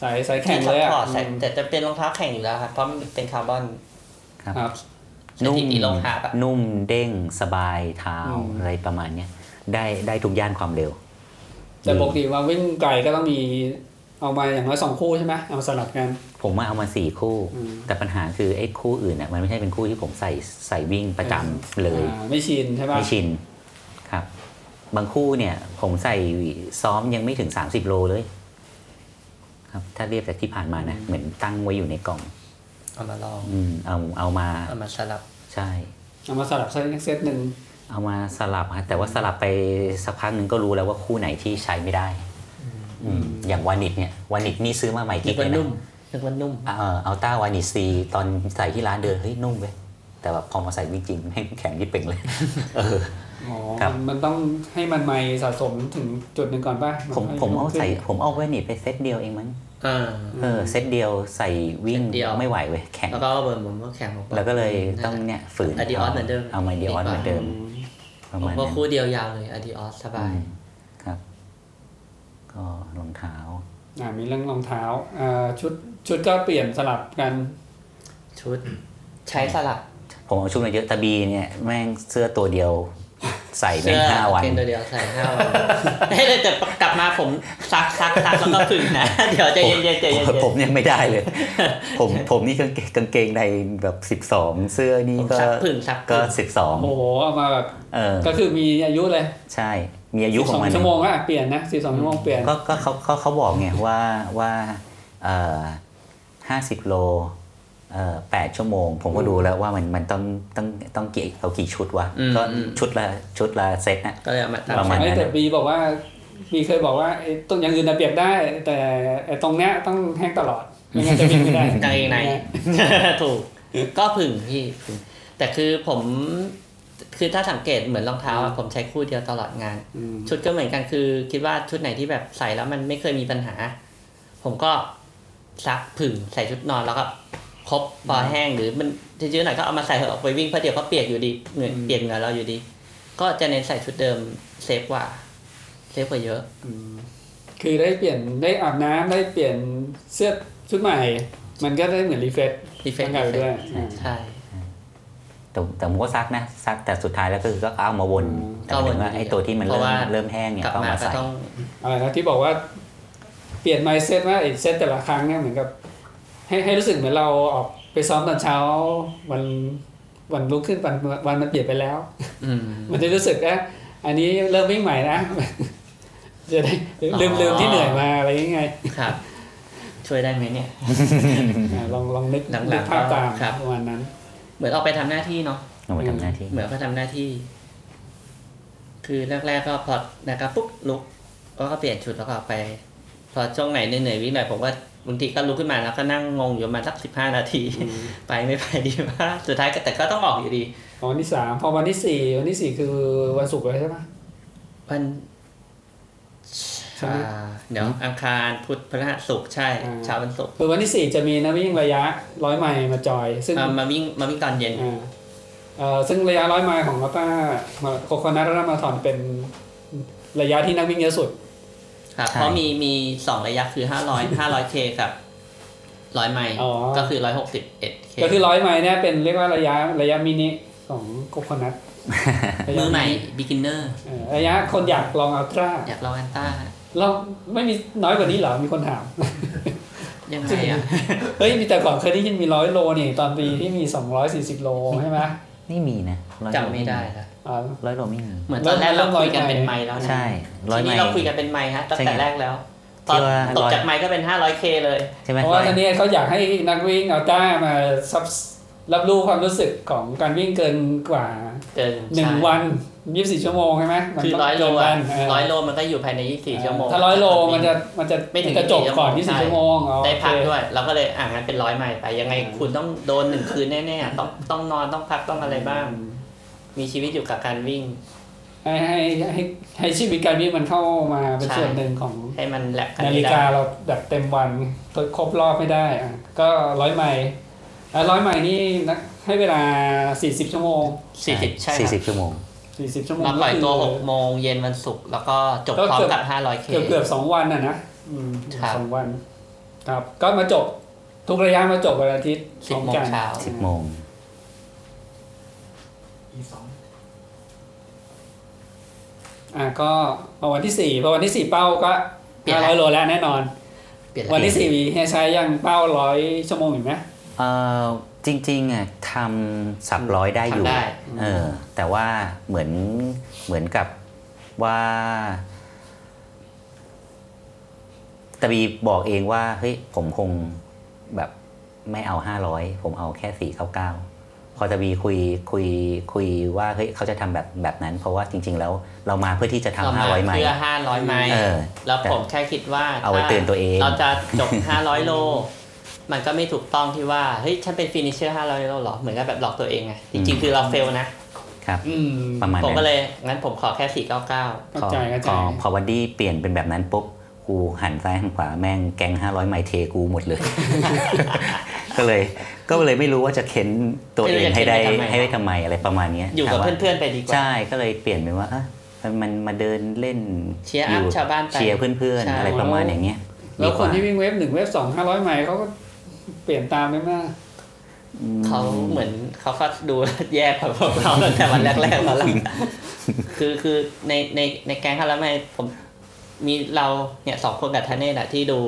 [SPEAKER 1] สายสายแข่
[SPEAKER 4] ที่
[SPEAKER 1] ง
[SPEAKER 4] ซั
[SPEAKER 1] เลย
[SPEAKER 4] พ
[SPEAKER 1] อ่ะ
[SPEAKER 4] พอร์ตใส่แต่จะเป็นรองเท้าแข่งอยู่แล้วครับ เพราะมันเป็นคาร์บอน
[SPEAKER 3] ครับ
[SPEAKER 1] ครับ
[SPEAKER 4] สถิติรองเท้าแบบ
[SPEAKER 3] นุ่มเด้งสบายเท้า
[SPEAKER 4] อืม
[SPEAKER 3] อะไรประมาณเนี้ย ได้ได้ทุกย่านความเร็ว
[SPEAKER 1] แต่ปกติว่าวิ่งไกลก็ต้องมีเอามาอย่างน้อยสองคู่ใช่ไหมเอามาสลับกัน
[SPEAKER 3] ผมว่าเอามาสี่คู่
[SPEAKER 1] อืม
[SPEAKER 3] แต่ปัญหาคือไอ้คู่อื่นน่ะมันไม่ใช่เป็นคู่ที่ผมใส่ใส่วิ่งประจำเลย
[SPEAKER 1] อ่าไม่ชินใช่ป่ะ
[SPEAKER 3] ไม่ชินครับ บางคู่เนี่ย ผมใส่ซ้อมยังไม่ถึง 30 โลเลย ครับ ถ้าเรียบจากที่ผ่านมานะ เหมือนตั้งไว้อยู่ในกล่อง
[SPEAKER 6] เอามาลอง
[SPEAKER 3] อืมเอาเอามา
[SPEAKER 6] เอามาสลับ
[SPEAKER 3] ใช่
[SPEAKER 1] เอามาสลับเซตหนึ่ง
[SPEAKER 3] เอามาสลับฮะแต่ว่าสลับไปสักพักหนึ่งก็รู้แล้วว่าคู่ไหนที่ใช้ไม่ได้ อืมอย่างวานิดเนี่ยวานิดนี่ซื้อมาใหม่
[SPEAKER 6] นึ
[SPEAKER 3] กิ๊
[SPEAKER 6] ก
[SPEAKER 3] ก
[SPEAKER 6] ว่า
[SPEAKER 3] เลย
[SPEAKER 6] นุ่ม
[SPEAKER 3] นะ
[SPEAKER 6] นึกว่านุ่ม
[SPEAKER 3] เออเอาต้าวานิดซีตอนใส่ที่ร้านเดินเฮ้ยนุ่มเว้ยแต่แบบพอมาใส่จริงๆแม่งแข็งยิ่เป่งเลย เออ
[SPEAKER 1] อ๋อ
[SPEAKER 3] ครับ
[SPEAKER 1] มันมันต้องให้มันไม่สะสมถึงจุดหนึ่งก่อนป่ะน
[SPEAKER 3] ผม
[SPEAKER 1] ค่ย
[SPEAKER 3] ผมเอา
[SPEAKER 1] ขึ้น
[SPEAKER 3] ใส่ผมเอาวานิดไปเซตเดียวเองมั้ง
[SPEAKER 6] อ่า
[SPEAKER 3] เออเซตเดียวใส่วิ่ง
[SPEAKER 6] เซตเดียว
[SPEAKER 3] ไม่ไหวเว้ยแข็ง
[SPEAKER 6] แล้วก็เหมือนผมก็แข่งผม
[SPEAKER 3] แล้วก็เลยต้องเนี่ยฝืน
[SPEAKER 6] เอา Adios เหมือนเดิม
[SPEAKER 3] เอาไมดีออส
[SPEAKER 6] ดีกว่า
[SPEAKER 3] เหมือนเดิมป
[SPEAKER 6] ผ
[SPEAKER 3] ระ
[SPEAKER 6] ม
[SPEAKER 3] มาณ
[SPEAKER 6] ก็
[SPEAKER 3] นั้น
[SPEAKER 6] คู่เดียวยาวเลยอดีออสสบาย
[SPEAKER 3] อืมครับ ก็รองเท้า
[SPEAKER 1] อ่ามีเรื่องรองเท้าอ่าชุดชุดก็เปลี่ยนสลับกัน
[SPEAKER 6] ชุด
[SPEAKER 4] ใช้สลับ
[SPEAKER 3] ผมเอาชุดมาเยอะตะบีเนี่ยแม่งเสื้อตัวเดียว ใส่แม่
[SPEAKER 4] เสื้
[SPEAKER 3] ง
[SPEAKER 4] อ
[SPEAKER 3] ห้าวัน
[SPEAKER 4] เกงตัวเดียวใส่ห้าวันให้แต่กลับมาผมซักซักซักแล้วก็ผึ่งนะ เดี๋ยวใจเย็นๆใจเย็น
[SPEAKER 3] ผมยังไม่ได้เลย ผมผมนี่กางเกงกางเกงในแบบสิบสองเสื้อ
[SPEAKER 4] ๆ
[SPEAKER 3] นี่
[SPEAKER 4] ผม
[SPEAKER 3] ก็
[SPEAKER 4] ซักผึ่งซัก
[SPEAKER 3] ก็
[SPEAKER 4] ผึ่ง
[SPEAKER 3] สิบสอง
[SPEAKER 1] โอ้โหเอามาแบบ
[SPEAKER 3] เออ
[SPEAKER 1] ก็คือมีอายุเลย
[SPEAKER 3] ใช่มีอายุข
[SPEAKER 1] สอ
[SPEAKER 3] อ
[SPEAKER 1] งง
[SPEAKER 3] มัน
[SPEAKER 1] ชั่วโมงก็อ่ะเปลี่ยนนะสิบสองชั่วโมงเปลี่ยน
[SPEAKER 3] ก็ก็เขาเขาเขาบอกไงว่าว่าห้าสิบโลเอ่อแปดชั่วโมง ผมก็ดูแล้วว่ามันมันต้องต้องต้องกี่เอากี่ชุดวะก็ชุดละชุดละเซตนะ
[SPEAKER 4] ก็เลยเอามาตัด
[SPEAKER 3] ประมาณนั้น
[SPEAKER 1] ไอ้แต่บีบอกว่าบีเคยบอกว่าไอ้ตรงอย่างอื่นน่ะเปลี่ยนได้ แต่ไอ้ตรงเนี้ยต้องแห้งตลอดไม่งั้นจะวิ่งไม่ได้
[SPEAKER 4] กางเกงใน ถูก ก็ผึ่งพี่ผึ่งแต่คือผมคือถ้าสังเกตเหมือนรองเท้าอะผมใช้คู่เดียวตลอดงาน
[SPEAKER 1] อืม
[SPEAKER 4] ชุดก็เหมือนกันคือ คิดว่าชุดไหนที่แบบใส่แล้วมันไม่เคยมีปัญหา ผมก็ซักผึ่งใส่ชุดนอนแล้วก็ครบพอแห้งหรือมันจะเยอะหน่อยก็เอามาใส่เถอะออกไปวิ่งเพราะเดี๋ยวก็เปียกอยู่ดีเหงื่อเปียกเหงื่อเราอยู่ดี ก็จะเน้นใส่ชุดเดิมเซฟกว่าเซฟกว่าเยอะ
[SPEAKER 1] คือได้เปลี่ยนได้อาบน้ำได้เปลี่ยนเสื้อชุดใหม่ มันก็ได้เหมือนรีเฟรช
[SPEAKER 4] refresh
[SPEAKER 1] ร่างกายไปด้วย
[SPEAKER 4] ใช่
[SPEAKER 3] แต่แต่ผมก็ซักนะซักแต่สุดท้ายแล้วก็คือก็เอามาวนแต่หมายถึงว่าไอ้ตัวที่มันเริ่มเริ่มแห้งเนี่ย
[SPEAKER 4] กลับ
[SPEAKER 3] ก็
[SPEAKER 4] มา
[SPEAKER 3] มา
[SPEAKER 4] ก็
[SPEAKER 3] ใส่
[SPEAKER 4] ต้อง
[SPEAKER 1] อะไรนะที่บอกว่าเปลี่ยน mindset ว่าไอ้เซตแต่ละครั้งเนี่ยเหมือนกับ ให้ให้รู้สึกเหมือนเราออกไปซ้อมตอนเช้า วันวันลุกขึ้นวันวันมันเปลี่ยนไปแล้ว
[SPEAKER 4] อืม
[SPEAKER 1] มันจะรู้สึกนะอันนี้เริ่มวิ่งใหม่นะ จะได้ลืม
[SPEAKER 4] อ๋อ
[SPEAKER 1] ลืมที่เหนื่อยมาอะไรยังไง
[SPEAKER 4] ครับ ช่วยได้ไหมเนี่ย
[SPEAKER 1] อ่ะลองลองนึก
[SPEAKER 4] หลังๆ
[SPEAKER 1] นึกภาพตาม
[SPEAKER 4] ครับ
[SPEAKER 1] ประมาณนั้น
[SPEAKER 4] เหมือนออกไปทำหน้าที่เนาะ
[SPEAKER 3] เอามาทำหน้าที่
[SPEAKER 4] เหมือนเขาทำหน้าที่ คือแรกๆก็พอนะครับปุ๊บลุกก็ก็เปลี่ยนชุดแล้วก็ออกไป พอช่วงไหนเหนื่อยๆวิ่งหน่อยผมก็บางทีก็ลุกขึ้นมาแล้วก็นั่งงงอยู่ประมาณสักสิบห้านาที ไปไม่ไปดีว่ากสุดท้ายก็แต่ก็ต้องออกอยู่ดี
[SPEAKER 1] อ๋อวันที่สามพอวันที่สี่วันที่สี่คือวันศุกร์แล้วใช่ปะ
[SPEAKER 4] วัน
[SPEAKER 1] ใช่ไหม
[SPEAKER 4] อ่าเดี๋ยวอังคารพุธพฤหัสศุกร์ใช่
[SPEAKER 1] อ่า
[SPEAKER 4] เช้าวันศุกร์
[SPEAKER 1] คือวันที่สี่จะมีนักวิ่งระยะร้อยไมล์มาจอย ซึ่ง
[SPEAKER 4] อ่ามาวิ่งมาวิ่งตอนเย็น
[SPEAKER 1] อ่าเอ่อซึ่งระยะร้อยไมล์ของลาต้าโคโคนัทรามาทอนเป็นระยะที่นักวิ่งเยอะสุด
[SPEAKER 4] ครับเพราะมีมีสองระยะคือห้าร้อยห้าร้อยเคกับร้อยไมล์
[SPEAKER 1] อ๋อ
[SPEAKER 4] ก็คือร้อยหกสิบเอ็ดเค
[SPEAKER 1] ก็คือร้อยไมล์เนี่ยเป็นเรียกว่าระยะระยะมินิของโคโคนัท
[SPEAKER 4] มือใหม่ beginner
[SPEAKER 1] เอ่อระยะคนอยากลองอัลตร้า
[SPEAKER 4] อยากลองแอนต้า
[SPEAKER 1] เราไม่มีน้อยกว่านี้เหรอ มีคนถาม
[SPEAKER 4] ยังไงอ่ะ
[SPEAKER 1] เฮ้ย มีแต่ก่อนเคยได้ยินมีร้อยโลนี่ ตอนปีที่มี 240 โลใช่ไหม
[SPEAKER 3] ไม่มีนะร้อยโล
[SPEAKER 4] จำไม่ได้ละ
[SPEAKER 1] อ่า
[SPEAKER 3] ร้อยโลไม่มี
[SPEAKER 4] เหมือนตอนแรก
[SPEAKER 1] เริ่
[SPEAKER 4] เรา
[SPEAKER 1] ม
[SPEAKER 4] คุยกัน
[SPEAKER 1] ร้อยไมล์
[SPEAKER 4] เป็นไมล์แล้วนะ
[SPEAKER 3] ใช่ร้อยไม
[SPEAKER 4] ทีนี้
[SPEAKER 3] ล์
[SPEAKER 4] เราคุยกันเป็นไมล์ฮะตั้งแต่
[SPEAKER 3] ใช่ไง
[SPEAKER 4] แรกแล้ว
[SPEAKER 3] ที่
[SPEAKER 4] ตอน
[SPEAKER 3] ว่า
[SPEAKER 4] ตก
[SPEAKER 3] ร้อย
[SPEAKER 4] จากไมล์ก็เป็น 500K เลย
[SPEAKER 3] ใช่ไหม
[SPEAKER 1] เพราะ
[SPEAKER 3] ร้อ
[SPEAKER 1] ว่าย ตอนนี้เขาอยากให้นักวิ่งอัลตร้ามาซับรับรู้ความรู้สึกของการวิ่งเกินกว่า
[SPEAKER 4] เกิน
[SPEAKER 1] หนึ่ง
[SPEAKER 4] ใช่
[SPEAKER 1] วันยี่สิบสี่ชั่วโมงใช่ไหมมัน
[SPEAKER 4] คือ
[SPEAKER 1] ต้ง
[SPEAKER 4] ร้อยโล
[SPEAKER 1] เกินวั
[SPEAKER 4] อะ
[SPEAKER 1] นเ
[SPEAKER 4] ร้อยโลมันก็อยู่ภายใน 24 ชั่วโมง
[SPEAKER 1] ถ้าร้อยโลมันจะมันจะ
[SPEAKER 4] ไม่ถึง
[SPEAKER 1] จะจบก่อน
[SPEAKER 4] 24
[SPEAKER 1] ยี่สิบชั่วโมงอ๋อ
[SPEAKER 4] ได้พัก
[SPEAKER 1] โอเค
[SPEAKER 4] ด้วย เราก็เลยอ่างั้นเป็นร้อยไมล์ไป ยังไงคุณต้องโดนหนึ่งคืนแน่ๆ ต้องต้องนอนต้องพักต้องอะไรบ้าง มีชีวิตอยู่กับการวิ่ง
[SPEAKER 1] ให้ให้ให้ให้ชีวิตการวิ่งมันเข้ามาเป็น
[SPEAKER 4] ใช่
[SPEAKER 1] ส่วนหนึ่งของ
[SPEAKER 4] ให้มันแลกกัน
[SPEAKER 1] นาฬิกาเราแบบเต็มวันครบรอบไม่ได้อ่ะก็ร้อยไมล์แล้วร้อยไมล์นี่นักให้เวลาสี่สิบชั่วโมง
[SPEAKER 4] สี่สิบใช่
[SPEAKER 3] สี่
[SPEAKER 4] ค
[SPEAKER 3] สิ
[SPEAKER 4] รับบ
[SPEAKER 3] ชั่วโมง
[SPEAKER 1] สี่สิบชั่วโมง
[SPEAKER 4] มาปล่อยตัว
[SPEAKER 1] ก็
[SPEAKER 4] ห
[SPEAKER 1] คื
[SPEAKER 4] ก
[SPEAKER 1] อ
[SPEAKER 4] โมงเย็นวันศุกร์แล้วก็จบ
[SPEAKER 1] ก็
[SPEAKER 4] พร้อม
[SPEAKER 1] เกือบ
[SPEAKER 4] กับ 500K
[SPEAKER 1] เกือบเกือบสองวันน่ะนะอืม
[SPEAKER 4] ครับ
[SPEAKER 1] สองวัน ครับ ก็มาจบทุกระยะมาจบวันอาทิตย์
[SPEAKER 4] สิบโม
[SPEAKER 1] พร้
[SPEAKER 4] ง
[SPEAKER 1] อกัน
[SPEAKER 4] เช้า
[SPEAKER 3] สิบโมง
[SPEAKER 5] อีสอง
[SPEAKER 1] อ่ะก็มาวันที่สี่พอวันที่สี่เป้าก็
[SPEAKER 7] เปลี่ยนละ
[SPEAKER 1] ห้าร้อยโลแล้วแน่นอน
[SPEAKER 7] เปลี่ยน
[SPEAKER 1] วัน
[SPEAKER 7] ละ
[SPEAKER 1] ที่สี่เฮียใช้ยังเป้าร้อยชั่วโมงอยู่ไหม
[SPEAKER 3] เอ่อจริงๆอ่ะทำสับร้อยได้อยู่
[SPEAKER 7] ทำได้
[SPEAKER 3] เออแต่ว่าเหมือนเหมือนกับว่าตะบีบอกเองว่าเฮ้ยผมคงแบบไม่เอาห้าร้อยผมเอาแค่สี่เก้าเก้าพอตะบีคุยคุยคุยว่าเฮ้ยเขาจะทำแบบแบบนั้น เพราะว่าจริง ๆ แล้วเรามาเพื่อที่จะทำห้าร้อยไหม
[SPEAKER 4] เพื่อห้าร้อยไม้
[SPEAKER 3] เออ
[SPEAKER 4] แล้วผมแค่คิดว่า
[SPEAKER 3] เอาไว้
[SPEAKER 4] ถ้
[SPEAKER 3] เตือนตัวเอง
[SPEAKER 4] เราจะ จบ ห้าร้อยโล มันก็ไม่ถูกต้องที่ว่าเฮ้ยฉันเป็นฟินิชเชอร์ห้าร้อยโลเหรอเหมือนกับแบบหลอกตัวเองไงจริงๆคือเราเฟลนะครับ
[SPEAKER 1] อืม
[SPEAKER 3] ประมาณ
[SPEAKER 4] ผม
[SPEAKER 3] นั้น
[SPEAKER 4] ก็เลยงั้นผมขอแค่สี่เก้าเก้า
[SPEAKER 1] เข้า
[SPEAKER 3] พอ
[SPEAKER 1] ใจเข้า
[SPEAKER 3] พ
[SPEAKER 1] ใจ
[SPEAKER 3] อพอวันดี้เปลี่ยนเป็นแบบนั้นปุ๊บกูหันซ้ายหันขวาแม่งแกง 500 ไมล์เทกูหมดเลย ก็เลยก็เลยไม่รู้ว่าจะเค้นตัวเองให้ได้
[SPEAKER 4] ไม่รู้จะเค้นไปทำไม
[SPEAKER 3] ให้ได้ทำไมอะไรประมาณเนี้
[SPEAKER 4] อยู่กับ
[SPEAKER 3] ถามว่า
[SPEAKER 4] เพื่อนๆไปดีกว่า
[SPEAKER 3] ใช่ก็เลยเปลี่ยนเป็นว่าเอ๊ะมันมันมาเดินเล่น
[SPEAKER 4] เชียร์อัพ
[SPEAKER 3] อ
[SPEAKER 4] ชาวบ้านไป
[SPEAKER 3] เชียร์เพื่อน
[SPEAKER 4] ใช่
[SPEAKER 3] ๆอะไรประมาณอย่างเงี้ย
[SPEAKER 1] แล้ว
[SPEAKER 3] ดีก
[SPEAKER 1] คนที่วิ่งเว็บหนึ่งเว็บสองห้าร้อยไมล์เขาก็เปลี่ยนตามไปมาก
[SPEAKER 3] อืม
[SPEAKER 4] เขาเหมือนเขาก็ดูแย่กว่าพวกเราตั้งแต่วันแรกๆแล้วล่ะคือคือในในในแก๊งเขาแล้วไม่ผมมีเราเนี่ยสองคนกับทนเนศอะที่ดู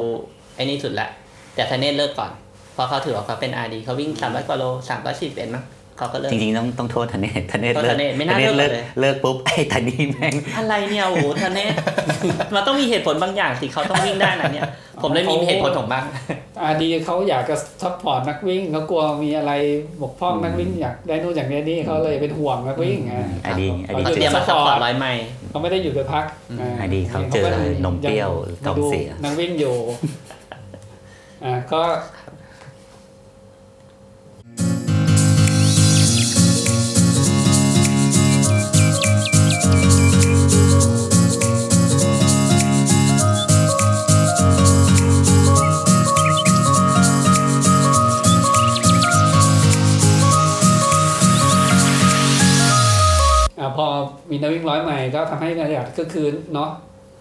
[SPEAKER 4] ไอ้นี่สุดละแต่ทนเนศเลิกก่อนเพราะเขาถือว่าเขาเป็นอาดีเขาวิ่งสามร้อยกว่าโลสามร้อยสี่สิบเอ็ดมั้งเขาก็เลิก
[SPEAKER 3] จริงๆต้องต้องโทษธเนศธเนศ
[SPEAKER 4] โทษ
[SPEAKER 3] เลิก
[SPEAKER 4] ธเนศไม่น่า
[SPEAKER 3] ธเนศ
[SPEAKER 4] เลิ
[SPEAKER 3] เลิ
[SPEAKER 4] ก
[SPEAKER 3] ก
[SPEAKER 4] เลย
[SPEAKER 3] เลิกปุ๊บไอ้ ธนีแม่ง
[SPEAKER 4] อะไรเนี่ยโอ้โหทนเนศ มันต้องมีเหตุผลบางอย่างสิเขาต้องวิ่งได้นะเนี่ย ผมเลยมีเหตุผลของบ้าง
[SPEAKER 1] อาดีเขาอยากจะซัพพอร์ตนักวิ่งเขากลัวมีอะไรบกพร่องนักวิ่งอยากได้นู่นอยากได้นี่เขาเลยเป็นห่วงนักวิ่งไง
[SPEAKER 3] อดีอดี
[SPEAKER 1] เขา
[SPEAKER 4] เดี๋ยวมาสปอร์ตร้อยไมล์
[SPEAKER 1] เขาไม่ได้หยุดไปพัก
[SPEAKER 7] อืม
[SPEAKER 1] า
[SPEAKER 3] อดีเขาเจอ
[SPEAKER 1] ก็ล
[SPEAKER 3] นมเปรี้ยว
[SPEAKER 1] ง
[SPEAKER 3] ท้องเสีย
[SPEAKER 1] ดูนักวิ่งอยู่อ่าก็ อ่าพอมีนักวิ่งร้อยใหม่ก็ทำให้บรรยากาศก็คือเนาะ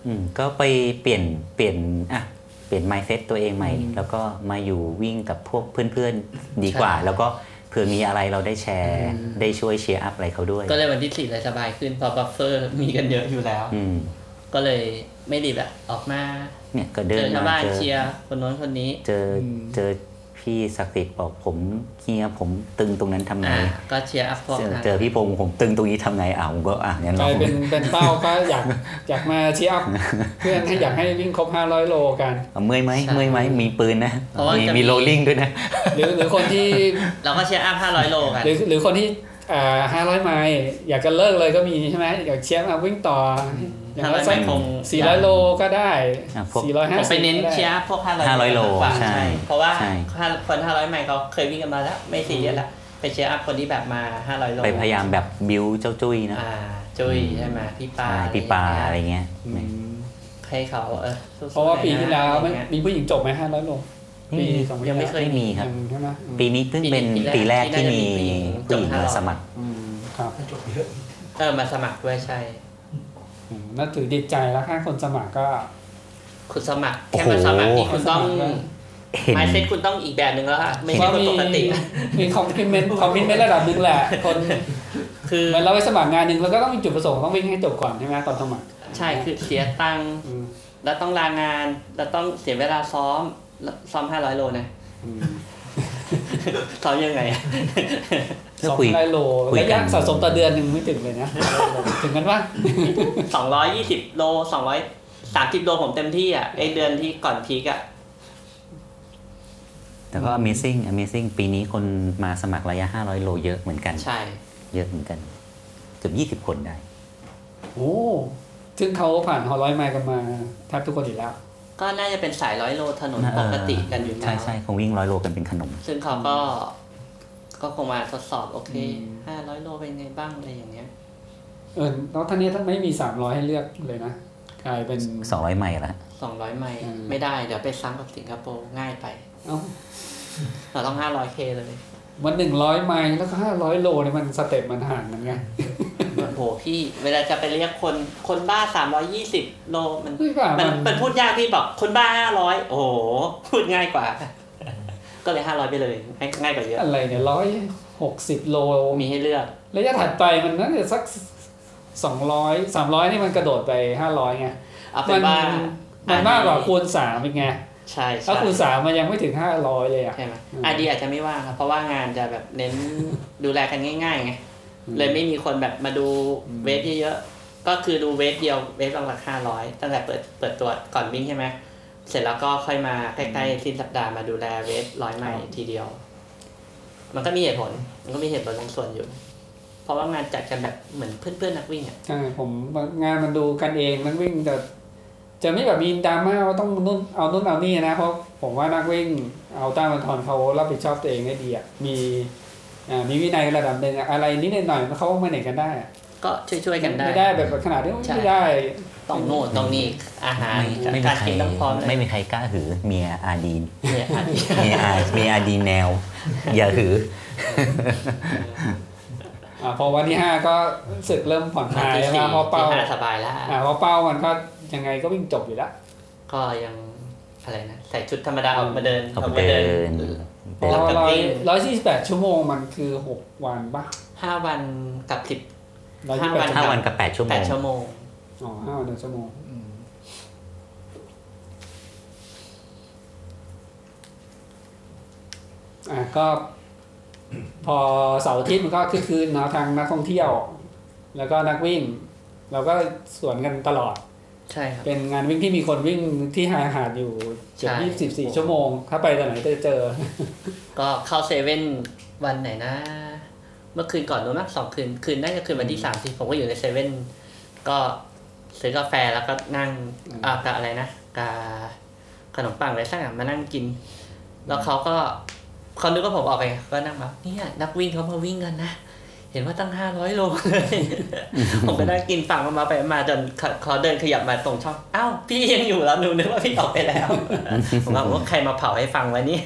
[SPEAKER 3] อืมก็ไปเปลี่ยนเปลี่ยนอ่ะเปลี่ยน mindset ตัวเองใหม่ แล้วก็มาอยู่วิ่งกับพวกเพื่อนๆดีกว่า แล้วก็เผื่อมีอะไรเราได้แชร์ได้ช่วยเชียร์อัพอะไรเขาด้วย
[SPEAKER 4] ก็เลยวันที่สี่เลยสบายขึ้นเพราะบัฟเฟอร์มีกันเยอะอยู่แล้ว
[SPEAKER 3] อืม
[SPEAKER 4] ก็เลยไม่รีบอะออกมา
[SPEAKER 3] เนี่ยก็
[SPEAKER 4] เจ
[SPEAKER 3] เดิน
[SPEAKER 4] อชาว
[SPEAKER 3] มา
[SPEAKER 4] บ้าน
[SPEAKER 3] เจอ
[SPEAKER 4] เชียร์คนโน้นคนนี้
[SPEAKER 3] เจอเจอพี่ศักดิ์สิทธิ์บอกผมเฮียผมตึงตรงนั้นทำไง
[SPEAKER 4] อ่า ก็เชียร์อัพพวก
[SPEAKER 3] เจอ
[SPEAKER 4] นั้น
[SPEAKER 3] เจอพี่พงศ์ผมตึงตรงนี้ทำไงอ่ะผมก็อ่ะงั้น
[SPEAKER 1] ก
[SPEAKER 3] ล
[SPEAKER 1] ลา
[SPEAKER 3] อย ง
[SPEAKER 1] เป็นเป็นเป้าก็อยากอยากมาเชียร์อัพเพื่อนให้อยากให้วิ่งครบ 500 โลกัน
[SPEAKER 3] เมื่อยไหมเมื่อยไหมมีปืนนะ
[SPEAKER 1] เพราะว่า
[SPEAKER 3] มี
[SPEAKER 1] จะมี
[SPEAKER 3] มีโรลลิ่งด้วยนะ
[SPEAKER 1] หรือหรือคนที่
[SPEAKER 4] เราก็เชียร์อัพห้าร้อยโลกัน
[SPEAKER 1] หรือหรือคนที่อ่าห้าร้อยไมล์อยากจะเลิกเลยก็มีใช่ไหมอยากเชียร์มาวิ่งต่ออย่างละ
[SPEAKER 4] 500
[SPEAKER 1] สัก
[SPEAKER 4] ไมล์คง
[SPEAKER 1] สี่ร้อยโลก็ได้
[SPEAKER 3] อ่ะพวก
[SPEAKER 1] สี่ร้อย
[SPEAKER 4] ผ
[SPEAKER 1] ห้าม สิบ
[SPEAKER 4] ไปเน้นเชียร์อัพพวกห้าร้อย
[SPEAKER 3] 500โล
[SPEAKER 4] กว่า
[SPEAKER 3] ใช่
[SPEAKER 4] เพราะว่า
[SPEAKER 3] ใช่
[SPEAKER 4] คนห้าร้อยไมล์เขาเคยวิ่งกันมาแล้ว ไม่ซีเรียสละไปเชียร์อัพคนที่แบบมาห้าร้อยโล
[SPEAKER 3] ไปพยายามแบบบิวเจ้าจุ้ยนะ
[SPEAKER 4] อ่าจุยใช่ไหมพี่ปา
[SPEAKER 3] ใช่พี่ปาอะไรเงี้ย
[SPEAKER 4] ให้เขาเออสู้ๆ
[SPEAKER 1] เพราะว่าปีที่แล้ว
[SPEAKER 4] อะไร
[SPEAKER 1] ไม่
[SPEAKER 4] เงี้ย
[SPEAKER 1] มีผู้หญิงจบไหมห้าร้อยโล
[SPEAKER 3] ไม่
[SPEAKER 1] ปี
[SPEAKER 3] มี
[SPEAKER 1] สอง
[SPEAKER 4] ยังไม่เคย
[SPEAKER 3] ไม่มีครับ
[SPEAKER 1] ใช่ไหมอืม
[SPEAKER 3] ปีนี้เพิ่งเป็น
[SPEAKER 4] ปี
[SPEAKER 3] ปี
[SPEAKER 4] แร
[SPEAKER 3] แร
[SPEAKER 4] ก
[SPEAKER 3] ก
[SPEAKER 4] ที่
[SPEAKER 3] ที่
[SPEAKER 4] น่าจะมี
[SPEAKER 3] มี
[SPEAKER 4] ผู้
[SPEAKER 3] ผู้
[SPEAKER 4] ห
[SPEAKER 3] หญิ
[SPEAKER 4] ญิง
[SPEAKER 3] ง
[SPEAKER 4] จบ
[SPEAKER 3] มา
[SPEAKER 4] ห้ารอบ
[SPEAKER 3] สมัคร
[SPEAKER 1] อืมครับ
[SPEAKER 4] เออมาสมัครด้วยใช่
[SPEAKER 1] อืมน่าถือดีใจแล้วถ้าคนสมัครก็
[SPEAKER 4] คุณสมัคร
[SPEAKER 3] โอ้
[SPEAKER 4] แค่
[SPEAKER 3] โห
[SPEAKER 4] มาสมัครนี่คุณต้อง
[SPEAKER 1] สมัคร
[SPEAKER 3] เห็น
[SPEAKER 4] ไมเซ็ตคุณต้องอีกแบบหนึ่งแล้วอะไม่ใช่คนปกติ
[SPEAKER 1] มีคอมมิชเมนต์คอมมิชเมนต์ระดับหนึ่งแหละคน
[SPEAKER 4] คือ
[SPEAKER 1] เหมือนเราไปสมัครงานหนึ่งเราก็ต้องมีจุดประสงค์ต้องวิ่งให้จบก่อนใช่ไหมตอนสมัคร
[SPEAKER 4] ใช่คือเสียตังค์
[SPEAKER 1] อืม
[SPEAKER 4] เราต้องลางาน เราต้องเสียเวลาซ้อม ซ้อมห้าร้อยโลนะ
[SPEAKER 1] อืม
[SPEAKER 4] ซ้อมยังไงอะ
[SPEAKER 1] ส
[SPEAKER 3] ก็
[SPEAKER 1] อง
[SPEAKER 3] คุย
[SPEAKER 1] ร้อยโล
[SPEAKER 3] คุย
[SPEAKER 1] ระ
[SPEAKER 3] กั
[SPEAKER 1] ยะ
[SPEAKER 3] น
[SPEAKER 1] สะสมต่อเดือนหนึ่งไม่ถึงเลยนะ ถึงกันปะ
[SPEAKER 4] สองร้อยยี่สิบโลสองร้อยสามสิบโลผมเต็มที่อ่ะไอเดือนที่ก่อนพีกอ่ะ
[SPEAKER 3] แต่ก็ amazing amazing ปีนี้คนมาสมัครระยะ 500 โลเยอะเหมือนกัน
[SPEAKER 4] ใช่
[SPEAKER 3] เยอะเหมือนกันเกือบ20 คนได้
[SPEAKER 1] โอ้ ซึ่งเขาผ่านฮอลร้อยไมล์กันมาแทบทุกคนอยู่แล้ว
[SPEAKER 4] ก็น่าจะเป็นสายร้อยโลถนนปกติกันอยู่แล้
[SPEAKER 3] ใช่
[SPEAKER 4] ว
[SPEAKER 3] ใช่คงวิ่งร้อยโลกันเป็นขนม
[SPEAKER 4] ซึ่งเขาก็ ก็คงมาทดสอบโอเคห้าร้อยโลเป็นไงบ้างอะไรอย่างเงี้ย
[SPEAKER 1] เออแล้วท่านนี้ท่านไม่มีสามร้อยให้เลือกเลยนะ กลายเป็น
[SPEAKER 3] 200 ไมล์ละ
[SPEAKER 4] สองร้อยไมล์
[SPEAKER 1] อืม
[SPEAKER 4] ไม่ได้เดี๋ยวไปซ้ำกับสิงคโปร์ง่ายไป
[SPEAKER 1] เอ้า
[SPEAKER 4] เราต้องห้าร้อยเคเลย
[SPEAKER 1] มันหนึ่งร้อยไมล์แล้วก็ห้าร้อยโลเนี่ยมันสเต็ปมันห่างกันไง
[SPEAKER 4] โอ้โหพี่ เวลาจะไปเรียกคนคนบ้าสามร้อยยี่สิบโลมัน
[SPEAKER 1] เฮ้ยป่ะ
[SPEAKER 4] มั
[SPEAKER 1] มัน น
[SPEAKER 4] มันพูดยากพี่บอกคนบ้าห้าร้อยโอ้โห พูดง่ายก ว่า ก็เลยห้าร้อยไปเลยง่ายง่ายกว่าเยอะ
[SPEAKER 1] อะไรเนี่ยร้อยหกสิบโล
[SPEAKER 4] มีให้เลือก
[SPEAKER 1] ระยะถัดไปมันน่าจะสัก สองร้อยสามร้อยนี่มันกระโดดไปห้าร้อยไง
[SPEAKER 4] เอาเป็
[SPEAKER 1] มัน
[SPEAKER 4] ว่า
[SPEAKER 1] มั
[SPEAKER 4] มัน
[SPEAKER 1] มากกว่าคูณสามเป็นไง
[SPEAKER 4] ใช่ใช่
[SPEAKER 1] ถ้าคูณสามมันยังไม่ถึงห้าร้อยเลยอ่ะ
[SPEAKER 4] ใช่ไหม
[SPEAKER 1] อืม
[SPEAKER 4] อาดีอาจจะไม่ว่างครับเพราะว่างานจะแบบเน้น ดูแลกันง่ายๆไงเลยไม่มีคนแบบมาดูเวฟเยอะๆก็คือดูเวฟเดียวเวฟประมาณห้าร้อยตั้งแต่เปิดเปิดตัวก่อนวิ่งใช่ไหมเสร็จแล้วก็ค่อยมาใกล้ๆสิ้นสัปดาห์มาดูแลเวฟร้อยใหม่ทีเดียว มันก็มีเหตุผลมันก็มีเหตุผลบางส่วนอยู่ เพราะว่างานจัดกันแบบเหมือนเพื่อนๆนักวิ่งอ่ะ
[SPEAKER 1] ใช่ผมงานมันดูกันเองนักวิ่งจะจะไม่แบบมีดราม่าว่าต้องนู่นเอานู่นเอานี่นะเพราะผมว่านักวิ่งเอาต้ามาทอนเขารับผิดชอบตัวเองได้ดีอ่ะมีอ่ามีวินัยระดับหนึ่งอะอะไรนิดหน่อยๆเขาไม่ไหนกันได้อะ
[SPEAKER 4] ก็ช่วยๆกันได้
[SPEAKER 1] ไม่ได้แบบขนาดที่
[SPEAKER 4] ใช่
[SPEAKER 1] ไม่ได้
[SPEAKER 4] ต้องโน่นต้องนี่อาหาร
[SPEAKER 3] ไม่ไม่มี
[SPEAKER 4] การ
[SPEAKER 3] ใคร
[SPEAKER 4] กินต้องพร้อมเล
[SPEAKER 3] ไม่
[SPEAKER 4] ย
[SPEAKER 3] มีใครกล้าหือเมียอาดีน
[SPEAKER 4] เนี่ยอาหาร
[SPEAKER 3] มีอามีอาดีแนว อย่าหือ
[SPEAKER 1] อ่าพอวันที่ห้าก็รู้สึกเริ่มผ่อนคลายแล้
[SPEAKER 4] ที่
[SPEAKER 1] ว
[SPEAKER 4] สี่
[SPEAKER 1] นะพอเป้า
[SPEAKER 4] ที่ห้าสบายแล้ว
[SPEAKER 1] อ่าพอเป้ามันก็ยังไงก็วิ่งจบอยู่แล้ว
[SPEAKER 4] ก็ยังอะไรนะใส่ชุดธรรมดาออกมาเดิน
[SPEAKER 3] ออกมาเดิน
[SPEAKER 1] พอ
[SPEAKER 3] แต่
[SPEAKER 4] า
[SPEAKER 1] ร้อยร้อยสี่สิบแปดชั่วโมงมันคือหกวันปะ
[SPEAKER 4] ห้าวันกับสิบ
[SPEAKER 1] ร้อยยี่สิ
[SPEAKER 4] ห้า
[SPEAKER 1] บแป
[SPEAKER 4] วั
[SPEAKER 1] ด
[SPEAKER 4] น
[SPEAKER 3] ห้าวันกับแปดชั่วโม
[SPEAKER 4] แปด
[SPEAKER 3] ง
[SPEAKER 4] ชั่วโมง
[SPEAKER 1] อ๋อห้าวันต่อชั่วโมง อ่ะก็ พอเสาร์อาทิตย์มันก็คือคืนเนาะทางนักท่องเที่ยว แล้วก็นักวิ่ง เราก็สวนกันตลอด
[SPEAKER 4] ใช่ครับ
[SPEAKER 1] เป็นงานวิ่งที่มีคนวิ่งที่หาหาดอยู่เจ็ด
[SPEAKER 4] ใช่
[SPEAKER 1] ยี่สิบสี่ชั่วโมง ถ้าไปตอนไหนจะเจอ
[SPEAKER 4] ก็เข้าเซเว่นวันไหนนะ เมื่อคืนก่อนนู้นมั้งสองคืน คืนน่าจะคืนวันที่สามสิผมก็อยู่ในเซเว่นก็ซื้อกาแฟแล้วก็นั่ง
[SPEAKER 1] อืม
[SPEAKER 4] อ่ากะอะไรนะกาขนมปังอะไรสักอย่างมานั่งกิน แล้วเขาก็เขานึกว่าผมออกไปไงก็นั่งแบบเนี่ยนักวิ่งเขามาวิ่งกันนะ เห็นว่าตั้งห้าร้อยโล เลยผมก็นั่งกินฝั่งมามาไปมาจนเขาเขาเดินขยับมาตรงช่องอ้าวพี่ยังอยู่แล้วหนูนึกว่าพี่ออกไปแล้ว ผมว่าผมว่าใครมาเผาให้ฟังวะเนี่ย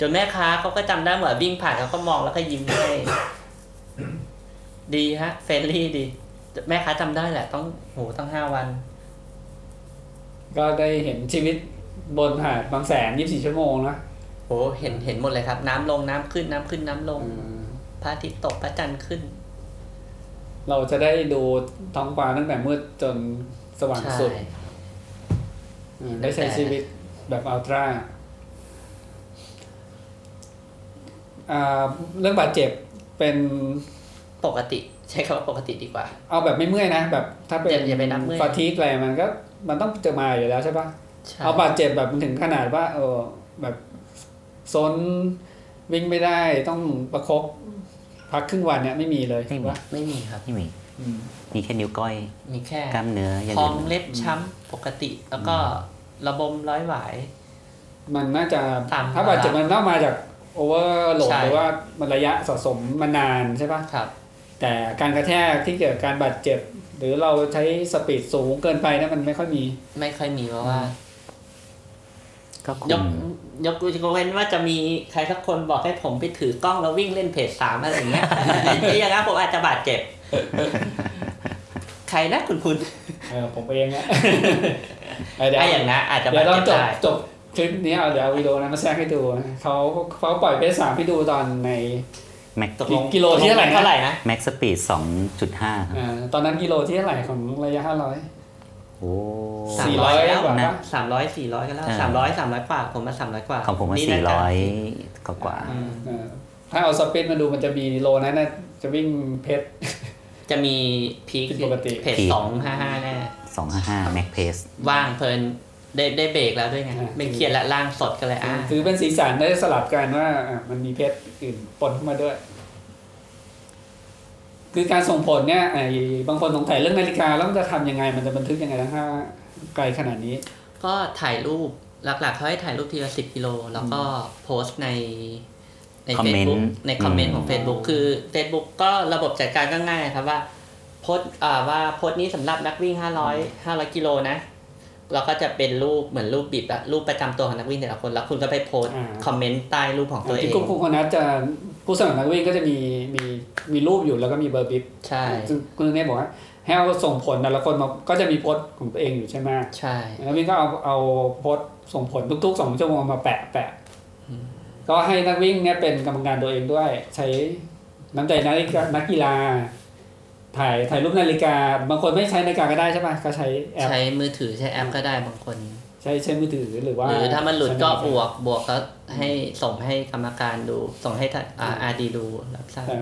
[SPEAKER 4] จนแม่ค้าเขาก็จำได้เหมือนวิ่งผ่านเขาก็มองแล้วก็ยิ้มให้ ดีฮะเฟรนลี่ดี แม่ค้าจำได้แหละ ต้องโหต้องห้าวัน
[SPEAKER 1] ก็ได้เห็นชีวิตบนหาดบางแสนยี่สิบสี่ชั่วโมงนะ
[SPEAKER 4] โหเห็นเห็นหมดเลยครับ น้ำลงน้ำขึ้นน้ำขึ้นน้ำลง
[SPEAKER 1] อืม
[SPEAKER 4] พระอาทิตย์ตกพระจันทร์ขึ้น
[SPEAKER 1] เราจะได้ดูท้องฟ้าตั้งแต่มืดจนสว่างสุด อืมได้ใช้ชีวิตแบบอัลตร้าอ่าเรื่องบาดเจ็บเป็น
[SPEAKER 4] ปกติ ใช้คำว่าปกติดีกว่า
[SPEAKER 1] เอาแบบไม่เมื่อยนะ แบบถ้าเป็น
[SPEAKER 4] อย่าอย่าไปนับเมื่อย
[SPEAKER 1] ฟาทีกอะไรมันก็มันต้องเจอมาอยู่แล้วใช่ปะ
[SPEAKER 4] ใช่
[SPEAKER 1] เอาบาดเจ็บแบบมันถึงขนาดว่าเออแบบซนวิ่งไม่ได้ต้องประคบพักครึ่งวันเนี่ยไม่มีเลย
[SPEAKER 3] ไม่มี
[SPEAKER 1] ว่า
[SPEAKER 4] ไม่มีครับ
[SPEAKER 3] ไม่มี มีแค่นิ้วก้อย
[SPEAKER 4] มีแค่
[SPEAKER 3] กล้ามเนื้ออย่าง
[SPEAKER 4] พอ
[SPEAKER 3] อื่
[SPEAKER 4] ง
[SPEAKER 3] น
[SPEAKER 4] เล็บช้ำปกติ แล้วก็ระบมร้อยหวาย
[SPEAKER 1] มันน่าจะ
[SPEAKER 4] ตาม
[SPEAKER 1] ถ้าบาดเจ็บมันน่ามาจากโอเวอร์โหลด
[SPEAKER 4] ใช่
[SPEAKER 1] หรือว่ามันระยะสะสมมานานใช่ปะ
[SPEAKER 4] ครับ
[SPEAKER 1] แต่การกระแทกที่เกิดการบาดเจ็บ หรือเราใช้สปีดสูงเกินไปนะมันไม่ค่อยมี
[SPEAKER 4] ไม่ค่อยมีเพราะว่า
[SPEAKER 3] ก็คุ
[SPEAKER 4] ยก
[SPEAKER 3] ม
[SPEAKER 4] ยกยกเว้นว่าจะมีใครสักคนบอกให้ผมไปถือกล้องแล้ววิ่งเล่นเพจสามอะไรอย่างเงี้ย ไอ้อย่างนั้นผมอาจจะบาดเจ็บ ใครนะคุณคุณ
[SPEAKER 1] เออผมเองอะ เออเดี๋ยว
[SPEAKER 4] ไอ้อย่างนั้นอาจจะ
[SPEAKER 1] เดี๋
[SPEAKER 4] บา
[SPEAKER 1] ยว
[SPEAKER 4] ด
[SPEAKER 1] เรา
[SPEAKER 4] เจ็บ
[SPEAKER 1] จบ
[SPEAKER 4] ได้
[SPEAKER 1] จบคลิปนี้เอาเดี๋ยวเอาวิดีโอนั้นมาแทรกให้ดูนะเขาเขาปล่อยเพจสามให้ดูตอนใน
[SPEAKER 3] แม็ก
[SPEAKER 4] ตกลง
[SPEAKER 1] กิโลที่เท่าไหร่นะ
[SPEAKER 4] เท่าไหร่นะ
[SPEAKER 3] แม็กสปีดสองจุดห้าครับ
[SPEAKER 1] อ่าตอนนั้นกิโลที่เท่าไหร่ของระยะห้าร้อย
[SPEAKER 3] โอ้
[SPEAKER 1] สาม
[SPEAKER 4] ามร้อย
[SPEAKER 1] 400
[SPEAKER 4] แล้ว
[SPEAKER 1] กว่าปะ
[SPEAKER 4] สามร้อยสี่ร้อยกันแล้ว
[SPEAKER 3] อ่า
[SPEAKER 4] สามร้อยสามร้อยกว่าผมมาสามร้อยกว่า
[SPEAKER 3] ของผมมัน
[SPEAKER 4] นี่
[SPEAKER 3] สี่
[SPEAKER 4] น่าจะ
[SPEAKER 3] ร้อยกว่า
[SPEAKER 1] ถ้าเอาสปีดมาดูมันจะมีโลนั้นนะจะวิ่งเพจ
[SPEAKER 4] จะมีพีค
[SPEAKER 1] ผิดปกติ
[SPEAKER 4] เพจสองห้าห้าแน่
[SPEAKER 3] สองห้าห้าแม็กเพส
[SPEAKER 4] ว่างเพลินได้ได้เบรกแล้วด้วยไง
[SPEAKER 1] อ่า
[SPEAKER 4] ไม่เครียดและล่างสดกันเลยอ่ะ
[SPEAKER 1] ถือเป็นสีสันได้สลับกันว่าอ่ะมันมีเพชรอื่นปนเข้ามาด้วย คือการส่งผลเนี่ยไอ้บางคนสงสัยเรื่องนาฬิกาแล้วมันจะทำยังไง มันจะบันทึกยังไงทั้งห้าไกลขนาดนี้
[SPEAKER 4] ก็ถ่ายรูปหลักๆเขาให้ถ่ายรูปทีละสิบกิโลแล้วก็โพสต์ใน ใน
[SPEAKER 3] คอมเมน
[SPEAKER 4] Facebook
[SPEAKER 3] ต์
[SPEAKER 4] ในคอมเมนต์ของ Facebook คือ Facebook ก็ระบบจัดการก็ง่ายครับว่าโพสต์อ่าว่าโพสต์นี้สำหรับนักวิ่ง 500 500กิโลนะเราก็จะเป็นรูปเหมือนรูปบีบอะรูปประจำตัวของนักวิ่งแต่ละคนแล้วคุณก็ไปโพสต์
[SPEAKER 1] อ่า
[SPEAKER 4] คอมเมนต์ใต้รูปของตัวเอ
[SPEAKER 1] ที่
[SPEAKER 4] ง
[SPEAKER 1] กรุ๊ปคุณคนนัทจะผู้สมัครนักวิ่งก็จะมีมีมีรูปอยู่แล้วก็มีเบอร์บิ๊บ
[SPEAKER 4] ใช่
[SPEAKER 1] ซึ่งคุณเนี่ยบอกว่าให้เอาส่งผลแต่ละคนมาก็จะมีโพสต์ของตัวเองอยู่ใช่ไหม
[SPEAKER 4] ใช่
[SPEAKER 1] นักวิ่งก็เอาเอาโพสต์ส่งผลทุกๆสองชั่วโมงมาแปะแปะก็ให้นักวิ่งเนี่ยเป็นกรรมการตัวเองด้วย ใช้น้ำใจนักนักกีฬา ถ่ายถ่ายรูปนาฬิกา บางคนไม่ใช้นาฬิกาก็ได้ใช่ป่ะก็ใช้แอป
[SPEAKER 4] ใช้มือถือใช้แอปก็ได้บางคน
[SPEAKER 1] ใช้ใช้มือถือหรือว่า
[SPEAKER 4] หรือถ้ามันหลุดก็
[SPEAKER 1] ใช้
[SPEAKER 4] บ
[SPEAKER 1] นาฬิาว
[SPEAKER 4] กบวกก็ให้ส่งให้กรรมการดู ส่งให้ท่านอาร์ดีดูรับทราบ
[SPEAKER 1] แต่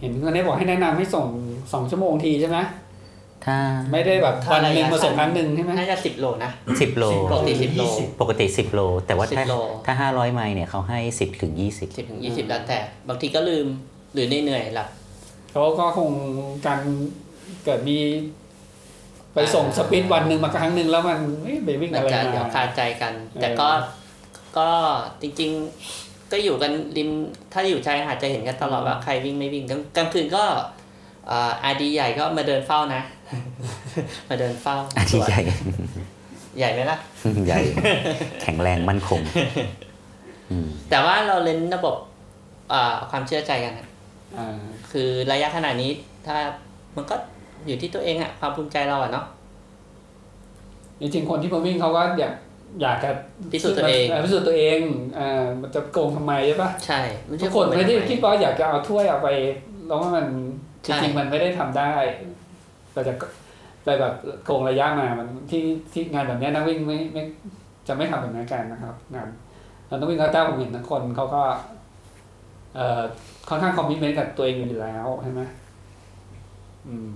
[SPEAKER 1] เห็นตอนนี้บอกให้แนะนำให้ส่งสองชั่วโมงทีใช่ไหม
[SPEAKER 3] ถ้า
[SPEAKER 1] ไม่ได้แบบวันหนึ่งมาส่งครั้งหนึ่งใช่ไหม
[SPEAKER 4] น่าจะสิบโลนะ
[SPEAKER 3] สิบโล
[SPEAKER 4] ปกติสิบโล
[SPEAKER 3] ปกติสิบโล แต่ว่าถ้า
[SPEAKER 4] สิบโล
[SPEAKER 3] ถ้าห้าร้อยไมล์เนี่ยเขาให้สิบถึงยี่สิบ
[SPEAKER 4] สิบถึงยี่สิบแล้วแต่ บางทีก็ลืมหรือเหนื่อยๆหลับ
[SPEAKER 1] เขาก็คงการเกิดมี ไปส่งสปีดวันหนึ่งมาครั้งหนึ่งแล้วมันเอ๊ะไปวิ่ง
[SPEAKER 4] มัน
[SPEAKER 1] อะไร
[SPEAKER 4] จะเดี๋ยว
[SPEAKER 1] มา
[SPEAKER 4] คาใจกัน
[SPEAKER 1] เออ
[SPEAKER 4] แต่ก็ก็จริงๆก็อยู่กันริมถ้าอยู่ชายหาดจะเห็นกันตลอดว่าใครวิ่งไม่วิ่งกลางกลางคืนก็เอ่ออาดีใหญ่ก็มาเดินเฝ้านะ มาเดินเฝ้า
[SPEAKER 3] อาทิตย์ใหญ่
[SPEAKER 4] ใหญ่ไหมล่ะ
[SPEAKER 3] ใหญ่ แข็งแรงมั่นคง อืม
[SPEAKER 4] แต่ว่าเราเล่นระบบเอ่อความเชื่อใจกันอะ
[SPEAKER 1] อ่า
[SPEAKER 4] คือระยะขนาดนี้ถ้ามันก็อยู่ที่ตัวเองอะความภูมิใจเราอะเนาะ
[SPEAKER 1] จริงๆคนที่มาวิ่งเขาก็อยากอยากจะ
[SPEAKER 4] พิสูจน์ตัวเอง
[SPEAKER 1] พิสูจน์ตัวเองอ่ามันจะโกงทำไมใช่ปะ
[SPEAKER 4] ใช่
[SPEAKER 1] ทุกคนไม่ได้คิด
[SPEAKER 4] ว่า
[SPEAKER 1] ว่าอยากจะเอาถ้วยเอาไปแล้วว่ามันจ
[SPEAKER 4] ใช่
[SPEAKER 1] ริงๆมันไม่ได้ทำได้แต่จะไปแบบโกงระยะมามันที่ที่งานแบบเนี้ยนักวิ่งไม่ไม่จะไม่ทำแบบนั้นกันนะครับงานแล้วนักวิ่งเขาเจ้าผมเห็นทั้งคนเขาก็เอ่อค่อนข้างคอมมิชเมนต์กับตัวเองอยู่แล้วใช่ไหมอืม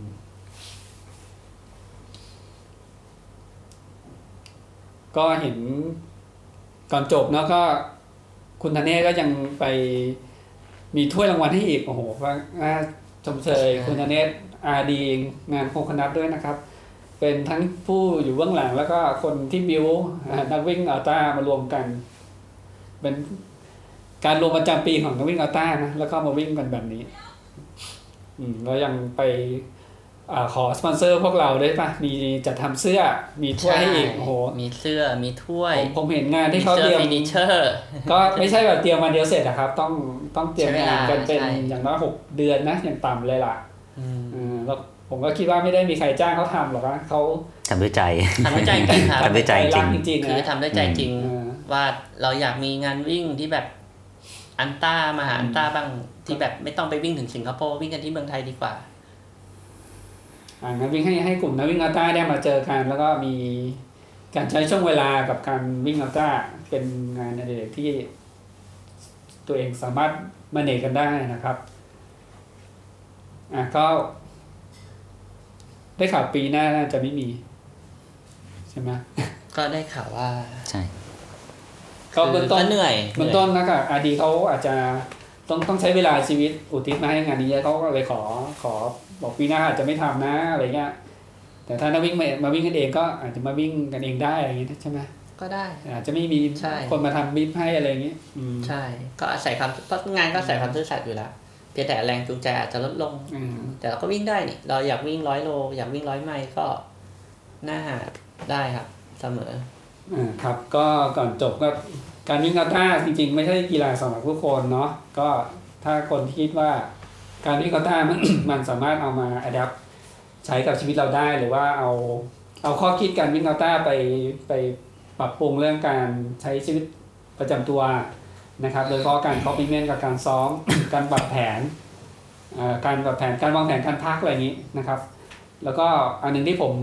[SPEAKER 1] ก็เห็นก่อนจบเนาะก็ คุณธเนศก็ยังไปมีถ้วยรางวัลให้อีกโอ้โหว่าน่าชมเชยคุณธเนศอาดีงานโคคนัทด้วยนะครับ เป็นทั้งผู้อยู่เบื้องหลังแล้วก็คนที่บิวอ่านักวิ่งอัลต้ามารวมกัน เป็นการรวมประจำปีของนักวิ่งอัลต้านะแล้วก็มาวิ่งกันแบบนี้ อืมแล้วยังไปอาขอสปอนเซอร์พวกเราด้วยป่ะมีจัดทำเสื้อมีถ้วยให้อีกโอ้โห
[SPEAKER 4] มีเสื้อมีถ้วย
[SPEAKER 1] ผมผมเห็นงาน
[SPEAKER 4] มี
[SPEAKER 1] ที่เขา
[SPEAKER 4] เสื้
[SPEAKER 1] เต
[SPEAKER 4] อ
[SPEAKER 1] รียม
[SPEAKER 4] ฟินิเชอร์
[SPEAKER 1] ก็ไม่ใช่แบบเตรียมวันเดียวเสร็จนะครับ ต้องต้องเตรียมงานกันเป็น
[SPEAKER 4] ใช่
[SPEAKER 1] อย่างน้อยหกเดือนนะอย่างต่ำเลยล่ะอืมแล้วผมก็คิดว่าไม่ได้มีใครจ้างเขาทำหรอกนะเขา
[SPEAKER 3] ทำด้วยใจ
[SPEAKER 4] ทำด้วยใจจริงครับ
[SPEAKER 3] ทำด้วยใจ
[SPEAKER 1] รักจ
[SPEAKER 3] จริง
[SPEAKER 1] ริงๆ
[SPEAKER 4] คือ
[SPEAKER 1] นะ
[SPEAKER 4] ทำด้วยใจจริง
[SPEAKER 1] เออ
[SPEAKER 4] ว่าเราอยากมีงานวิ่งที่แบบอันต้ามาหาอันต้าบ้างที่แบบไม่ต้องไปวิ่งถึงสิงคโปร์วิ่งกันที่เมืองไทยดีกว่า
[SPEAKER 1] อ่านักวิ่งให้ให้กลุ่มนักวิ่งอัลต้าได้มาเจอกัน แล้วก็มีการใช้ช่วงเวลากับการวิ่งอัลต้าเป็นงานอดิเรกที่ ตัวเองสามารถมาเนจกันได้นะครับอ่ะก็ ได้ข่าวปีหน้าน่าจะไม่มี ใช่ไหม
[SPEAKER 4] ก็ได้ข่าวว่า
[SPEAKER 3] ใช่
[SPEAKER 1] ก็เบื้องต้น
[SPEAKER 4] เหนื่อย
[SPEAKER 1] เบื้องต้นนะครับอาดีเขาอาจจะต้องต้องใช้เวลาชีวิตอุทิศมาให้งานนี้เยอะเขาก็เลยขอขอบอกปีหน้าอาจจะไม่ทำนะอะไรเงี้ย แต่ถ้านักวิ่งมามาวิ่งกันเองก็อาจจะมาวิ่งกันเองได้อะไรอย่างงี้ใช่ไหม
[SPEAKER 4] ก็ได้
[SPEAKER 1] อาจจะไม่มี
[SPEAKER 4] ใช่
[SPEAKER 1] คนมาทำบิ๊บให้อะไรอย่างงี้อืม
[SPEAKER 4] ใช่ ก็อาศัยความก็งานก็อาศัยความซื่อสัตย์อยู่แล้วเพียงแต่แรงจูงใจอาจจะลดลง
[SPEAKER 1] อืม
[SPEAKER 4] แต่เราก็วิ่งได้นี่ เราอยากวิ่งร้อยโล อยากวิ่งร้อยไมล์ก็หน้าหาดได้ครับ เสมอ
[SPEAKER 1] อ่าครับ ก็ก่อนจบก็การวิ่งอัลต้าจริง ๆ ไม่ใช่กีฬาสำหรับทุกคนเนาะก็ถ้าคนคิดว่าการวิ่งอัลต้า มัน มันสามารถเอามาอัดแอปใช้กับชีวิตเราได้หรือว่าเอาเอาข้อคิดการวิ่งอัลต้าไปไปปรับปรุงเรื่องการใช้ชีวิตประจำตัวนะครับ โดยเฉพาะการคอปปี้เมนกับการซ้อม การปรับแผน เอ่อการแบบแผนการวางแผนการพักอะไรอย่างนี้นะครับ แล้วก็อันหนึงที่ผม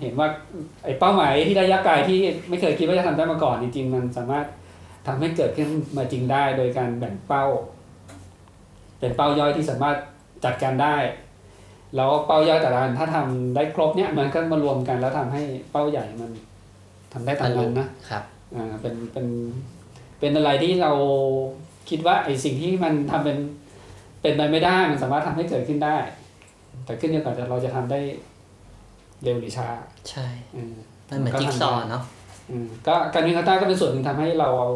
[SPEAKER 1] เห็นว่าไอ้เป้าหมายที่ระยะไกลที่ไม่เคยคิดว่าจะทำได้มาก่อนจริงๆมันสามารถทำให้เกิดขึ้นมาจริงได้ โดยการแบ่งเป้า เป็นเป้าย่อยที่สามารถจัดการได้ แล้วเป้าย่อยแต่ละอันถ้าทำได้ครบเนี่ยมันก็มารวมกันแล้วทำให้เป้าใหญ่มันทำได้ตามนั้นนะ
[SPEAKER 4] ครับ
[SPEAKER 1] อ่าเป็นเป็นเป็นอะไรที่เราคิดว่าไอสิ่งที่มันทำเป็นเป็นไปไม่ได้มันสามารถทำให้เกิดขึ้นได้ แต่ขึ้นอยู่กับเราจะทำได้เร็วหรือช้า
[SPEAKER 4] ใช่
[SPEAKER 1] อืม
[SPEAKER 4] มันเหมือน
[SPEAKER 1] ก็ทำ
[SPEAKER 4] จิ๊กซอว์เนาะ
[SPEAKER 1] อืมก็การวิ่งอัลต้าก็เป็นส่วนหนึ่งทำให้เราเอา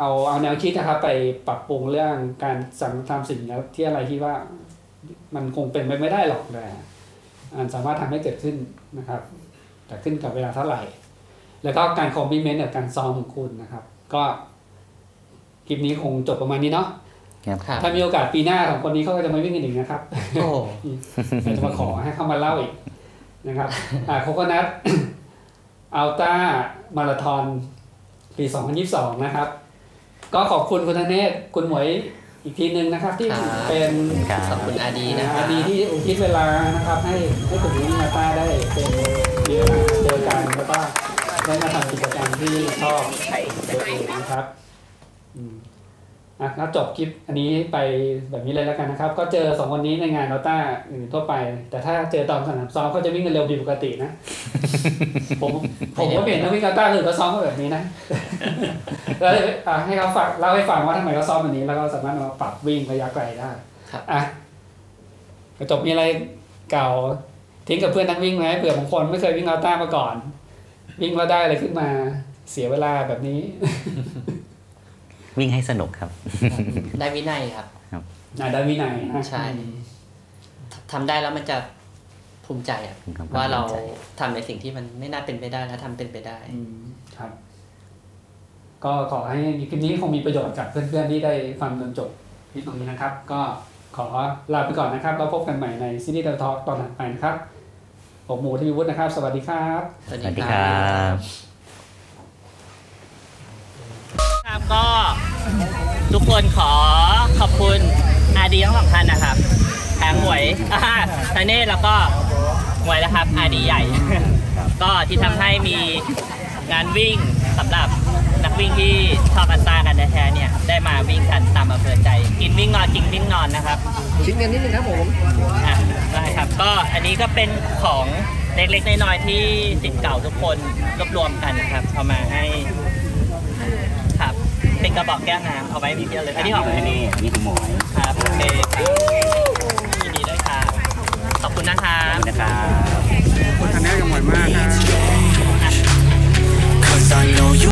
[SPEAKER 1] เอาเอาแนวคิดนะครับ ไปปรับปรุงเรื่องการสั่งทำสิ่งแล้วที่อะไรที่ว่ามันคงเป็นไปไม่ได้หรอกแต่อันสามารถทำให้เกิดขึ้นนะครับ แต่ขึ้นกับเวลาเท่าไหร่ แล้วก็การคอมมิเมนต์กับการซ้อมของคุณนะครับ ก็คลิปนี้คงจบประมาณนี้เนาะ
[SPEAKER 3] ครับ
[SPEAKER 4] ครับ
[SPEAKER 1] ถ้ามีโอกาสปีหน้าของคนนี้เขาก็จะมาวิ่งกันอีกนะครับ
[SPEAKER 4] โอ้
[SPEAKER 1] เดี๋ยวจะมาขอให้เข้ามาเล่าอีกนะครับ อ่าโคโค นัท อัลต้า มาราธอน ปี 2022 นะครับ ก็ขอบคุณคุณธเนศ คุณหมวย อีกทีหนึ่งนะครับที่
[SPEAKER 8] ครับ
[SPEAKER 1] เป็น
[SPEAKER 3] ครับ
[SPEAKER 8] ขอบคุณอาดีนะค
[SPEAKER 1] อา
[SPEAKER 8] รับ
[SPEAKER 1] ดีที่อุทิศเวลานะครับ ให้ให้กลุ่มนี้มาต้าได้เป็นมีเวลาเจอกันแล้วก็ได้มาทำกิจกรรมที่ชอบตัวเองนะครับอืมอ่ะแล้วจบคลิปอันนี้ไปแบบนี้เลยแล้วกันนะครับ ก็เจอสองคนนี้ในงานโนต้าอื่นทั่วไป แต่ถ้าเจอตอนสนามซ้อมเขาจะวิ่งกันเร็วผิดปกติ นะ ผมผมก็เห็นนักวิ่งอัลต้าอื่นก็ซ้อมกันแบบนี้นะ แล้วอ่ะให้เขาฝากเล่าให้ฟังว่าทำไมเขาซ้อมแบบนี้ แล้วก็สามารถมาปรับวิ่งระยะไกลได้
[SPEAKER 8] ครับ
[SPEAKER 1] อ่ะกระจบมีอะไรเก่าทิ้งกับเพื่อนนักวิ่งไหมเผื่อบางคนไม่เคยวิ่งอัลต้ามาก่อน วิ่งแล้วได้อะไรขึ้นมาเสียเวลาแบบนี้
[SPEAKER 3] วิ่งให้สนุกครับ
[SPEAKER 8] ได้วินัยครับ
[SPEAKER 1] อ่ะได้วินัยนะ
[SPEAKER 8] ใช่ ทำได้แล้วมันจะภูมิใจอะ
[SPEAKER 3] ภูมิใจ
[SPEAKER 8] ว่าเราทำในสิ่งที่มันไม่น่าเป็นไปได้แล้วทำเป็นไปได้
[SPEAKER 1] อืมครับ ก็ขอให้คลิปนี้คงมีประโยชน์กับเพื่อนๆที่ได้ฟังจนจบคลิปตรงนี้นะครับ ก็ขอลาไปก่อนนะครับ แล้วพบกันใหม่ในซีรีส์เดลทอตอนถัดไปนะครับ ผมหมูทวีวุฒินะครับ สวัสดีครับ
[SPEAKER 8] สวัส
[SPEAKER 3] สวัส
[SPEAKER 8] ดี
[SPEAKER 3] ดี
[SPEAKER 8] ค
[SPEAKER 3] ค
[SPEAKER 8] รั
[SPEAKER 3] รับ บ
[SPEAKER 4] ครับก็ทุกคนขอขอบคุณอาดีทั้งสองท่านนะครับทั้งหมวย อ่าทางเน่แล้วก็หมวยนะครับอาดีใหญ่ ก็ที่ทำให้มีงานวิ่งสำหรับนักวิ่งที่ชอบอันตรากันแท้ๆเนี่ยได้มาวิ่งกันตามอำเภอใจ กินวิ่งนอนจริงวิ่งนอนนะครับ
[SPEAKER 9] ชิ้นเงินนิดนึงครับผม
[SPEAKER 4] อ่ะได้ครับก็อันนี้ก็เป็นของเล็กๆน้อยๆที่สิทธิ์เก่าทุกคนรวบรวมกันนะครับเอามาให้ครับเป็นกระบอกแก้วน้ำเอาไว้มีเดียวเลยอันนี้ของอันนี้
[SPEAKER 3] นี่นี่คุณหมวย
[SPEAKER 4] ครับโอเคครับยินดีด้วยครับขอบคุณนะครั
[SPEAKER 3] ขอบบ คุณนะครับ
[SPEAKER 10] Cause I know you